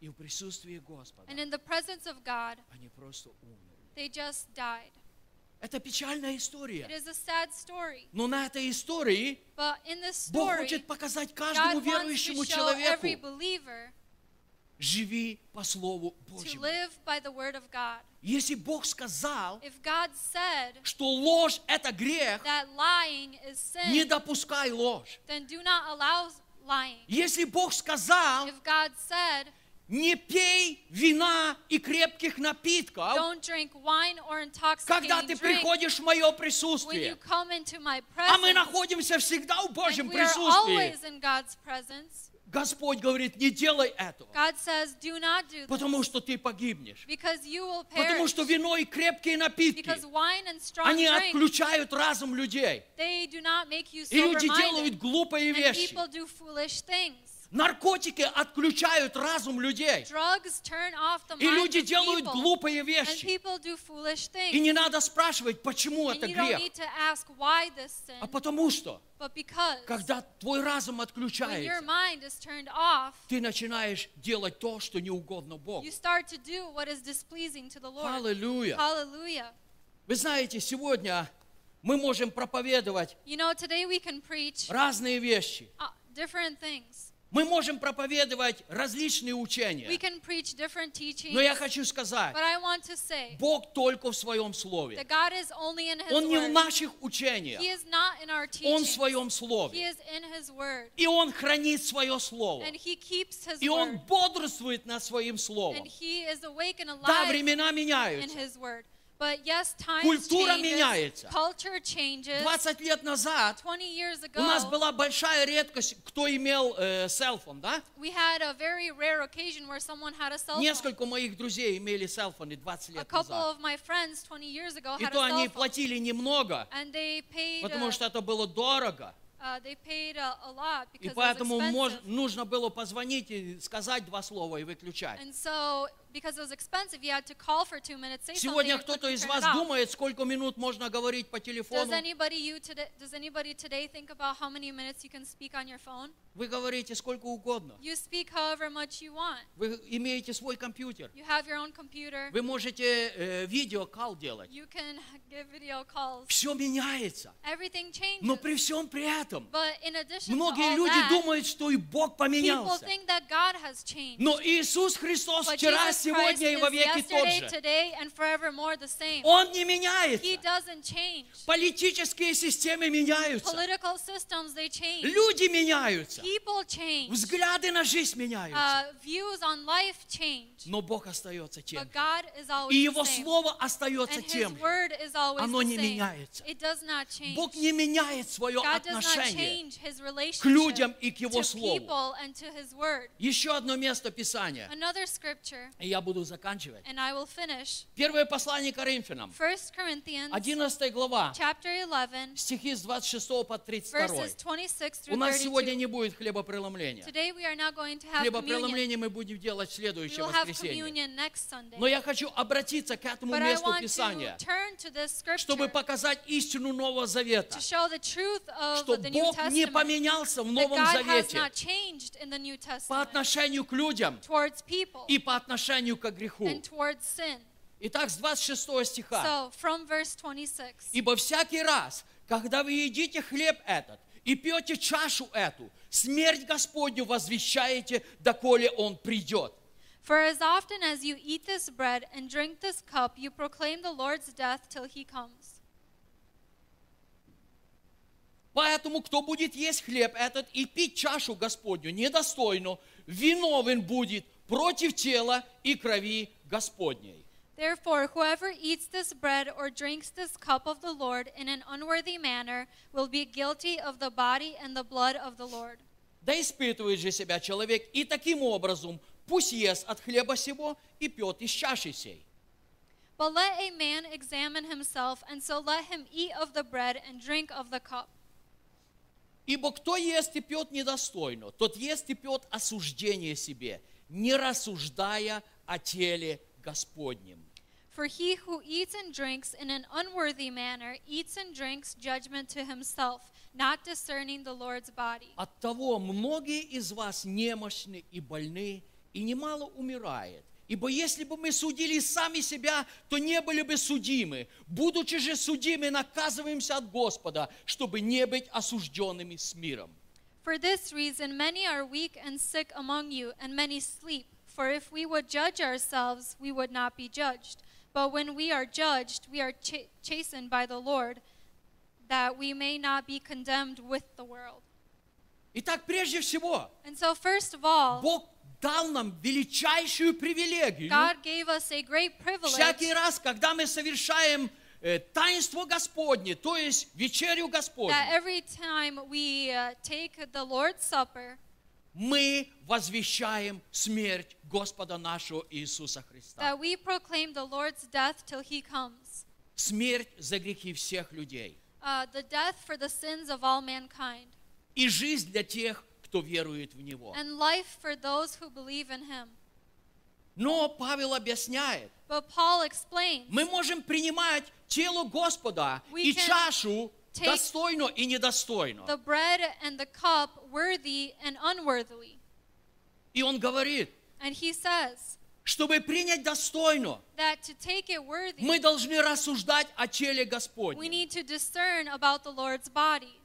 L: И в присутствии Господа
D: And in the presence of God,
L: они просто умерли.
D: they just died.
L: Это печальная
D: It
L: история.
D: is a sad story.
L: Но на этой истории
D: But in this
L: Бог
D: story,
L: хочет показать каждому
D: God wants
L: верующему
D: to show every
L: человеку,
D: believer
L: живи по Слову
D: to
L: Божьему.
D: live by the word of God.
L: Если Бог сказал,
D: If God said
L: что ложь – это грех,
D: that lying is
L: не
D: sin,
L: допускай ложь.
D: then do not allow lying.
L: Если Бог сказал,
D: If God said
L: Не пей вина и крепких напитков,
D: Don't drink wine or
L: когда
D: intoxicating
L: ты
D: drink.
L: приходишь в мое
D: When you
L: присутствие.
D: come into my
L: А мы
D: presence,
L: находимся всегда в Божьем
D: we are
L: присутствии.
D: always in God's presence.
L: Господь говорит, не делай этого,
D: God says, do not do
L: потому
D: this
L: что ты погибнешь.
D: because you will
L: Потому
D: perish.
L: что вино и крепкие напитки,
D: Because wine and strong
L: они
D: drink,
L: отключают разум людей.
D: they do not make you
L: И люди делают
D: sober-minded.
L: глупые
D: And
L: вещи.
D: people do foolish things.
L: Наркотики отключают разум людей.
D: Drugs turn off the
L: И
D: mind
L: люди
D: of
L: делают
D: people.
L: глупые
D: And
L: вещи.
D: people do foolish
L: И не
D: things.
L: надо спрашивать, почему это
D: And you don't
L: грех.
D: need to ask why this sin,
L: А потому что,
D: but because
L: когда твой разум
D: when your
L: отключается,
D: mind is turned off,
L: ты начинаешь делать то, что не угодно Богу.
D: you start to do what is displeasing to the Lord.
L: Oh. Hallelujah.
D: Hallelujah.
L: Вы знаете, сегодня мы можем проповедовать
D: You know, today we can preach
L: разные вещи.
D: uh, different things.
L: Мы можем проповедовать различные
D: We
L: учения.
D: can preach different teachings.
L: Но я хочу сказать,
D: But I want to say
L: Бог только в Своем Слове.
D: that God is only in His
L: Он не в
D: Word.
L: наших учениях.
D: He is not in our
L: Он в
D: teachings.
L: Своем
D: He
L: Слове.
D: is in His Word.
L: И Он хранит Свое Слово.
D: And He keeps His
L: И Он
D: Word.
L: бодрствует над Своим
D: And
L: Словом.
D: He is awake and
L: Да,
D: alive
L: времена
D: in
L: меняются.
D: His Word. But yes, times
L: Культура
D: changes,
L: меняется.
D: culture changes.
L: 20 лет назад
D: 20 years ago,
L: у нас была большая редкость, кто имел э, селфон, да?
D: we had a very rare occasion where someone had a cell phone.
L: Несколько моих друзей имели селфоны 20
D: A
L: лет
D: couple
L: назад.
D: of my friends 20 years ago
L: И
D: had a
L: то они
D: cell phone.
L: платили немного,
D: And they paid,
L: потому
D: uh,
L: что это было дорого.
D: uh, they paid uh, a lot
L: И
D: because it was
L: поэтому мож-
D: expensive.
L: нужно было позвонить и сказать два слова и выключать.
D: And so, because it was expensive, you had to call for two minutes, say something,
L: Сегодня
D: and
L: кто-то
D: quickly
L: из
D: turn
L: вас
D: it off.
L: думает, сколько минут можно говорить по
D: Does
L: телефону.
D: anybody you today does anybody today think about how many minutes you can speak on your phone?
L: Вы говорите сколько угодно.
D: You speak however much you want.
L: Вы имеете свой компьютер.
D: You have your own computer.
L: Вы можете э, видеокал делать.
D: You can give video calls.
L: Все меняется.
D: Everything changes.
L: Но при всем при этом
D: But in addition to
L: многие
D: all
L: люди
D: that,
L: думают, что и Бог
D: people
L: поменялся.
D: think that God has changed.
L: Но Иисус Христос
D: But
L: вчера,
D: Jesus Christ
L: сегодня и во
D: is
L: веки тот
D: yesterday,
L: же.
D: today, and forevermore the same.
L: Он не меняется.
D: He doesn't change.
L: Политические системы меняются.
D: Political systems, they change.
L: Люди меняются.
D: People change.
L: Взгляды на жизнь меняются.
D: Uh, views on life change.
L: Но Бог остается тем.
D: But God is always
L: И
D: the
L: Его
D: same.
L: Слово остается
D: And His
L: тем. же.
D: word is always
L: Оно
D: the
L: не
D: same.
L: меняется.
D: It does not change.
L: Бог не меняет свое
D: God does not
L: отношение
D: change His
L: к людям
D: relationship
L: и к Его
D: to
L: Слову.
D: people and to His word.
L: Еще одно место Писания,
D: Another scripture,
L: и я буду заканчивать.
D: and I will finish.
L: Первое послание Коринфянам,
D: 1 Corinthians
L: 11 глава,
D: chapter 11,
L: стихи с 26 по 32.
D: verses 26
L: У
D: through
L: нас сегодня
D: 32.
L: не будет хлебопреломления.
D: Today we are now going to have communion.
L: Хлебопреломление мы будем делать в
D: We
L: следующее
D: will have
L: воскресенье.
D: communion next Sunday.
L: Но я хочу обратиться к этому
D: But I
L: месту
D: want
L: Писания,
D: to turn to this scripture
L: чтобы показать истину Нового Завета,
D: to show the truth of
L: что
D: the New
L: Бог не
D: Testament.
L: поменялся в
D: that
L: Новом
D: God has
L: Завете
D: not changed in the New
L: по
D: Testament
L: отношению к людям
D: towards people
L: и по отношению к греху.
D: and towards sin.
L: Итак, с 26 стиха.
D: So, from verse 26,
L: Ибо всякий раз, когда вы едите хлеб этот и пьете чашу эту, смерть Господню возвещаете, доколе Он придет.
D: for as often as you eat this bread and drink this cup, you proclaim the Lord's death till he comes.
L: Поэтому, кто будет есть хлеб этот и пить чашу Господню недостойно, виновен будет против тела и крови Господней.
D: Therefore, whoever eats this bread or drinks this cup of the Lord in an unworthy manner will be guilty of the body and the blood of the Lord.
L: Да испытывает же себя человек, и таким образом пусть ест от хлеба сего и пьет из чаши сей.
D: But let a man examine himself, and so let him eat of the bread and drink of the cup.
L: Ибо кто ест и пьет недостойно, тот ест и пьет осуждение себе, не рассуждая о теле Господнем.
D: For he who eats and drinks in an unworthy manner eats and drinks judgment to himself, not discerning the Lord's body.
L: Оттого многие из вас немощны и больны, и немало умирает. Ибо если бы мы судили сами себя, то не были бы судимы. Будучи же судимы, наказываемся от Господа, чтобы не быть осужденными с миром.
D: For this reason, many are weak and sick among you, and many sleep. For if we would judge ourselves, we would not be judged. But when we are judged, we are cha- chastened by the Lord, that we may not be condemned with the world.
L: Итак, прежде всего,
D: And so, first of all,
L: Бог дал нам величайшую привилегию.
D: God gave us a great privilege
L: Всякий раз, когда мы совершаем э, таинство Господне, то есть вечерю
D: that
L: Господню,
D: every time we uh, take the Lord's Supper,
L: мы возвещаем смерть Господа нашего Иисуса Христа.
D: that we proclaim the Lord's death till he comes,
L: Смерть за грехи всех людей.
D: uh, the death for the sins of all mankind,
L: И жизнь для тех, кто верует в Него.
D: and life for those who believe in him.
L: Но Павел объясняет,
D: But Paul explains
L: мы можем принимать тело Господа
D: We
L: и
D: can
L: чашу
D: take
L: достойно и недостойно.
D: the bread and the cup worthy and unworthily.
L: И он говорит,
D: And he says
L: чтобы принять достойно,
D: that to take it worthy,
L: мы должны рассуждать о теле Господнем.
D: we need to discern about the Lord's body.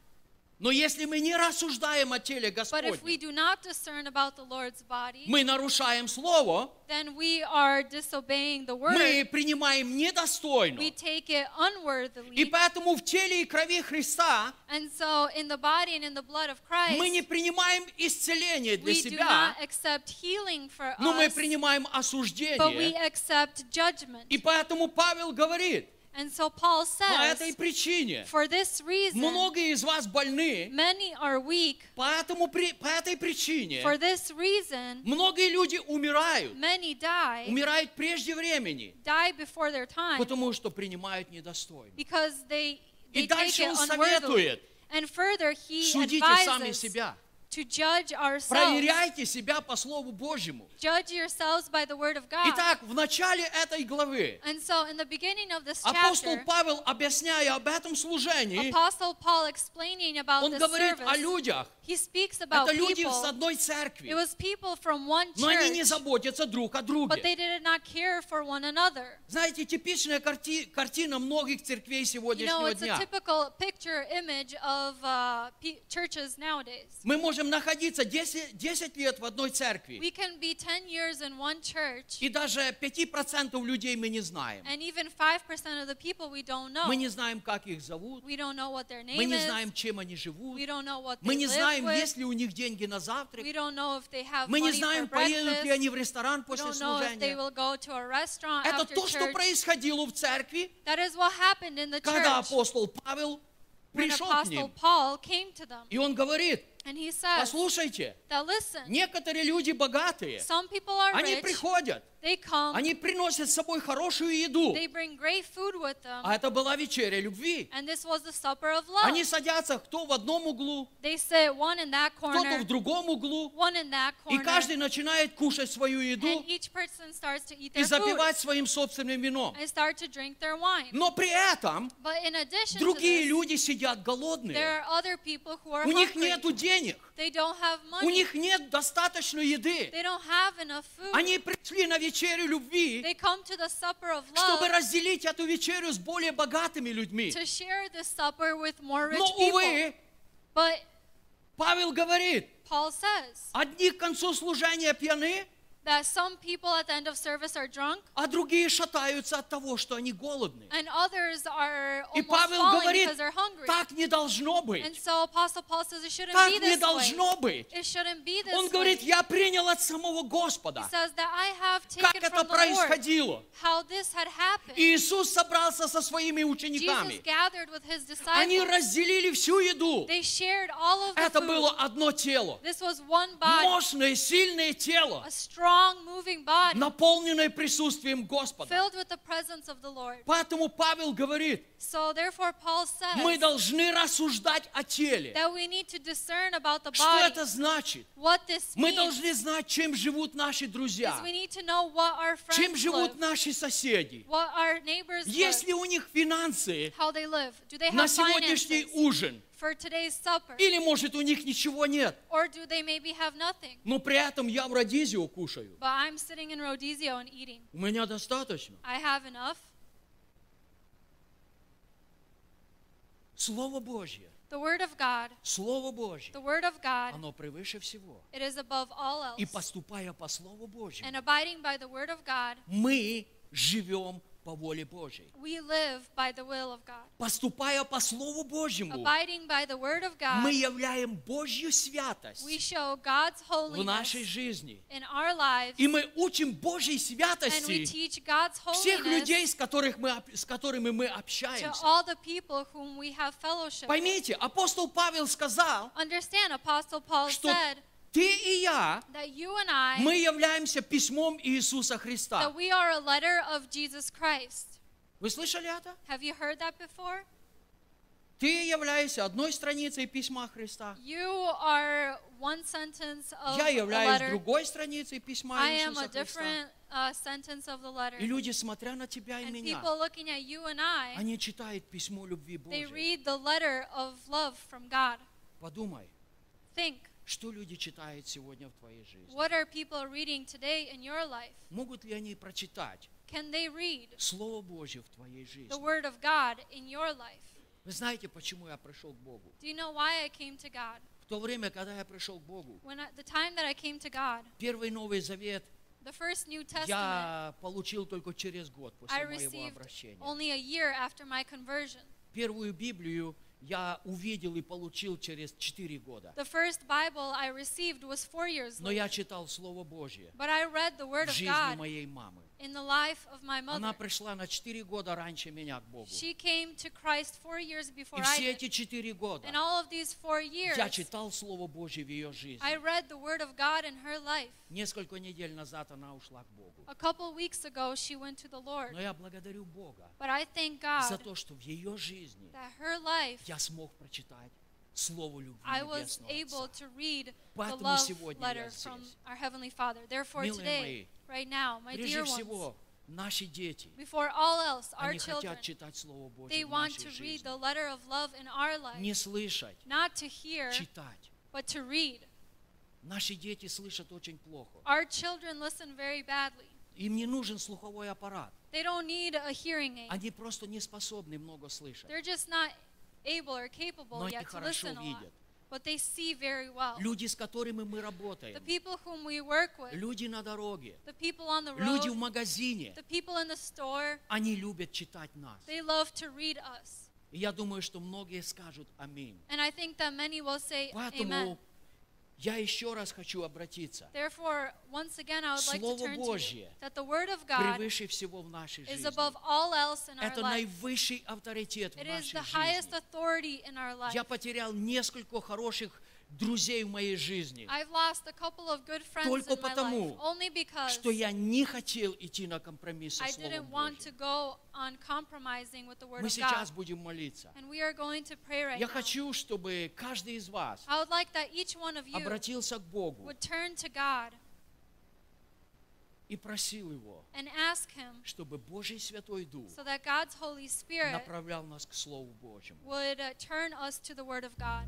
L: Но если мы не рассуждаем о теле
D: But if
L: Господнем,
D: we do not discern about the Lord's body,
L: мы нарушаем Слово,
D: then we are disobeying the
L: мы
D: word.
L: принимаем недостойно.
D: We take it unworthily.
L: И поэтому в теле и крови Христа
D: And so, in the body and in the blood of Christ,
L: мы не принимаем исцеление для
D: we do
L: себя,
D: not accept healing for
L: но мы
D: us,
L: принимаем
D: but we
L: осуждение.
D: accept judgment.
L: И поэтому Павел говорит,
D: And so, Paul
L: по этой
D: says,
L: причине
D: for this reason,
L: многие из вас больны,
D: many are weak.
L: поэтому при- по этой причине
D: For this reason,
L: многие люди умирают,
D: many die,
L: умирают прежде времени,
D: die before their time,
L: потому что принимают недостойно.
D: because they,
L: И
D: they take
L: дальше
D: it
L: он
D: unworthily.
L: советует,
D: And further, he
L: судите сами
D: advises
L: себя,
D: to judge ourselves.
L: проверяйте себя по Слову Божьему.
D: Judge yourselves by the word of God.
L: Итак, в начале этой главы
D: And so, in the beginning of this
L: апостол
D: chapter,
L: Павел, объясняя об этом служении,
D: Apostle Paul explaining about
L: он
D: this
L: говорит о
D: service,
L: людях.
D: he speaks about
L: Это люди с
D: people.
L: одной
D: It
L: церкви,
D: was people from one
L: но они не
D: church,
L: заботятся друг о друге.
D: but they did not care for one another.
L: Знаете, типичная карти- картина многих церквей
D: You know,
L: сегодняшнего
D: it's a
L: дня.
D: typical picture image of uh, pe- churches nowadays.
L: Мы можем находиться 10, 10 лет в одной церкви,
D: We can be 10 years in one church,
L: и даже 5% людей мы не знаем.
D: and even 5% of the people we don't know.
L: Мы не знаем, как их зовут,
D: We don't know what their
L: мы
D: name
L: не
D: is.
L: знаем, чем они живут,
D: We don't know what
L: мы
D: they
L: не
D: live
L: знаем,
D: with.
L: есть ли у них деньги на завтрак,
D: We don't know if they have
L: мы не
D: money
L: знаем,
D: for
L: поедут ли
D: breakfast.
L: они в ресторан
D: We
L: после
D: don't know if they
L: служения.
D: will go to a restaurant
L: Это
D: after
L: то, что
D: church.
L: происходило в церкви,
D: That is what happened in the
L: когда
D: church
L: апостол Павел
D: when
L: пришел к
D: Apostle
L: ним.
D: Paul came to them.
L: И он говорит,
D: And he says
L: послушайте,
D: that, listen,
L: некоторые люди богатые,
D: some people are
L: они
D: rich,
L: приходят,
D: they come,
L: они приносят с собой хорошую еду,
D: they bring great food with them,
L: а это была вечеря любви.
D: and this was the supper of love.
L: Они садятся кто в одном углу,
D: They sit one in that
L: кто-то
D: corner,
L: в другом углу,
D: one in that
L: и
D: corner,
L: каждый начинает кушать свою еду
D: and each person starts to
L: и
D: eat their food
L: запивать своим собственным вином.
D: and start to drink their wine.
L: Но при этом
D: But in addition to
L: другие
D: this,
L: люди сидят
D: there
L: голодные,
D: are other people who are
L: у них
D: hungry.
L: нету денег,
D: They don't have
L: у
D: money.
L: них нет достаточно еды.
D: They don't have enough food.
L: Они пришли на вечерю любви,
D: They come to the supper of
L: чтобы
D: love
L: разделить эту вечерю с более богатыми людьми.
D: to share the supper with more rich
L: Но,
D: people.
L: увы,
D: But
L: Павел говорит,
D: Paul says
L: одни к концу служения пьяны,
D: that some people at the end of service are drunk
L: а другие шатаются от того, что они голодны.
D: and others are
L: И
D: almost
L: Павел
D: falling
L: говорит,
D: because they're hungry.
L: так не должно
D: And
L: быть.
D: so Apostle Paul says it shouldn't
L: Так
D: be
L: не
D: this
L: должно
D: way.
L: быть.
D: It shouldn't be this
L: Он говорит,
D: way.
L: я принял от самого
D: He
L: Господа.
D: says that I have
L: Как
D: taken
L: это
D: from the Lord
L: происходило?
D: how this had happened.
L: И Иисус собрался со своими
D: Jesus
L: учениками.
D: gathered with his
L: Они
D: disciples.
L: разделили всю еду.
D: They shared all of the
L: Это
D: food.
L: было одно тело.
D: This was one body,
L: Мощное, сильное тело,
D: a strong moving body
L: наполненное присутствием Господа.
D: filled with the presence of the Lord.
L: Поэтому Павел говорит,
D: So therefore Paul
L: мы
D: says
L: должны рассуждать о теле.
D: that we need to discern about the
L: Что
D: body.
L: это значит?
D: What this
L: Мы
D: means
L: должны знать, чем живут наши
D: is
L: друзья,
D: we need to know what our
L: чем
D: friends
L: живут
D: live,
L: наши соседи,
D: what our neighbors
L: есть
D: live,
L: ли у них финансы
D: how they live. Do they
L: на
D: have
L: сегодняшний
D: finances
L: ужин,
D: for today's supper?
L: или, может, у них ничего нет,
D: Or do they maybe have nothing?
L: но при этом я в Родизио кушаю.
D: But I'm sitting in Rodizio and eating.
L: У меня достаточно.
D: I have enough.
L: Слово Божье,
D: The Word of God,
L: Слово Божье,
D: the Word of God,
L: оно превыше всего.
D: it is above all
L: И
D: else.
L: поступая по Слову Божьему,
D: And abiding by the Word of God,
L: мы живем по воле Божьей,
D: We live by the will of God.
L: поступая по Слову Божьему,
D: Abiding by the word of
L: мы
D: God,
L: являем Божью святость
D: we show God's
L: в
D: holiness
L: нашей жизни.
D: in our lives,
L: И мы учим Божьей
D: and we
L: святости
D: teach God's
L: всех людей,
D: holiness
L: с, которых мы, об- с которыми мы
D: to
L: общаемся.
D: all the people whom we have fellowship with.
L: Поймите, апостол Павел сказал,
D: Understand, Apostle Paul
L: что
D: said
L: ты и я,
D: that you and
L: мы
D: I,
L: являемся письмом Иисуса Христа.
D: that we are a letter of Jesus Christ.
L: Вы слышали это?
D: Have you heard that before?
L: Ты являешься одной страницей письма Христа.
D: You are one sentence of
L: Я
D: the
L: являюсь
D: letter.
L: другой страницей письма
D: I am a
L: Иисуса Христа.
D: different uh, sentence of the letter.
L: И люди, смотря на тебя и
D: And
L: меня,
D: people looking at you and I,
L: они читают письмо любви
D: they
L: Божьей.
D: read the letter of love from God.
L: Подумай,
D: Think,
L: что люди читают сегодня в твоей жизни?
D: what are people reading today in your life?
L: Могут ли они прочитать
D: Can they read
L: Слово Божье в твоей жизни?
D: the Word of God in your life?
L: Вы знаете, почему я пришел к Богу?
D: Do you know why I came to God?
L: В то время, когда я пришел к Богу,
D: When I, the time that I came to God,
L: первый Новый Завет
D: the first New Testament,
L: я получил только через год
D: I
L: после моего
D: received
L: обращения.
D: only a year after my conversion.
L: Первую Библию я увидел и получил через 4 года.
D: The first Bible I received was four years
L: Но
D: later.
L: я читал Слово Божье
D: But I read the Word
L: в
D: of
L: жизни
D: God
L: моей мамы.
D: in the life of my
L: Она
D: mother.
L: пришла на 4 года раньше меня к Богу.
D: She came to Christ four years before
L: И
D: I
L: все
D: did.
L: эти 4 года
D: In all of these four years,
L: я читал Слово Божье в ее жизни.
D: I read the Word of God in her life.
L: Несколько недель назад она ушла к Богу.
D: A couple weeks ago, she went to the Lord.
L: Но я благодарю Бога
D: But I thank
L: за
D: God
L: то, что в ее жизни
D: that her life,
L: я смог прочитать Слово любви
D: I was
L: Небесного
D: able
L: Отца.
D: to read the
L: Поэтому
D: love
L: сегодня я
D: letter from
L: здесь.
D: our Heavenly Father. Therefore,
L: Милые
D: today, right now, my
L: Прежде
D: dear ones,
L: всего, наши дети,
D: before all else, our
L: они
D: children,
L: хотят читать Слово Божье
D: they
L: в
D: want
L: нашей
D: to read
L: жизни.
D: the letter of love in our life,
L: Не слышать,
D: not to hear,
L: читать.
D: but to read.
L: Наши дети слышат очень плохо.
D: Our children listen very badly.
L: Им не нужен слуховой аппарат.
D: They don't need a hearing aid.
L: Они просто не способны много слышать.
D: They're just not able
L: Но
D: or capable
L: они
D: yet to
L: хорошо
D: listen a lot.
L: видят.
D: But they see very well.
L: Люди, с которыми мы
D: The
L: работаем,
D: people whom we work with,
L: люди на дороге,
D: the people on the
L: люди в
D: road,
L: магазине,
D: the people in the store,
L: они любят читать нас.
D: they love to read us.
L: И я думаю, что многие скажут аминь.
D: And I think that many will say, Amen.
L: Поэтому я еще раз хочу обратиться.
D: Therefore, once again, I would like to
L: Слово
D: turn to you
L: Божье
D: that the Word of God
L: Превыше всего в нашей
D: is
L: жизни.
D: above all else in our
L: Это
D: life.
L: наивысший авторитет в
D: It is
L: нашей
D: the highest
L: жизни.
D: authority in our life.
L: Я потерял несколько хороших друзей в моей жизни,
D: I've lost a couple of good friends
L: Только
D: in my life
L: потому,
D: only because
L: что я не хотел идти на компромисс со
D: I
L: Словом
D: didn't want to
L: Божьим.
D: go on compromising with the Word
L: Мы
D: of God.
L: сейчас будем молиться.
D: And we are going to pray right
L: Я
D: now.
L: хочу, чтобы каждый из вас
D: I would like that each one of you
L: обратился к Богу
D: would turn to God
L: и просил Его,
D: and ask Him
L: чтобы Божий Святой Дух
D: so that God's Holy Spirit
L: направлял нас к Слову Божьему.
D: would uh, turn us to the Word of God.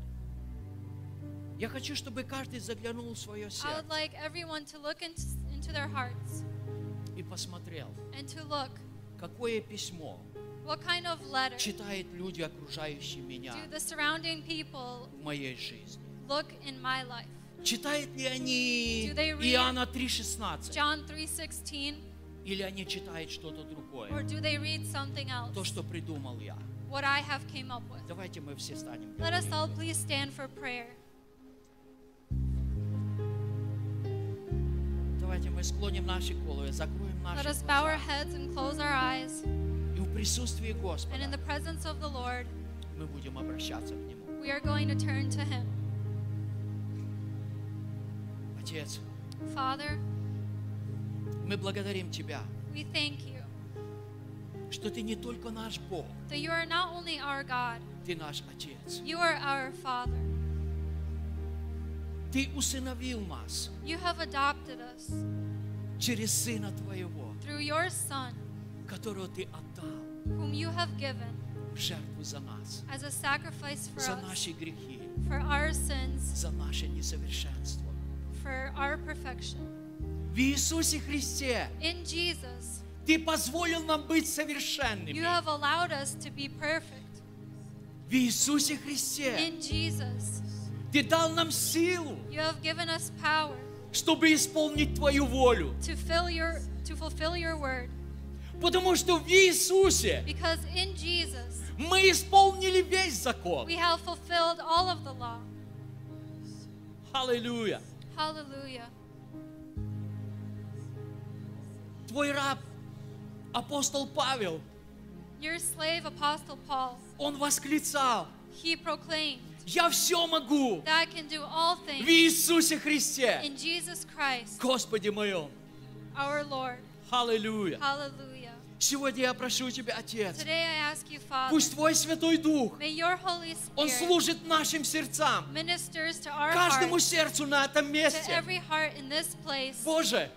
L: Я хочу, чтобы каждый заглянул в свое
D: I would
L: сердце
D: like everyone to look in, into their hearts
L: и посмотрел,
D: and to look
L: какое письмо
D: what kind of letter
L: читают люди, окружающие меня
D: do the surrounding people
L: в моей жизни.
D: look in my life.
L: Читают ли они
D: Do they read
L: Иоанна 3,16?
D: John 3:16
L: Или они читают что-то другое?
D: or do they read something else?
L: То, что придумал я.
D: What I have came up with.
L: Давайте мы все станем.
D: Let us all please stand for prayer.
L: Давайте мы склоним наши головы, закроем наши
D: Let us bow our
L: глаза.
D: heads and close our eyes.
L: И в присутствии Господа
D: And in the presence of the Lord,
L: мы будем обращаться к Нему.
D: we are going to turn to Him.
L: Отец,
D: Father,
L: мы благодарим Тебя,
D: we thank you
L: что Ты не только наш Бог,
D: that you are not only our God,
L: Ты наш Отец.
D: you are our Father.
L: Ты усыновил нас
D: You have adopted us
L: через Сына Твоего,
D: through your Son,
L: которого Ты отдал
D: whom you have given
L: в жертву за нас,
D: as a sacrifice for
L: за
D: us,
L: наши грехи,
D: for our sins,
L: за наше несовершенство.
D: for our perfection.
L: В Иисусе Христе
D: In Jesus,
L: Ты позволил нам быть
D: you
L: совершенными.
D: have allowed us to be perfect.
L: В Иисусе Христе
D: In Jesus,
L: Ты дал нам силу,
D: you have given us power
L: чтобы исполнить Твою волю.
D: to fill your to fulfill your word.
L: Потому что в Иисусе
D: Because in Jesus,
L: мы исполнили весь закон.
D: we have fulfilled all of the law.
L: Аллилуйя.
D: Hallelujah.
L: Твой раб, апостол Павел,
D: Your slave, Apostle Paul,
L: он восклицал,
D: he proclaimed,
L: я все могу
D: that I can do all
L: в
D: things
L: Иисусе Христе,
D: in Jesus Christ,
L: Господи моем.
D: our Lord.
L: Аллилуйя.
D: Hallelujah.
L: Сегодня я прошу Тебя, Отец,
D: Today I ask you, Father,
L: пусть Твой Святой Дух,
D: may your Holy
L: Он
D: Spirit
L: служит нашим сердцам,
D: ministers to our
L: каждому
D: hearts,
L: сердцу на этом
D: to
L: месте.
D: every heart in this place.
L: Боже,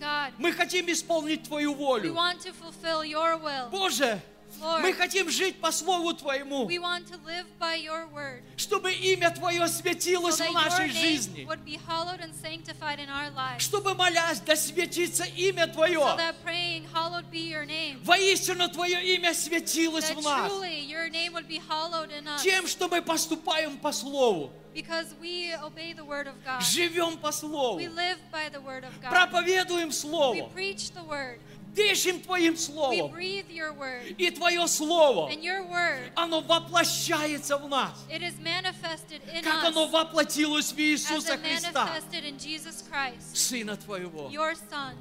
D: God,
L: мы хотим исполнить Твою
D: we
L: волю.
D: want to fulfill your will.
L: Боже,
D: Lord,
L: мы хотим жить по Слову Твоему,
D: we want to live by your word.
L: чтобы имя Твое
D: So
L: светилось в
D: that your
L: нашей
D: name
L: жизни,
D: would be hallowed and sanctified in our lives.
L: чтобы, молясь, да светится имя
D: So
L: Твое.
D: that praying, hallowed be your name.
L: Воистину Твое имя светилось в
D: That
L: нас
D: truly your name would be hallowed in us.
L: тем, что мы поступаем по Слову,
D: Because we obey the word of God.
L: живем по Слову,
D: We live by the word of God.
L: проповедуем
D: We
L: Слово,
D: preach the word.
L: дышим Твоим
D: We
L: Словом.
D: breathe your word.
L: И Твое Слово,
D: And your word,
L: оно воплощается в нас,
D: it is manifested in
L: как оно
D: us
L: воплотилось в
D: as
L: Иисуса
D: it
L: Христа,
D: manifested in Jesus Christ,
L: Сына Твоего.
D: your Son.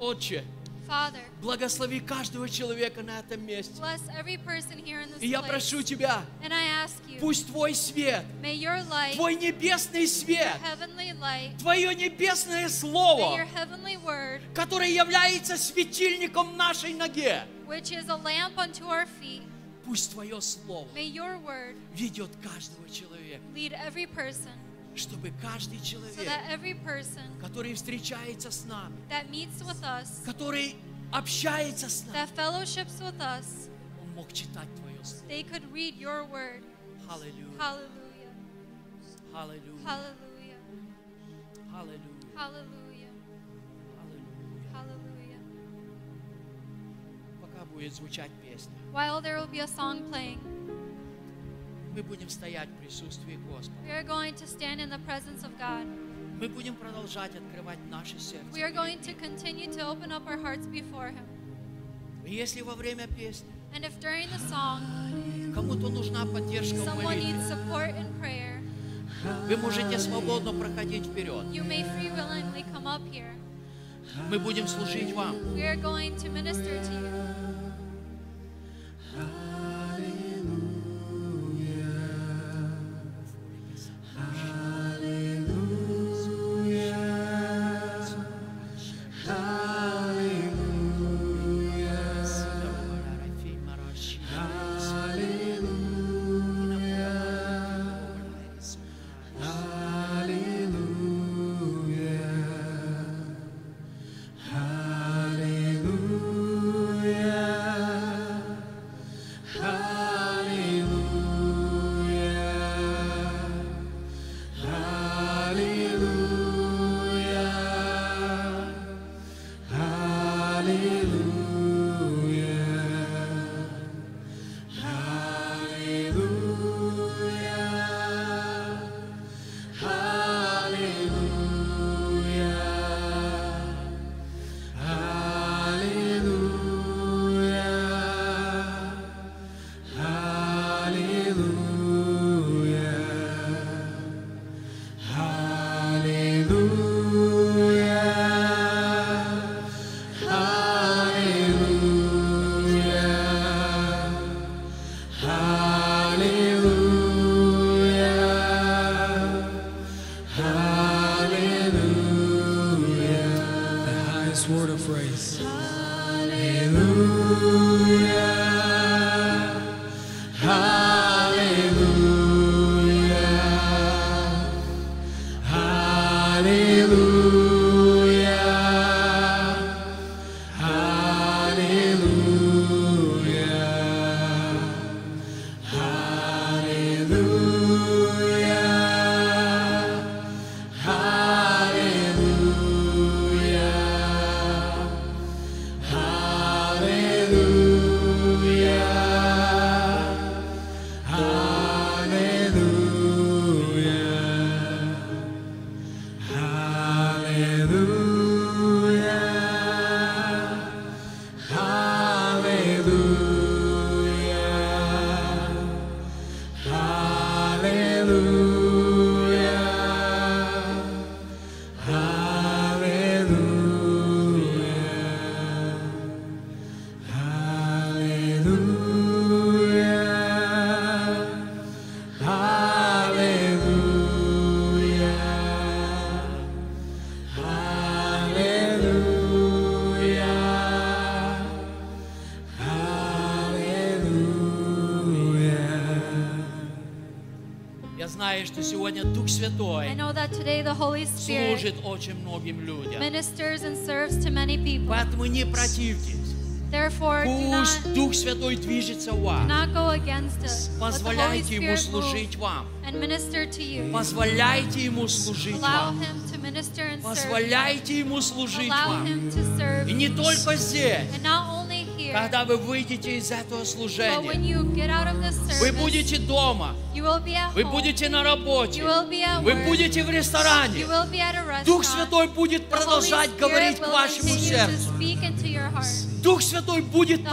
L: Отче,
D: Father,
L: благослови каждого человека на этом месте.
D: bless every person here in this
L: И я
D: place.
L: прошу Тебя,
D: And I ask you,
L: пусть Твой свет,
D: may your light,
L: Твой небесный
D: your
L: свет,
D: heavenly light,
L: Твое небесное
D: may your
L: Слово,
D: heavenly word,
L: которое является светильником нашей ноге,
D: which is a lamp unto our feet,
L: пусть Твое Слово
D: may your word
L: ведет каждого человека,
D: lead every person
L: чтобы каждый
D: so
L: человек,
D: that every person
L: который встречается с нами,
D: that meets with us,
L: который общается с нами,
D: that fellowships with us,
L: он мог читать Твое Слово.
D: they could read your word.
L: Аллилуйя.
D: Hallelujah.
L: Аллилуйя.
D: Hallelujah.
L: Аллилуйя.
D: Hallelujah. Hallelujah.
L: Пока будет звучать песня,
D: While there will be a song playing,
L: мы будем стоять в присутствии Господа.
D: we are going to stand in the presence of God.
L: Мы будем продолжать открывать наше сердце.
D: We are
L: перед
D: going
L: Ним.
D: to continue to open up our hearts before Him.
L: И Если во время песни
D: And if during the song
L: кому-то нужна поддержка в
D: someone needs
L: молитве,
D: support in prayer,
L: вы можете свободно проходить вперед.
D: you may free willingly come up here.
L: Мы будем служить вам.
D: We are going to minister to you.
K: The highest word of praise.
M: Hallelujah.
L: знаю, что сегодня Дух Святой
D: I know that today the Holy Spirit
L: служит очень многим людям.
D: ministers and serves to many people.
L: Поэтому не противьтесь.
D: Therefore, do not,
L: Пусть Дух Святой движется в
D: do
L: вас.
D: not go against us. Let the Holy
L: Позволяйте Ему
D: Spirit
L: служить
D: move
L: вам.
D: and minister to you.
L: Позволяйте Ему служить
D: Allow
L: вам.
D: Him to minister and serve. you.
L: Позволяйте Ему служить
D: Allow
L: вам.
D: Him to serve.
L: И не
D: you.
L: только здесь.
D: And not only here,
L: Когда вы выйдете из этого
D: but when
L: служения,
D: you get out of this
L: вы
D: service,
L: будете дома,
D: you will be at
L: вы
D: home.
L: будете на работе,
D: You will be at
L: вы
D: work.
L: будете в ресторане.
D: You will be at a restaurant.
L: Дух Святой будет продолжать
D: The Holy Spirit
L: говорить к
D: will
L: вашему
D: continue to
L: сердцу.
D: speak into your heart.
L: Дух Святой будет
D: The Holy Spirit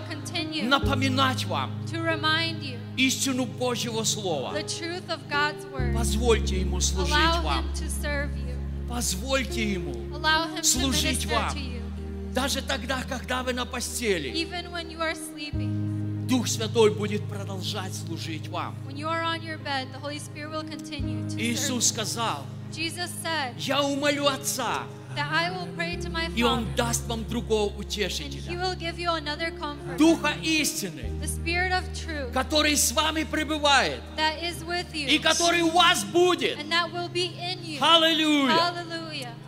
L: продолжать
D: continue
L: напоминать вам
D: to remind you
L: истину Божьего Слова.
D: the truth of God's word.
L: Позвольте Ему служить
D: Allow
L: вам.
D: Him to serve you.
L: Позвольте Ему
D: Allow Him to
L: Служить
D: minister
L: вам.
D: to you.
L: Даже тогда, когда вы на постели,
D: Even when you are sleeping,
L: Дух Святой будет продолжать служить вам.
D: when you are on your bed, the Holy Spirit will continue to
L: Иисус
D: serve
L: сказал,
D: you. Jesus said
L: я умолю Отца,
D: that I will pray to my
L: и
D: Father.
L: Он даст вам другого
D: He
L: утешителя,
D: will give you another comfort.
L: Духа истины,
D: The Spirit of truth
L: который с вами пребывает,
D: that is with you.
L: и который у вас будет.
D: And that will be in you.
L: Hallelujah.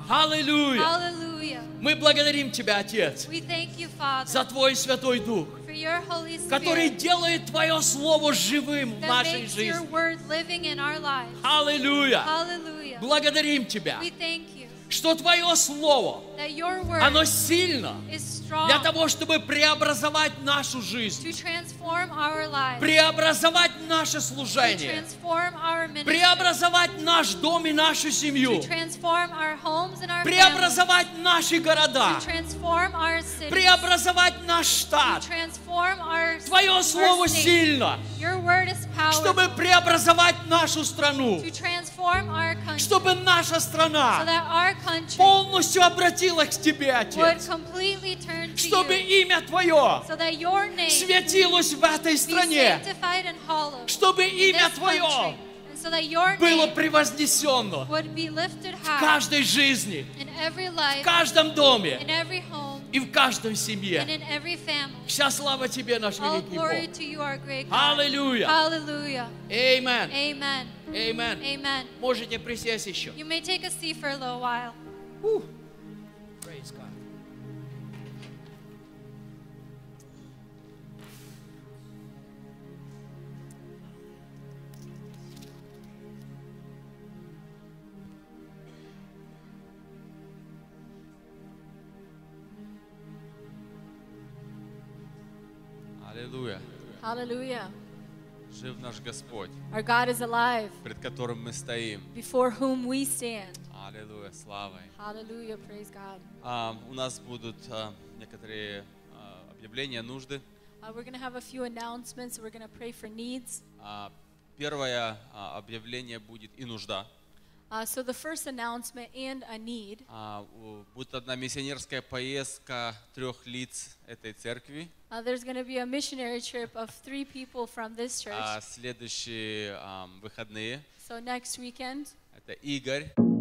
D: Hallelujah.
L: Аллилуйя!
D: Hallelujah.
L: Мы благодарим Тебя, Отец,
D: We thank you, Father,
L: за Твой Святой Дух,
D: for your Holy
L: который
D: Spirit
L: делает Твое Слово живым в
D: that
L: нашей
D: makes your
L: жизни.
D: word living in our lives.
L: Аллилуйя!
D: Hallelujah.
L: Благодарим Тебя,
D: We thank you
L: что Твое Слово,
D: that your word
L: оно сильно
D: is strong
L: для того, чтобы преобразовать нашу жизнь,
D: to transform our lives,
L: преобразовать наше
D: to
L: служение,
D: transform our ministry,
L: преобразовать наш дом и нашу
D: to
L: семью,
D: transform our homes and our families,
L: преобразовать наши города,
D: to transform our cities,
L: преобразовать наш
D: to
L: штат.
D: transform our,
L: Твое
D: our
L: Слово
D: state.
L: сильно,
D: Your word is powerful
L: чтобы преобразовать нашу страну,
D: to transform our country
L: чтобы наша
D: so
L: страна
D: that our country
L: полностью обратилась к Тебе,
D: would
L: Отец,
D: completely turn to
L: чтобы
D: you
L: имя Твое
D: so that your name
L: светилось в этой
D: be
L: стране,
D: sanctified and hallowed
L: чтобы
D: in
L: имя
D: this
L: Твое
D: country, and so that your
L: было
D: name
L: превознесено
D: would be lifted
L: в
D: high
L: каждой жизни,
D: in every
L: в
D: life,
L: каждом
D: in
L: доме
D: every home,
L: и в каждой
D: and
L: семье.
D: in every family.
L: Вся слава Тебе, наш
D: All
L: великий
D: glory
L: Бог.
D: to you, our great God.
L: Аллилуйя!
D: Hallelujah.
L: Аминь!
D: Amen.
L: Amen.
D: Amen.
L: Можете присесть еще.
D: You may take a seat for a little while.
L: Praise God.
J: Аллилуйя.
H: Hallelujah.
J: Жив наш Господь,
H: Our God is alive,
J: пред которым мы стоим.
H: before whom we stand.
J: Аллилуйя, слава. им.
H: Hallelujah. Praise God.
J: А, у нас будут а, некоторые а, объявления нужды.
H: Uh, we're going to have a few announcements. We're going to pray for needs.
J: А, первое а, объявление будет и нужда.
H: Uh, so, the first announcement and a need
J: А, у- будет одна миссионерская поездка трех лиц этой церкви.
H: uh, there's going to be a missionary trip of three people from this church.
J: А, следующие ам, выходные
H: so, next weekend,
J: это Игорь.